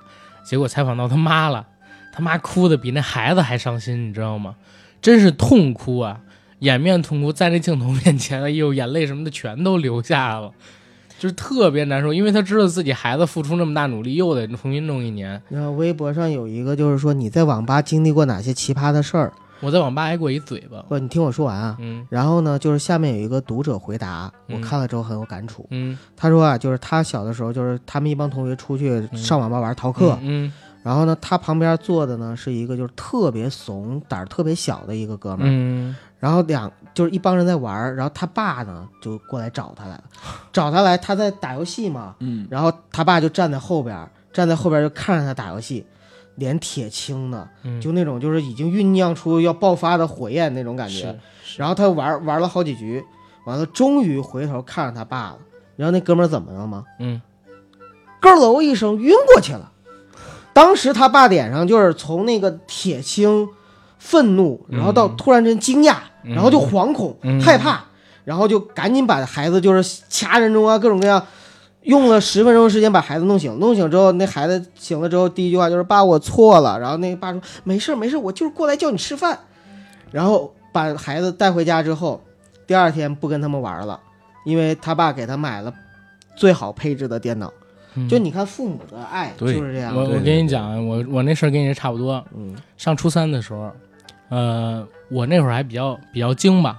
Speaker 1: 结果采访到他妈了，他妈哭的比那孩子还伤心，你知道吗？真是痛哭啊，掩面痛哭，在那镜头面前，哎呦，眼泪什么的全都流下了。就是特别难受，因为他知道自己孩子付出那么大努力，又得重新弄一年。
Speaker 2: 然后微博上有一个就是说你在网吧经历过哪些奇葩的事儿？
Speaker 1: 我在网吧挨过一嘴巴，
Speaker 2: 不，你听我说完啊。
Speaker 1: 嗯
Speaker 2: 然后呢，就是下面有一个读者回答，我
Speaker 1: 嗯
Speaker 2: 看了之后很有感触。
Speaker 1: 嗯，
Speaker 2: 他说啊，就是他小的时候，就是他们一帮同学出去上网吧玩逃课，
Speaker 1: 嗯
Speaker 2: 然后呢，他旁边坐的呢是一个就是特别怂、胆儿特别小的一个哥们儿，
Speaker 1: 嗯，
Speaker 2: 然后两就是一帮人在玩儿，然后他爸呢就过来找他来了，找他来，他在打游戏嘛，
Speaker 3: 嗯，
Speaker 2: 然后他爸就站在后边儿，站在后边儿就看着他打游戏，脸铁青的，
Speaker 1: 嗯
Speaker 2: 就那种就是已经酝酿出要爆发的火焰那种感觉
Speaker 1: 是。
Speaker 2: 然后他玩儿玩了好几局，完了终于回头看着他爸了，你知道那哥们儿怎么样吗？
Speaker 1: 嗯，
Speaker 2: 咯楼一声晕过去了。当时他爸脸上就是从那个铁青、愤怒，然后到
Speaker 1: 嗯
Speaker 2: 突然间惊讶，
Speaker 1: 嗯
Speaker 2: 然后就惶恐、
Speaker 1: 嗯
Speaker 2: 害怕，然后就赶紧把孩子就是掐人中啊，各种各样。用了十分钟时间把孩子弄醒，弄醒之后，那孩子醒了之后，第一句话就是“爸，我错了。”然后那个爸说：“没事儿没事儿，我就是过来叫你吃饭。”然后把孩子带回家之后，第二天不跟他们玩了，因为他爸给他买了最好配置的电脑。
Speaker 1: 嗯
Speaker 2: 就你看父母的爱就
Speaker 3: 对
Speaker 2: 是这样
Speaker 1: 我
Speaker 2: 的，
Speaker 1: 我
Speaker 3: 对对
Speaker 1: 跟你
Speaker 3: 对
Speaker 1: 讲啊，我我那事儿跟你这差不多。
Speaker 2: 嗯，
Speaker 1: 上初三的时候，呃，我那会儿还比较比较精吧。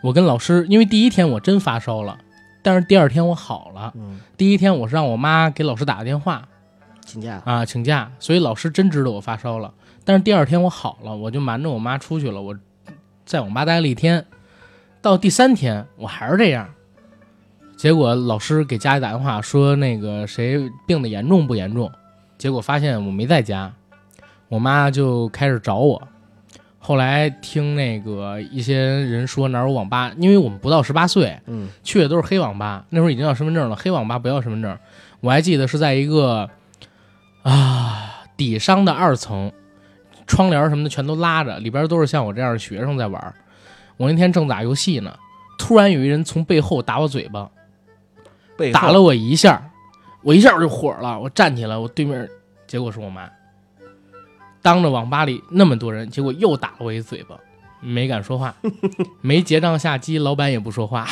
Speaker 1: 我跟老师，因为第一天我真发烧了，但是第二天我好了。
Speaker 2: 嗯，
Speaker 1: 第一天我是让我妈给老师打个电话
Speaker 2: 请假。
Speaker 1: 啊，请假，所以老师真知道我发烧了。但是第二天我好了，我就瞒着我妈出去了，我在网吧待了一天。到第三天我还是这样，结果老师给家里打电话说那个谁病的严重不严重，结果发现我没在家，我妈就开始找我。后来听那个一些人说哪儿有网吧，因为我们不到十八岁，
Speaker 2: 嗯，
Speaker 1: 去的都是黑网吧，那时候已经要身份证了，黑网吧不要身份证。我还记得是在一个啊底商的二层，窗帘什么的全都拉着，里边都是像我这样的学生在玩儿。我那天正打游戏呢，突然有一人从背后打我嘴巴，
Speaker 3: 背后
Speaker 1: 打了我一下，我一下我就火了，我站起来，我对面结果是我妈，当着网吧里那么多人，结果又打了我一嘴巴，没敢说话，没结账下机，老板也不说话，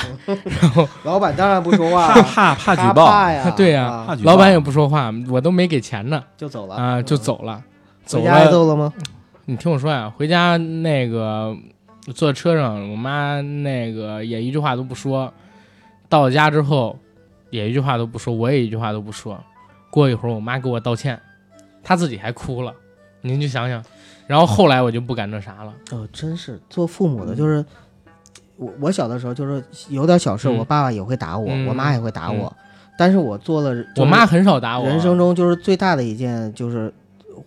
Speaker 2: 老板当然不说话
Speaker 3: 怕，怕怕
Speaker 2: 他
Speaker 3: 举报，
Speaker 2: 怕呀，
Speaker 1: 对呀
Speaker 2: 啊
Speaker 3: 怕举报，
Speaker 1: 老板也不说话，我都没给钱呢，
Speaker 2: 就走了
Speaker 1: 啊、就
Speaker 2: 嗯
Speaker 1: 走了，走
Speaker 2: 回家挨
Speaker 1: 了。
Speaker 2: 揍了吗？
Speaker 1: 你听我说呀、啊回家那个坐车上，我妈那个也一句话都不说。到了家之后，也一句话都不说，我也一句话都不说。过一会儿，我妈给我道歉，她自己还哭了。您就想想，然后后来我就不敢那啥了。
Speaker 2: 哦，真是做父母的，就是我我小的时候就是有点小事，
Speaker 1: 嗯
Speaker 2: 我爸爸也会打我，
Speaker 1: 嗯
Speaker 2: 我妈也会打我，但是我做了就是
Speaker 1: 我妈很少打啊我，
Speaker 2: 人生中就是最大的一件就是。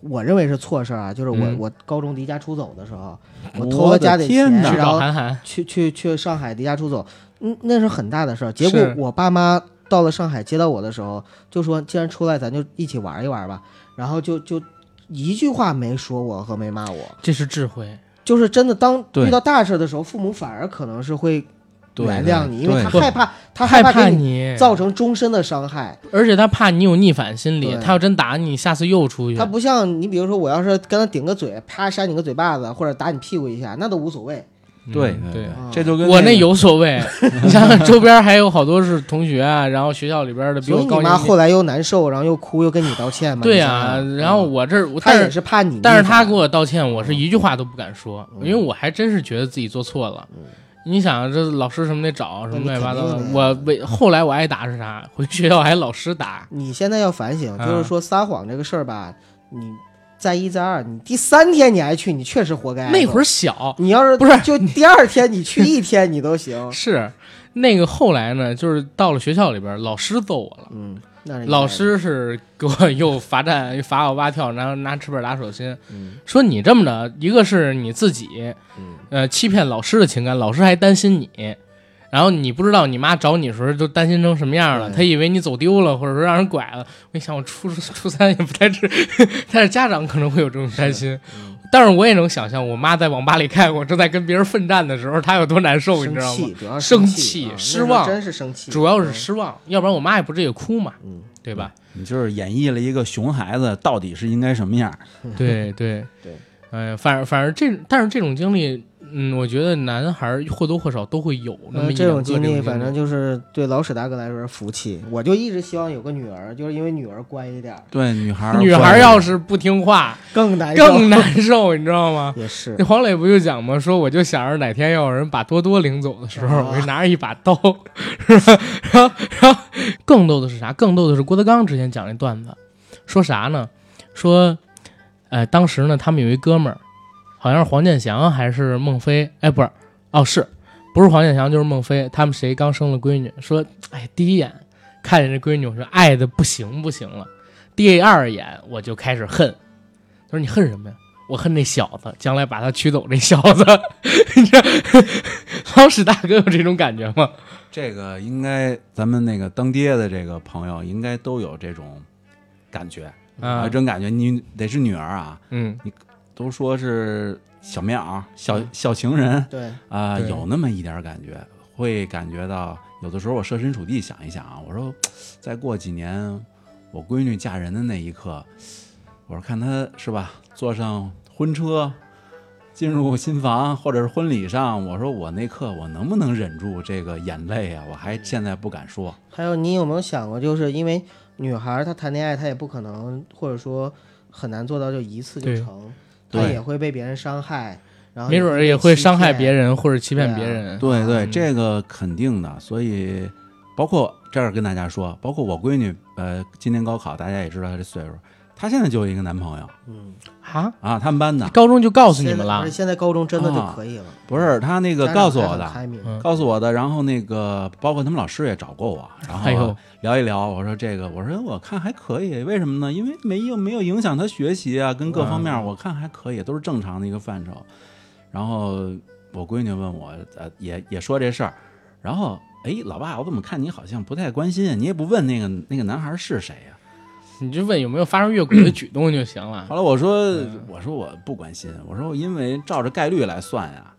Speaker 2: 我认为是错事儿啊，就是我、
Speaker 1: 嗯
Speaker 2: 我高中离家出走的时候，我
Speaker 3: 我
Speaker 2: 偷了
Speaker 3: 的
Speaker 2: 家里
Speaker 3: 天
Speaker 2: 钱，
Speaker 3: 哪
Speaker 1: 去
Speaker 2: 然
Speaker 1: 找
Speaker 2: 后
Speaker 1: 韩寒，
Speaker 2: 去去去上海离家出走，嗯，那是很大的事儿。结果
Speaker 1: 是
Speaker 2: 我爸妈到了上海接到我的时候，就说既然出来，咱就一起玩一玩吧。然后就就一句话没说我和没骂我，
Speaker 1: 这是智慧。
Speaker 2: 就是真的当
Speaker 3: 对
Speaker 2: 遇到大事的时候，父母反而可能是会
Speaker 3: 对
Speaker 2: 原谅你，因为
Speaker 3: 对
Speaker 2: 他
Speaker 1: 对
Speaker 2: 害怕，他害
Speaker 1: 害
Speaker 2: 怕
Speaker 1: 怕
Speaker 2: 给你
Speaker 1: 你
Speaker 2: 造成终身的伤害。
Speaker 1: 而且他怕你有逆反心理，
Speaker 2: 对
Speaker 1: 他要真打你，下次又出去。
Speaker 2: 他不像你，比如说我要是跟他顶个嘴，啪扇你个嘴巴子，或者打你屁股一下，那都无所谓。
Speaker 1: 嗯
Speaker 3: 对
Speaker 1: 对
Speaker 3: 对
Speaker 2: 嗯，
Speaker 3: 这就跟
Speaker 1: 我那
Speaker 3: 那个
Speaker 1: 有所 谓，你想想周边还有好多是同学啊，然后学校里边的比
Speaker 2: 所以
Speaker 1: 我
Speaker 2: 你
Speaker 1: 高
Speaker 2: 妈
Speaker 1: 年级
Speaker 2: 后来又难受，然后又哭，又跟你道歉嘛。
Speaker 1: 对
Speaker 2: 你
Speaker 1: 呀、
Speaker 2: 想想
Speaker 1: 然后我这儿，
Speaker 2: 他
Speaker 1: 但
Speaker 2: 也
Speaker 1: 是
Speaker 2: 是怕你，嗯
Speaker 1: 但是他给我道歉，我是一句话都不敢说，因为我还真是觉得自己做错了。你想，啊这老师什么得找，什么乱七八糟
Speaker 2: 嗯那
Speaker 1: 的
Speaker 2: 你肯。定的
Speaker 1: 我为后来我挨打是啥？回学校挨老师打。
Speaker 2: 你现在要反省，
Speaker 1: 啊
Speaker 2: 就是说撒谎这个事儿吧，你再一再二，你第三天你还去，你确实活该。
Speaker 1: 那会儿小
Speaker 2: 你要是
Speaker 1: 不是，
Speaker 2: 就第二天你去一天你都行
Speaker 1: 是，那个后来呢，就是到了学校里边，老师揍我了。
Speaker 2: 嗯，那是应该的
Speaker 1: 老，师是给我 又罚站，又罚我蛙跳，然后拿尺板打手心，
Speaker 2: 嗯
Speaker 1: 说你这么着，一个是你自己，
Speaker 2: 嗯
Speaker 1: 呃，欺骗老师的情感，老师还担心你，然后你不知道你妈找你的时候都担心成什么样了，
Speaker 2: 对
Speaker 1: 她以为你走丢了，或者说让人拐了。我一想，我初初三也不太知， 但是家长可能会有这种担心，
Speaker 2: 嗯
Speaker 1: 但是我也能想象，我妈在网吧里看我正在跟别人奋战的时候，她有多难受，你
Speaker 2: 生
Speaker 1: 知道吗？
Speaker 2: 气，主要是
Speaker 1: 生气
Speaker 2: 气，啊
Speaker 1: 失
Speaker 2: 那时候
Speaker 1: 望
Speaker 2: 真是生气，
Speaker 1: 主要是
Speaker 2: 嗯
Speaker 1: 失望，要不然我妈也不至于哭嘛，
Speaker 2: 嗯
Speaker 1: 对吧？
Speaker 3: 你就是演绎了一个熊孩子到底是应该什么样儿。
Speaker 1: 对对
Speaker 2: 对，
Speaker 1: 哎，反正反正这但是这种经历，嗯，我觉得男孩儿或多或少都会有那么
Speaker 2: 呃，
Speaker 1: 一
Speaker 2: 这
Speaker 1: 两
Speaker 2: 种
Speaker 1: 个
Speaker 2: 经
Speaker 1: 历，
Speaker 2: 历，反正就是对老史大哥来说是福气。我就一直希望有个女儿，就是因为女儿乖一点儿
Speaker 3: 对，女孩儿
Speaker 1: 女孩
Speaker 3: 或
Speaker 1: 儿
Speaker 3: 者
Speaker 1: 要是不听话
Speaker 2: 更难受，
Speaker 1: 更难受，你知道吗？
Speaker 2: 也是
Speaker 1: 那黄磊不就讲吗？说我就想着哪天要有人把多多领走的时候，
Speaker 2: 啊
Speaker 1: 我就拿着一把刀，是吧？然后然后更逗的是啥？更逗的是郭德纲之前讲那段子，说啥呢？说，呃，当时呢，他们有一哥们儿，好像是黄健翔还是孟非，哎，不是，哦，是不是黄健翔就是孟非？他们谁刚生了闺女？说，哎，第一眼看见这闺女，我说爱的不行不行了。第二眼我就开始恨，他说你恨什么呀？我恨那小子，将来把他娶走那小子， 你知道老史大哥有这种感觉吗？
Speaker 3: 这个应该咱们那个当爹的这个朋友应该都有这种感觉，
Speaker 1: 啊
Speaker 3: 还，
Speaker 2: 嗯
Speaker 3: 真感觉你得是女儿啊，
Speaker 1: 嗯，
Speaker 3: 都说是小棉袄、小小情人
Speaker 2: 对，
Speaker 3: 啊、
Speaker 1: 对
Speaker 3: 有那么一点感觉，会感觉到有的时候我设身处地想一想啊，我说再过几年我闺女嫁人的那一刻，我说看她是吧，坐上婚车。进入新房，或者是婚礼上，我说我那刻我能不能忍住这个眼泪啊？我还现在不敢说。
Speaker 2: 还有，你有没有想过，就是因为女孩儿她谈恋爱，她也不可能，或者说很难做到就一次就
Speaker 1: 对
Speaker 2: 成，她
Speaker 3: 对
Speaker 2: 也会被别人伤害，然后
Speaker 1: 没准儿也
Speaker 2: 会
Speaker 1: 会
Speaker 2: 被
Speaker 1: 伤害
Speaker 2: 欺骗
Speaker 1: 别。人或者欺骗别
Speaker 2: 对啊
Speaker 1: 人。
Speaker 3: 对对，
Speaker 1: 嗯
Speaker 3: 这个肯定的。所以，包括这儿跟大家说，包括我闺女，呃，今年高考，大家也知道她这岁数，她现在就有一个男朋友
Speaker 2: 嗯，
Speaker 1: 啊，
Speaker 3: 啊，他们班的
Speaker 1: 高中就告诉你
Speaker 2: 现
Speaker 1: 们
Speaker 2: 在
Speaker 1: 了
Speaker 2: 不是，现在高中真的就
Speaker 3: 啊
Speaker 2: 可以了。
Speaker 3: 不是她那
Speaker 2: 这
Speaker 3: 个告诉我的，
Speaker 2: 开明，
Speaker 1: 嗯
Speaker 3: 告诉我的。然后那个包括他们老师也找过我，然
Speaker 1: 哎呦
Speaker 3: 后聊一聊。我说这个，我说我看还可以，为什么呢？因为没有没有影响她学习啊，跟各方面我看还可以，都是正常的一个范畴。然后我闺女问我，呃，也也说这事儿，然后哎，老爸，我怎么看你好像不太关心啊？你也不问那个那个男孩是谁啊呀、
Speaker 1: 你就问有没有发生越轨的举动就行了
Speaker 3: 后。来我说，我说我不关心，我说因为照着概率来算呀、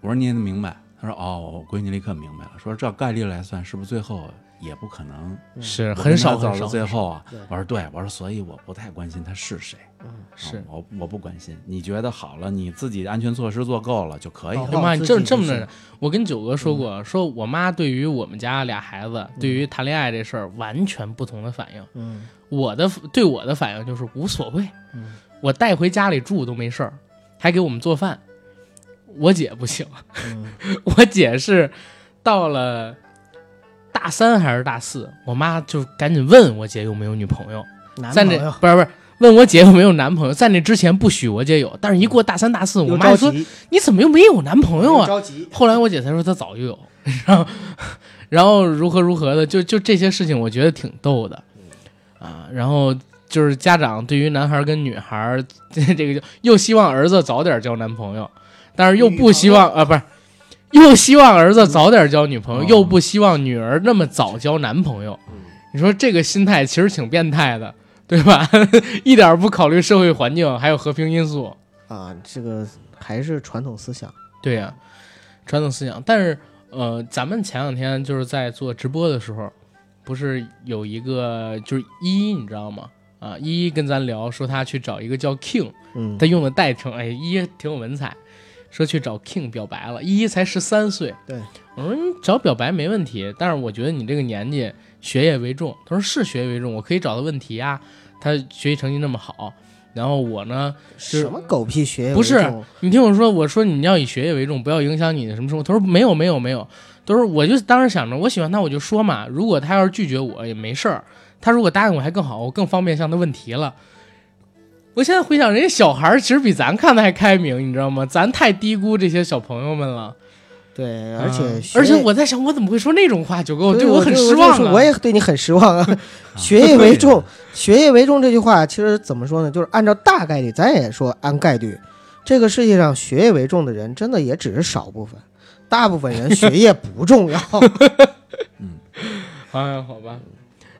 Speaker 3: 我说你也能明白。他说哦，我闺女立刻明白了，说照概率来算，是不是最后也不可能
Speaker 2: 嗯
Speaker 1: 是
Speaker 3: 我
Speaker 1: 很少
Speaker 3: 跟她
Speaker 1: 很
Speaker 3: 走
Speaker 1: 少
Speaker 3: 到，最后啊
Speaker 2: 对？
Speaker 3: 我说对，我说所以我不太关心他是谁，
Speaker 1: 是
Speaker 2: 嗯
Speaker 3: 啊。我我不关心。你觉得好了，你自己安全措施做够了就可以
Speaker 2: 哦
Speaker 3: 了。
Speaker 1: 他哎妈，你
Speaker 2: 自
Speaker 1: 这
Speaker 2: 己嗯
Speaker 1: 这么
Speaker 2: 就
Speaker 1: 着
Speaker 2: 是，
Speaker 1: 我跟九哥说过，说我妈对于我们家俩孩子，对于谈恋爱这事儿完全不同的反应。
Speaker 2: 嗯，
Speaker 1: 我的对我的反应就是无所谓，
Speaker 2: 嗯
Speaker 1: 我带回家里住都没事儿，还给我们做饭。我姐不行，
Speaker 2: 嗯
Speaker 1: 我姐是到了大三还是大四，我妈就赶紧问我姐有没有女朋友，
Speaker 2: 嗯男
Speaker 1: 在
Speaker 2: 朋
Speaker 1: 那
Speaker 2: 友
Speaker 1: 不是不是问我姐有没有男朋友，在那之前不许我姐有，但是一过大三大四，我
Speaker 2: 又
Speaker 1: 妈
Speaker 2: 着
Speaker 1: 说
Speaker 2: 急，
Speaker 1: 你怎么又没有男朋友
Speaker 2: 又
Speaker 1: 啊？
Speaker 2: 着 急，
Speaker 1: 后来我姐才说她早就有，然后然后如何如何的，就就这些事情，我觉得挺逗的啊。然后就是家长对于男孩跟女孩，这这个就又希望儿子早点交男朋友，但是又不希望啊，不是。又希望儿子早点交女朋友，
Speaker 3: 嗯
Speaker 1: 又不希望女儿那么早交男朋友。你说这个心态其实挺变态的，对吧？ 一点儿不考虑社会环境还有和平因素。
Speaker 2: 啊，这个还是传统思想。
Speaker 1: 对呀、传统思想。但是呃，咱们前两天就是在做直播的时候，不是有一个就是依依，你知道吗？啊，依依跟咱聊说她去找一个叫 King，
Speaker 2: 嗯
Speaker 1: 她，用的代称，哎，依依挺有文采，说去找 King 表白了。依依才十三岁，
Speaker 2: 对，
Speaker 1: 我说你找表白没问题，但是我觉得你这个年纪学业为重。她说是学业为重，我可以找她问题啊。她学习成绩那么好，然后我呢是
Speaker 2: 什么狗屁学业
Speaker 1: 不是
Speaker 2: 为重
Speaker 1: 你听我说，我说你要以学业为重，不要影响你的什么生活。他说没有没有没有，他说我就当时想着我喜欢他我就说嘛，如果他要是拒绝我也没事儿，他如果答应我还更好，我更方便向他问题了。我现在回想，人家小孩儿其实比咱看的还开明，你知道吗？咱太低估这些小朋友们了。
Speaker 2: 对，而且
Speaker 1: 嗯
Speaker 2: 学
Speaker 1: 而且
Speaker 2: 业
Speaker 1: 我在想，我怎么会说那种话？九哥，
Speaker 2: 对
Speaker 1: 我
Speaker 2: 就
Speaker 1: 很
Speaker 2: 就
Speaker 1: 失望
Speaker 2: 是
Speaker 1: 啊。
Speaker 2: 我也对你很失 望啊。学
Speaker 3: 对
Speaker 2: 业为重，学业为重这句话其实怎么说呢？就是按照大概率，咱也说按概率，这个世界上学业为重的人真的也只是少部分，大部分人学业不 重要。
Speaker 1: 哎，好吧。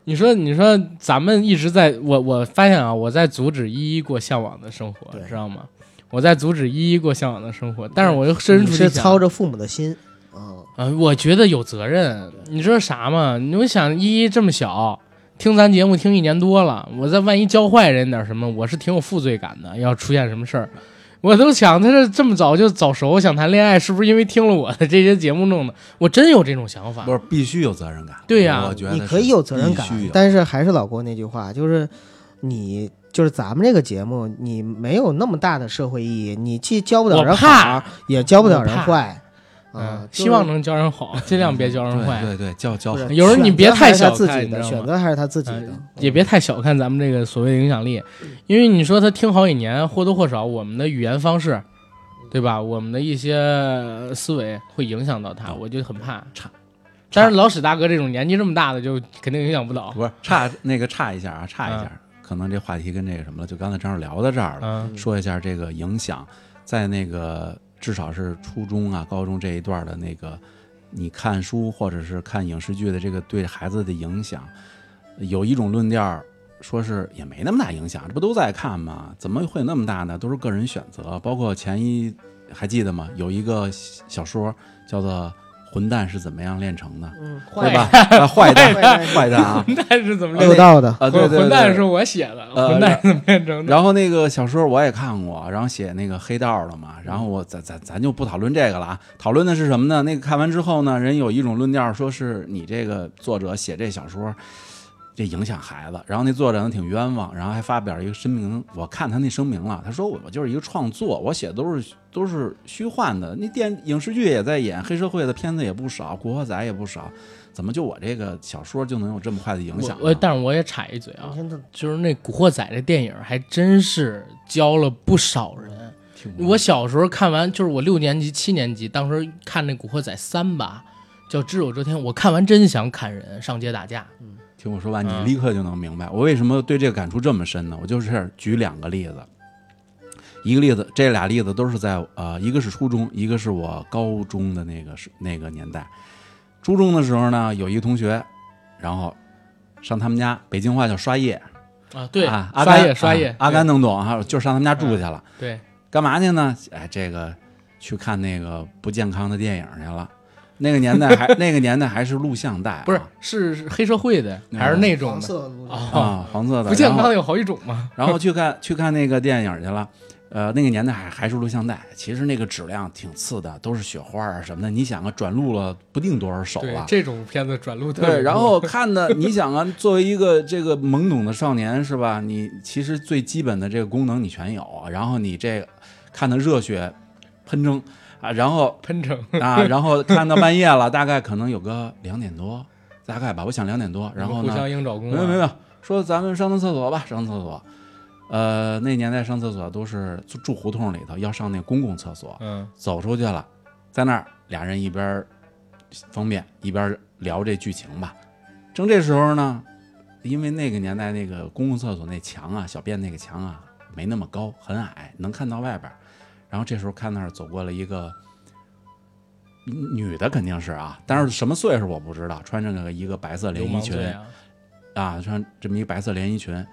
Speaker 1: 你说，你说，咱们一直在我我发现啊，我在阻止依依过向往的生活，
Speaker 2: 对
Speaker 1: 知道吗？我在阻止依依过向往的生活，但是我又身
Speaker 2: 你
Speaker 1: 处
Speaker 2: 是
Speaker 1: 地
Speaker 2: 操
Speaker 1: 想，
Speaker 2: 着父母的心，嗯，
Speaker 1: 啊，我觉得有责任。你知道啥吗？你就想依依这么小，听咱节目听一年多了，我再万一教坏人点什么，我是挺有负罪感的。要出现什么事儿，我都想他这这么早就早熟，想谈恋爱，是不是因为听了我的这些节目弄的？我真有这种想法
Speaker 3: 不。是必须有责任感。
Speaker 1: 对呀
Speaker 3: 我觉得
Speaker 2: 你
Speaker 3: 是
Speaker 2: 可以有责任感
Speaker 3: 必须，有
Speaker 2: 但是还是老郭那句话，就是你。就是咱们这个节目，你没有那么大的社会意义，你既教不了
Speaker 1: 我
Speaker 2: 人
Speaker 1: 怕
Speaker 2: 好，也教不了
Speaker 1: 我
Speaker 2: 人
Speaker 1: 怕
Speaker 2: 坏，啊
Speaker 1: 嗯，，
Speaker 2: 就是
Speaker 1: 希望能教人好，尽量别教人坏。
Speaker 3: 对对对，教教
Speaker 2: 不
Speaker 3: 好
Speaker 2: 是。
Speaker 1: 有时候你别太
Speaker 2: 选
Speaker 1: 小
Speaker 2: 择还是他
Speaker 1: 看
Speaker 2: 自
Speaker 1: 你
Speaker 2: 己
Speaker 1: 知
Speaker 2: 的
Speaker 1: 道吗
Speaker 2: 选择还是他自己的
Speaker 1: 嗯，也别太小看咱们这个所谓的影响力，
Speaker 3: 嗯
Speaker 1: 因为你说他听好几年，或多或少我们的语言方式，对吧？我们的一些呃思维会影响到他，
Speaker 3: 嗯
Speaker 1: 我就很怕
Speaker 3: 差。
Speaker 1: 但是老史大哥这种年纪这么大的，就肯定影响不到。
Speaker 3: 不是差那个差一下啊，差一下，可能这话题跟这个什么了，就刚才正好聊到这儿了，
Speaker 1: 嗯，
Speaker 3: 说一下这个影响，在那个至少是初中啊、高中这一段的那个，你看书或者是看影视剧的这个对孩子的影响，有一种论调儿说是也没那么大影响，这不都在看吗？怎么会有那么大呢？都是个人选择，包括前一还记得吗？有一个小说叫做《混蛋是怎么样炼成的》。
Speaker 2: 嗯，
Speaker 1: 坏
Speaker 3: 对吧？啊坏蛋，
Speaker 2: 坏蛋
Speaker 3: 坏蛋啊！
Speaker 1: 混蛋是怎么
Speaker 2: 六
Speaker 1: 练？
Speaker 2: 道的，
Speaker 3: 啊，对对对，
Speaker 1: 混蛋是我写的，
Speaker 3: 呃
Speaker 1: 混蛋是怎么变成的？
Speaker 3: 然后那个小说我也看过，然后写那个黑道了嘛，然后我咱咱咱就不讨论这个了啊，讨论的是什么呢？那个看完之后呢，人有一种论调说是你这个作者写这小说，这影响孩子，然后那作者呢挺冤枉，然后还发表一个声明，我看他那声明了，他说我我就是一个创作，我写的都是都是虚幻的，那电影视剧也在演，黑社会的片子也不少，古惑仔也不少，怎么就我这个小说就能有这么坏的影响
Speaker 1: 我我
Speaker 3: 呢？
Speaker 1: 但是我也插一嘴啊
Speaker 2: 你，看他
Speaker 1: 就是那《古惑仔》这电影还真是教了不少人。
Speaker 3: 挺无
Speaker 1: 我小时候看完，就是我六年级、七年级，当时看那《古惑仔三》吧，叫《只手遮天》，我看完真想砍人，上街打架。
Speaker 3: 听我说完，你
Speaker 1: 嗯
Speaker 3: 立刻就能明白我为什么对这个感触这么深呢？我就是举两个例子，一个例子，这俩例子都是在呃，一个是初中，一个是我高中的那个是那个年代。初中的时候呢，有一个同学，然后上他们家，北京话叫刷夜，
Speaker 1: 啊，对，
Speaker 3: 啊，阿
Speaker 1: 刷
Speaker 3: 甘
Speaker 1: 夜刷夜，嗯
Speaker 3: 啊阿甘能懂啊，就上他们家住去了。
Speaker 1: 对，
Speaker 3: 干嘛去呢？哎，这个去看那个不健康的电影去了。那个年代 还那个年代还是录像带啊、
Speaker 1: 不是是是黑社会的，还是那种
Speaker 2: 黄
Speaker 1: 的
Speaker 2: 色路
Speaker 1: 啊、
Speaker 3: 啊，黄色的
Speaker 1: 不健
Speaker 3: 然后
Speaker 1: 康的有好几种嘛。
Speaker 3: 然后去看 去看那个电影去了。呃，那个年代还还是录像带，其实那个质量挺次的，都是雪花啊什么的。你想啊，转录了不定多少首
Speaker 1: 对
Speaker 3: 了，。
Speaker 1: 这种片子转录特别
Speaker 3: 对，
Speaker 1: 多
Speaker 3: 然后看的， 你想啊，作为一个这个懵懂的少年是吧？你其实最基本的这个功能你全有，然后你这个看的热血喷蒸啊，然后
Speaker 1: 喷成，
Speaker 3: 啊，然后看到半夜了，大概可能有个两点多，大概吧，我想两点多，然后
Speaker 1: 互
Speaker 3: 呢，
Speaker 1: 相应找工、
Speaker 3: 没
Speaker 1: 啊，
Speaker 3: 有没有没有，说咱们上趟厕所吧，上趟厕所。呃，那年代上厕所都是住住胡同里头，要上那公共厕所，
Speaker 1: 嗯，
Speaker 3: 走出去了，在那儿俩人一边儿方便一边儿聊这剧情吧。正这时候呢，因为那个年代那个公共厕所那墙啊，小便那个墙啊没那么高，很矮，能看到外边儿。然后这时候看那儿走过了一个女的，肯定是啊，但是什么岁数我不知道，穿着个一个白色
Speaker 1: 流
Speaker 3: 连衣
Speaker 1: 氓
Speaker 3: 裙
Speaker 1: 罪，啊，
Speaker 3: 啊，穿这么一白色连衣裙。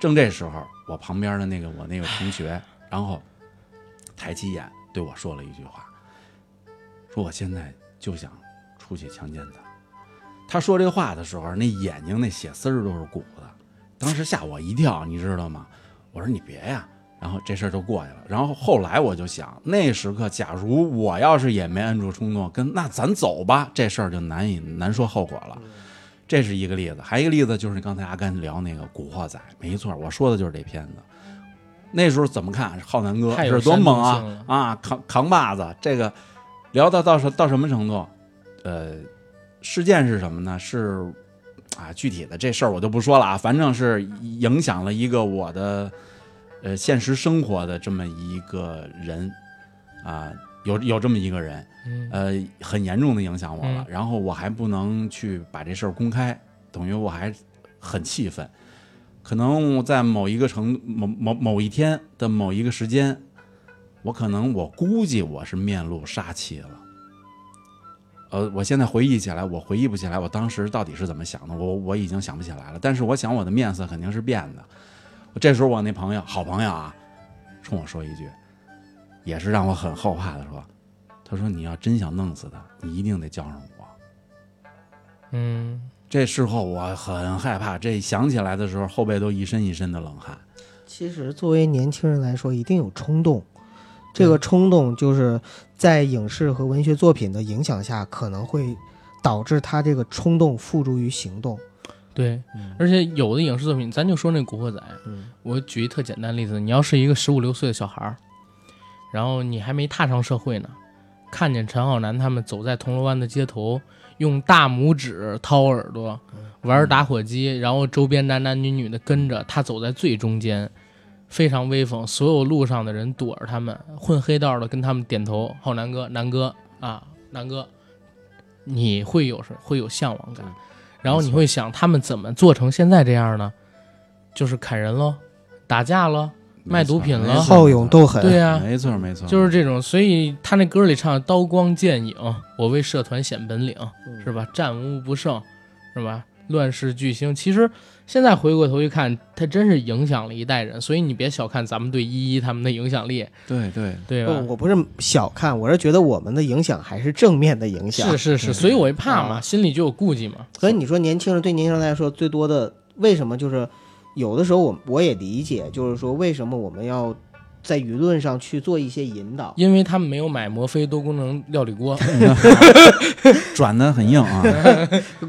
Speaker 3: 正这时候，我旁边的那个我那个同学，然后抬起眼对我说了一句话，说我现在就想出去强奸她。他说这话的时候，那眼睛那血丝儿都是鼓的，当时吓我一跳，你知道吗？我说你别呀，然后这事儿就过去了。然后后来我就想，那时刻假如我要是也没摁住冲动，跟那咱走吧，这事儿就难以难说后果了。这是一个例子，还有一个例子就是刚才阿甘聊那个《古惑仔》，没错，我说的就是这片子。那时候怎么看浩南哥
Speaker 1: 太有
Speaker 3: 是多猛
Speaker 1: 煽动
Speaker 3: 啊
Speaker 1: 性
Speaker 3: 啊，扛扛把子，这个聊到到什到什么程度？呃，事件是什么呢？是啊，具体的这事儿我就不说了啊，反正是影响了一个我的呃现实生活的这么一个人啊，有有这么一个人，
Speaker 1: 嗯
Speaker 3: 呃，很严重的影响我了
Speaker 1: 嗯。
Speaker 3: 然后我还不能去把这事儿公开，等于我还很气愤。可能我在某一个程某某某一天的某一个时间，我可能我估计我是面露杀气了。呃，我现在回忆起来，我回忆不起来我当时到底是怎么想的，我我已经想不起来了。但是我想我的面色肯定是变的。这时候我那朋友，好朋友啊，冲我说一句，也是让我很后怕的说，他说你要真想弄死他，你一定得叫上我。
Speaker 1: 嗯，
Speaker 3: 这事后我很害怕，这想起来的时候后背都一身一身的冷汗。
Speaker 2: 其实作为年轻人来说，一定有冲动，这个冲动就是在影视和文学作品的影响下，可能会导致他这个冲动付诸于行动。
Speaker 1: 对
Speaker 2: 嗯，
Speaker 1: 而且有的影视作品，咱就说那《古惑仔》，
Speaker 2: 嗯，
Speaker 1: 我举一特简单例子，你要是一个十五六岁的小孩
Speaker 3: 嗯
Speaker 1: 儿，然后你还没踏上社会呢，看见陈浩南他们走在铜锣湾的街头，用大拇指掏耳朵，玩打火机，然后周边男男女女的跟着他走在最中间，非常威风，所有路上的人躲着他们，混黑道的跟他们点头，浩南哥，南哥啊，南哥，你会有什会有向往感
Speaker 3: 嗯，
Speaker 1: 然后你会想他们怎么做成现在这样呢？就是砍人喽，打架喽，卖毒品了
Speaker 3: 没错
Speaker 2: 好勇斗狠，
Speaker 1: 对呀、
Speaker 3: 没错没错，
Speaker 1: 就是这种，所以他那歌里唱的“刀光剑影，我为社团显本领”，
Speaker 3: 嗯
Speaker 1: 是吧？战无不胜，是吧？乱世巨星，其实现在回过头一看，他真是影响了一代人，所以你别小看咱们对依依他们的影响力，
Speaker 3: 对对，
Speaker 1: 对吧
Speaker 2: 不，？我不是小看，我是觉得我们的影响还是正面的影响。
Speaker 1: 是是
Speaker 3: 嗯
Speaker 1: 是，所以我一怕
Speaker 3: 啊
Speaker 1: 嘛，心里就有顾忌嘛。
Speaker 2: 所以你说年轻人对年轻人来说，最多的为什么就是有的时候我我也理解，就是说为什么我们要在舆论上去做一些引导。
Speaker 1: 因为他们没有买摩飞多功能料理 锅，
Speaker 3: 转的很硬啊。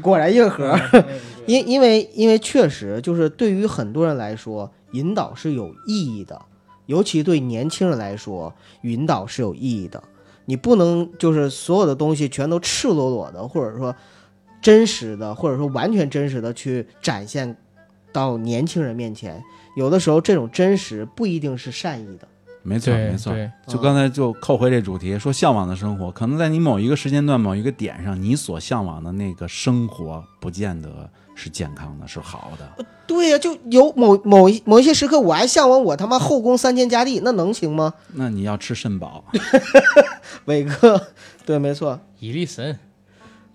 Speaker 2: 果然硬核， 因因为因为确实就是对于很多人来说，引导是有意义的，尤其对年轻人来说，引导是有意义的。你不能就是所有的东西全都赤裸裸的，或者说真实的，或者说完全真实的去展现到年轻人面前。有的时候，这种真实不一定是善意的。
Speaker 3: 没错
Speaker 1: 对
Speaker 3: 没错，
Speaker 1: 对，
Speaker 3: 就刚才就扣回这主题，说向往的生活，可能在你某一个时间段、某一个点上，你所向往的那个生活，不见得是健康的，是好的。
Speaker 2: 对呀、就有某某一某一些时刻，我还向往我他妈后宫三千佳丽，那能行吗？
Speaker 3: 那你要吃肾宝，
Speaker 2: 伟哥， 对，没错，
Speaker 1: 伊力神、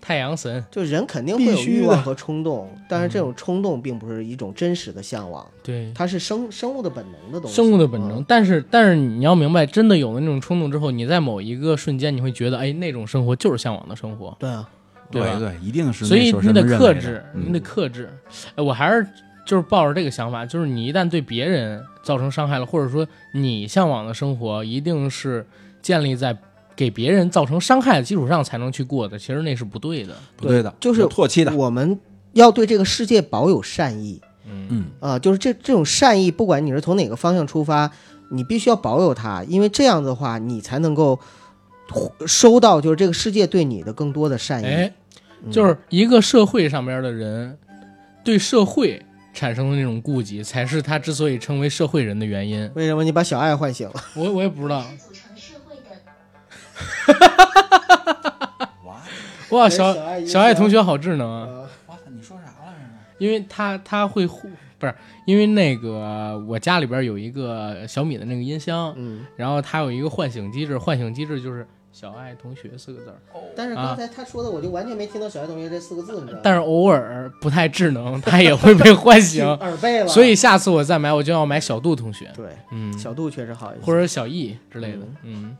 Speaker 1: 太阳神，
Speaker 2: 就人肯定会有
Speaker 3: 必须
Speaker 2: 欲
Speaker 3: 的
Speaker 2: 望和冲动，但
Speaker 1: 嗯
Speaker 2: 是这种冲动并不是一种真实的向往，
Speaker 1: 对，
Speaker 2: 它是生生物的本能的东西。
Speaker 1: 生物的
Speaker 3: 啊
Speaker 1: 本能
Speaker 2: 嗯。，
Speaker 1: 但是但是你要明白，真的有了那种冲动之后，你在某一个瞬间，你会觉得，哎，那种生活就是向往的生活，
Speaker 2: 对啊，
Speaker 1: 对吧
Speaker 3: 对，一定是
Speaker 1: 所
Speaker 3: 那
Speaker 1: 以
Speaker 3: 时候
Speaker 1: 你
Speaker 3: 这么
Speaker 1: 得
Speaker 3: 认为
Speaker 1: 克
Speaker 3: 的
Speaker 1: 制，
Speaker 3: 嗯
Speaker 1: 你得克制。哎，我还是就是抱着这个想法，就是你一旦对别人造成伤害了，或者说你向往的生活一定是建立在给别人造成伤害的基础上才能去过的，其实那是不对的。
Speaker 3: 不对的，
Speaker 2: 就是
Speaker 3: 有唾弃的。
Speaker 2: 我们要对这个世界保有善意
Speaker 1: 嗯，
Speaker 3: 嗯，
Speaker 2: 啊，就是这这种善意，不管你是从哪个方向出发，你必须要保有它，因为这样的话，你才能够收到就是这个世界对你的更多的善意。
Speaker 1: 哎，
Speaker 2: 嗯
Speaker 1: 就是一个社会上边的人对社会产生的那种顾忌，才是他之所以成为社会人的原因。
Speaker 2: 为什么你把小爱唤醒了？
Speaker 1: 我我也不知 道，
Speaker 4: 组成社会的
Speaker 3: 哇
Speaker 1: 哇，啊小
Speaker 2: 小爱一个嗯
Speaker 1: 小爱同学好智能啊！
Speaker 3: 哇塞，你说啥来着？
Speaker 1: 因为他他会互不是因为那个我家里边有一个小米的那个音箱，
Speaker 2: 嗯，
Speaker 1: 然后它有一个唤醒机制，唤醒机制就是“小爱同学”四个字儿，
Speaker 2: 但是刚才他说的，我就完全没听到小爱同学这四个字，你知道吗？
Speaker 1: 啊但是偶尔不太智能，它也会被唤 醒，
Speaker 2: 耳背了，
Speaker 1: 所以下次我再买我就要买小度同学，
Speaker 2: 对。
Speaker 1: 嗯，
Speaker 2: 小度确实好一些，
Speaker 1: 或者小易之类的，嗯，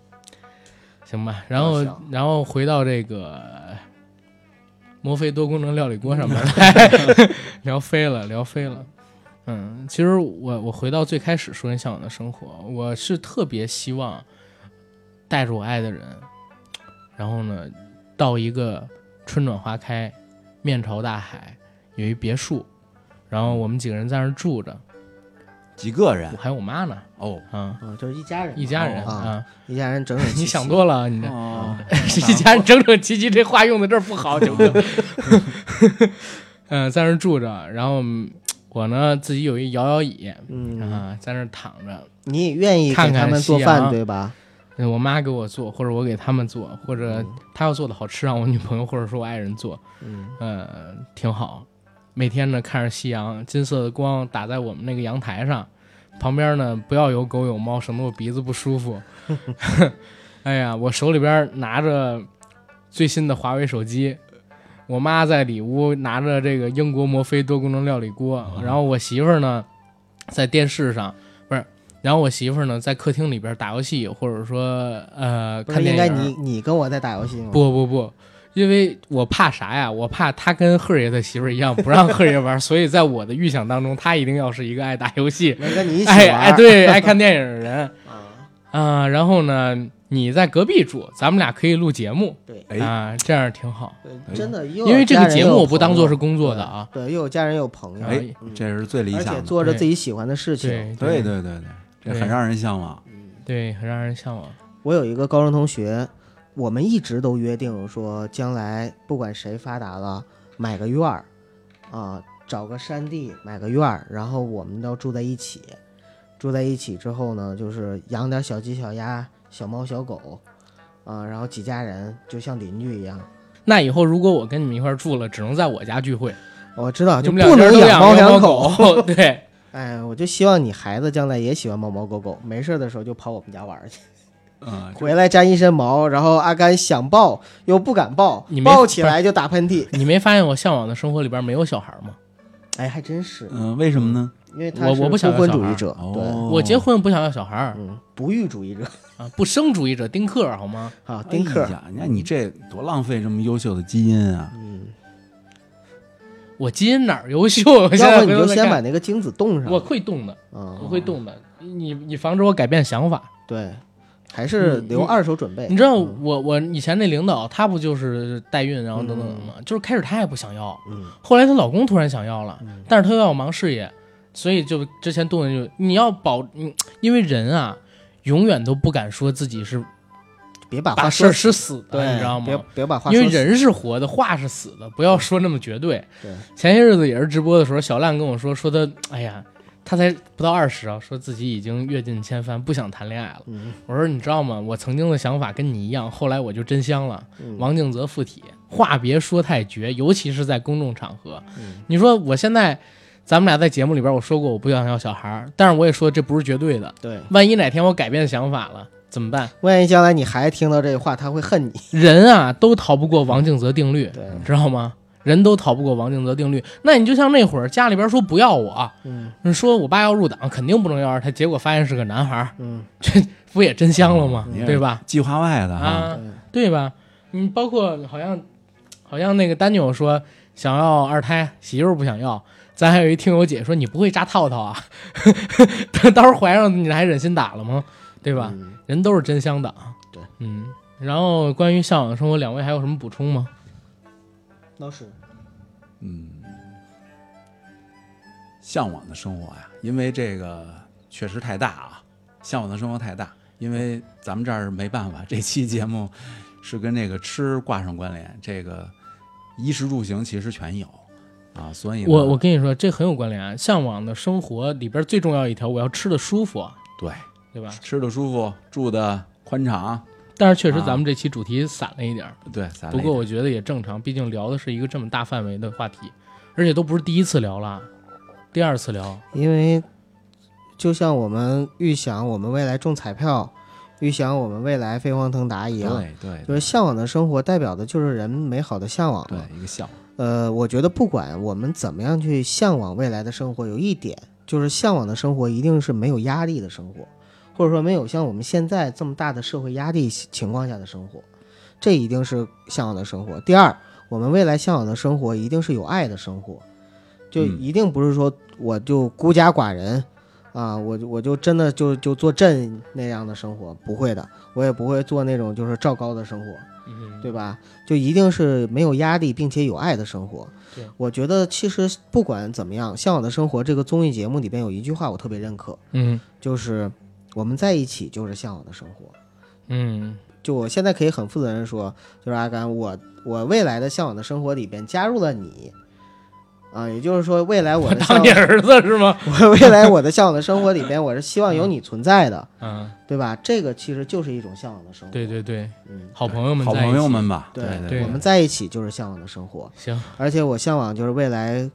Speaker 1: 行吧，然
Speaker 2: 比较
Speaker 1: 后
Speaker 2: 小
Speaker 1: 然后回到这个摩飞多功能料理锅上面来聊飞了，聊飞了。嗯，其实我我回到最开始说你向往的生活，我是特别希望带着我爱的人，然后呢，到一个春暖花开、面朝大海，有一别墅，然后我们几个人在那儿住着，
Speaker 3: 几个
Speaker 1: 我
Speaker 3: 人
Speaker 1: 还有我妈呢，
Speaker 3: 哦，
Speaker 1: 啊，
Speaker 2: 啊，就是一家人嘛，
Speaker 1: 一家人
Speaker 2: 哦
Speaker 1: 啊，
Speaker 2: 一家人整整齐 齐。
Speaker 1: 你想多了，你这。
Speaker 3: 哦，
Speaker 1: 一家人整整齐齐，这话用的这不好，九哥。嗯，在那儿住着，然后嗯我呢自己有一摇摇椅
Speaker 2: 嗯，
Speaker 1: 啊，在那儿躺着，
Speaker 2: 你也愿意
Speaker 1: 看
Speaker 2: 给他
Speaker 1: 看
Speaker 2: 们做
Speaker 1: 夕
Speaker 2: 饭
Speaker 1: 阳
Speaker 2: 对吧？
Speaker 1: 嗯我妈给我做，或者我给他们做，或者她要做的好吃，让我女朋友或者说我爱人做，
Speaker 2: 嗯，
Speaker 1: 呃，挺好。每天呢看着夕阳，金色的光打在我们那个阳台上，旁边呢不要有狗有猫，省得我鼻子不舒服。 哎呀，我手里边拿着最新的华为手机，我妈在里屋拿着这个英国摩飞多功能料理锅，然后我媳妇儿呢在电视上不是，然后我媳妇儿呢在客厅里边打游戏，或者说呃
Speaker 2: 不
Speaker 1: 看
Speaker 2: 是
Speaker 1: 电影。
Speaker 2: 应该你你跟我在打游戏吗？，
Speaker 1: 不不不，因为我怕啥呀？我怕他跟赫爷的媳妇儿一样，不让赫爷玩儿，所以在我的预想当中，他一定要是一个爱打游戏、
Speaker 2: 能跟你一起玩
Speaker 1: 爱
Speaker 2: 儿。
Speaker 1: 爱哎对爱看电影的人
Speaker 2: 啊，
Speaker 1: 啊、然后呢，你在隔壁住，咱们俩可以录节目
Speaker 2: 对，
Speaker 1: 啊、
Speaker 3: 哎，
Speaker 1: 这样挺好。
Speaker 2: 对真的，因
Speaker 1: 因为这个节目我不当做是工作的啊，
Speaker 2: 对，又有家人又有朋友，
Speaker 1: 哎
Speaker 2: 嗯
Speaker 3: 这是最理
Speaker 2: 而
Speaker 3: 想
Speaker 2: 且
Speaker 3: 的，
Speaker 2: 做着自己喜欢的事情。嗯
Speaker 1: 对
Speaker 3: 对
Speaker 1: 对
Speaker 3: 对对对，这
Speaker 1: 对
Speaker 3: 很让人向往。
Speaker 1: 对，很让人向往。
Speaker 2: 我有一个高中同学，我们一直都约定说，将来不管谁发达了，买个院儿，啊，找个山地买个院儿，然后我们要住在一起。住在一起之后呢，就是养点小鸡、小鸭、小猫、小狗，啊，然后几家人就像邻居一样。
Speaker 1: 那以后如果我跟你们一块儿住了，只能在我家聚会，
Speaker 2: 我知道，
Speaker 1: 你
Speaker 2: 啊就
Speaker 1: 们
Speaker 2: 不
Speaker 1: 两家
Speaker 2: 能
Speaker 1: 都养
Speaker 2: 猫
Speaker 1: 两
Speaker 2: 两
Speaker 1: 狗。 对，
Speaker 2: 哎，我就希望你孩子将来也喜欢猫猫狗狗，没事儿的时候就跑我们家玩儿去，
Speaker 3: 嗯，
Speaker 2: 回来沾一身毛，然后阿甘想抱又不敢抱
Speaker 1: 你，没
Speaker 2: 抱起来就打喷嚏。
Speaker 1: 你没发现我向往的生活里边没有小孩吗？
Speaker 2: 哎，还真是，
Speaker 3: 嗯，为什么呢？
Speaker 2: 因为他
Speaker 1: 我
Speaker 2: 是
Speaker 1: 我不想
Speaker 2: 不婚
Speaker 1: 要小
Speaker 2: 主
Speaker 1: 孩
Speaker 2: 义
Speaker 1: 儿
Speaker 2: 者，对，
Speaker 3: 哦，
Speaker 1: 我结婚不想要小孩儿
Speaker 2: 嗯，不育主义者
Speaker 1: 啊，不生主义者丁克好吗？
Speaker 2: 啊，
Speaker 3: 哎
Speaker 2: 丁克儿，
Speaker 3: 呀，你看你这多浪费这么优秀的基因啊！
Speaker 2: 嗯，
Speaker 1: 我基因哪儿优 秀？我现
Speaker 2: 嗯
Speaker 1: 在
Speaker 2: 要不你就
Speaker 1: 回头再
Speaker 2: 先把
Speaker 1: 看
Speaker 2: 那个精子冻上，
Speaker 1: 我会动的，
Speaker 2: 啊，
Speaker 1: 我会动的。你你防止我改变想法，
Speaker 2: 对，还是
Speaker 1: 你嗯
Speaker 2: 留
Speaker 1: 你
Speaker 2: 二手准备。
Speaker 1: 你知道
Speaker 2: 嗯
Speaker 1: 我我以前那领导他不就是代孕然后等等的吗？就是开始她也不想要，
Speaker 2: 嗯
Speaker 1: 后来她老公突然想要了，但是她又要忙事业，所以就之前动的就你要保，嗯因为人啊永远都不敢说自己是
Speaker 2: 别把
Speaker 1: 把
Speaker 2: 话
Speaker 1: 事儿
Speaker 2: 说
Speaker 1: 是死的，
Speaker 2: 对，
Speaker 1: 你知道吗？
Speaker 2: 别别把话
Speaker 1: 因
Speaker 2: 说
Speaker 1: 为
Speaker 2: 死
Speaker 1: 人是活的，话是死的，不要说那么绝对。
Speaker 2: 对
Speaker 1: 前些日子也是直播的时候，小烂跟我说，说他，哎呀，他才不到二十啊，说自己已经阅尽千帆，不想谈恋爱了。
Speaker 2: 嗯
Speaker 1: 我说你知道吗？我曾经的想法跟你一样，后来我就真香了。
Speaker 2: 嗯
Speaker 1: 王静泽附体，话别说太绝，尤其是在公众场合。
Speaker 2: 嗯
Speaker 1: 你说我现在，咱们俩在节目里边我说过我不想要小孩儿，但是我也说这不是绝对的，
Speaker 2: 对，
Speaker 1: 万一哪天我改变想法了怎么办？
Speaker 2: 万一将来你孩子听到这话，他会恨你。
Speaker 1: 人啊，都逃不过王静泽定律。
Speaker 2: 对，
Speaker 1: 知道吗？人都逃不过王静泽定律。那你就像那会儿家里边说不要我，
Speaker 2: 嗯
Speaker 1: 说我爸要入党，肯定不能要二胎，结果发现是个男孩儿，
Speaker 2: 嗯，
Speaker 1: 不也真香了吗？
Speaker 3: 嗯
Speaker 1: 对吧？
Speaker 3: 计划外的哈，
Speaker 1: 啊，对吧？你包括好像好像那个丹友说想要二胎，媳妇儿不想要。咱还有一听友姐说你不会扎套套啊， 等到时候怀上你还忍心打了吗？对吧？
Speaker 2: 嗯
Speaker 1: 人都是真香党。
Speaker 2: 对，
Speaker 1: 嗯。然后关于向往生活，两位还有什么补充吗？
Speaker 2: 老师，
Speaker 3: 嗯，向往的生活呀，因为这个确实太大啊，向往的生活太大，因为咱们这儿没办法，这期节目是跟这个吃挂上关联，这个衣食住行其实全有啊，所以呢
Speaker 1: 我我跟你说，这很有关联啊！向往的生活里边最重要一条，我要吃的舒服，啊
Speaker 3: 对
Speaker 1: 对吧？
Speaker 3: 吃的舒服，住的宽敞，
Speaker 1: 但是确实咱
Speaker 3: 啊
Speaker 1: 们这期主题散了一点儿，
Speaker 3: 对，咱
Speaker 1: 不过我觉得也正常，毕竟聊的是一个这么大范围的话题，而且都不是第一次聊了，第二次聊，
Speaker 2: 因为就像我们预想我们未来中彩票，预想我们未来飞黄腾达一样，
Speaker 3: 对对
Speaker 2: 就是向往的生活代表的就是人美好的向往嘛。
Speaker 3: 对一个向往，
Speaker 2: 呃，我觉得不管我们怎么样去向往未来的生活，有一点就是向往的生活一定是没有压力的生活，或者说没有像我们现在这么大的社会压力情况下的生活，这一定是向往的生活。第二，我们未来向往的生活一定是有爱的生活，就
Speaker 3: 嗯
Speaker 2: 一定不是说我就孤家寡人啊，我我就真的就就做朕那样的生活，不会的，我也不会做那种就是赵高的生活，
Speaker 1: 嗯，
Speaker 2: 对吧？就一定是没有压力并且有爱的生活
Speaker 1: 对。
Speaker 2: 我觉得其实不管怎么样，《向往的生活》这个综艺节目里边有一句话我特别认可，
Speaker 1: 嗯
Speaker 2: 就是我们在一起就是向往的生活。
Speaker 1: 嗯
Speaker 2: 就我现在可以很负责任地说，就是阿甘，我我未来的向往的生活里边加入了你，啊，也就是说，未来我
Speaker 1: 我
Speaker 2: 的向
Speaker 1: 当你儿子是吗？
Speaker 2: 我未来我的向往的生活里边，我是希望有你存在的，
Speaker 1: 嗯，
Speaker 2: 对吧？这个其实就是一种向往的生活。
Speaker 1: 对，对对，
Speaker 2: 嗯，
Speaker 1: 好朋友们，
Speaker 3: 好朋友，们吧，
Speaker 2: 对
Speaker 3: 对
Speaker 1: 对
Speaker 2: 我们在一起就是向往的生活，
Speaker 1: 行，
Speaker 2: 而且我向往就是未来。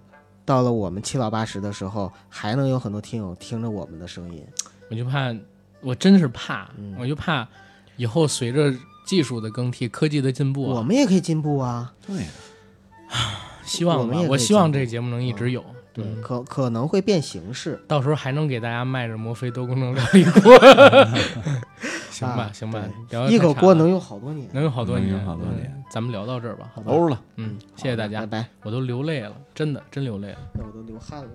Speaker 2: 到了我们七老八十的时候，还能有很多听友听着我们的声音，
Speaker 1: 我就怕，我真是怕，
Speaker 2: 嗯
Speaker 1: 我就怕以后随着技术的更替、科技的进步
Speaker 2: 我
Speaker 1: 啊，
Speaker 2: 们也可以进步啊。
Speaker 3: 对，
Speaker 1: 希望
Speaker 2: 我们
Speaker 1: 吧
Speaker 2: 也可，以
Speaker 1: 我希望
Speaker 2: 进步
Speaker 1: 这个节目能一直有。
Speaker 2: 对，
Speaker 1: 嗯
Speaker 2: 可可能会变形式，
Speaker 1: 到时候还能给大家卖着摩飞多功能料理 锅，行吧
Speaker 2: 啊
Speaker 1: 行吧，
Speaker 2: 对
Speaker 1: 聊得
Speaker 2: 一
Speaker 1: 太
Speaker 2: 口
Speaker 1: 长
Speaker 2: 锅
Speaker 1: 了
Speaker 2: 能用好多年。
Speaker 1: 能有好多
Speaker 3: 能有
Speaker 1: 年，
Speaker 3: 好多
Speaker 1: 嗯
Speaker 3: 年，
Speaker 1: 咱们聊到这儿吧，好吧，
Speaker 3: 欧了。
Speaker 1: 嗯，谢谢大
Speaker 2: 拜
Speaker 1: 家，
Speaker 2: 拜。
Speaker 1: 我都流泪了，真的真流泪了。
Speaker 2: 那我都流汗了。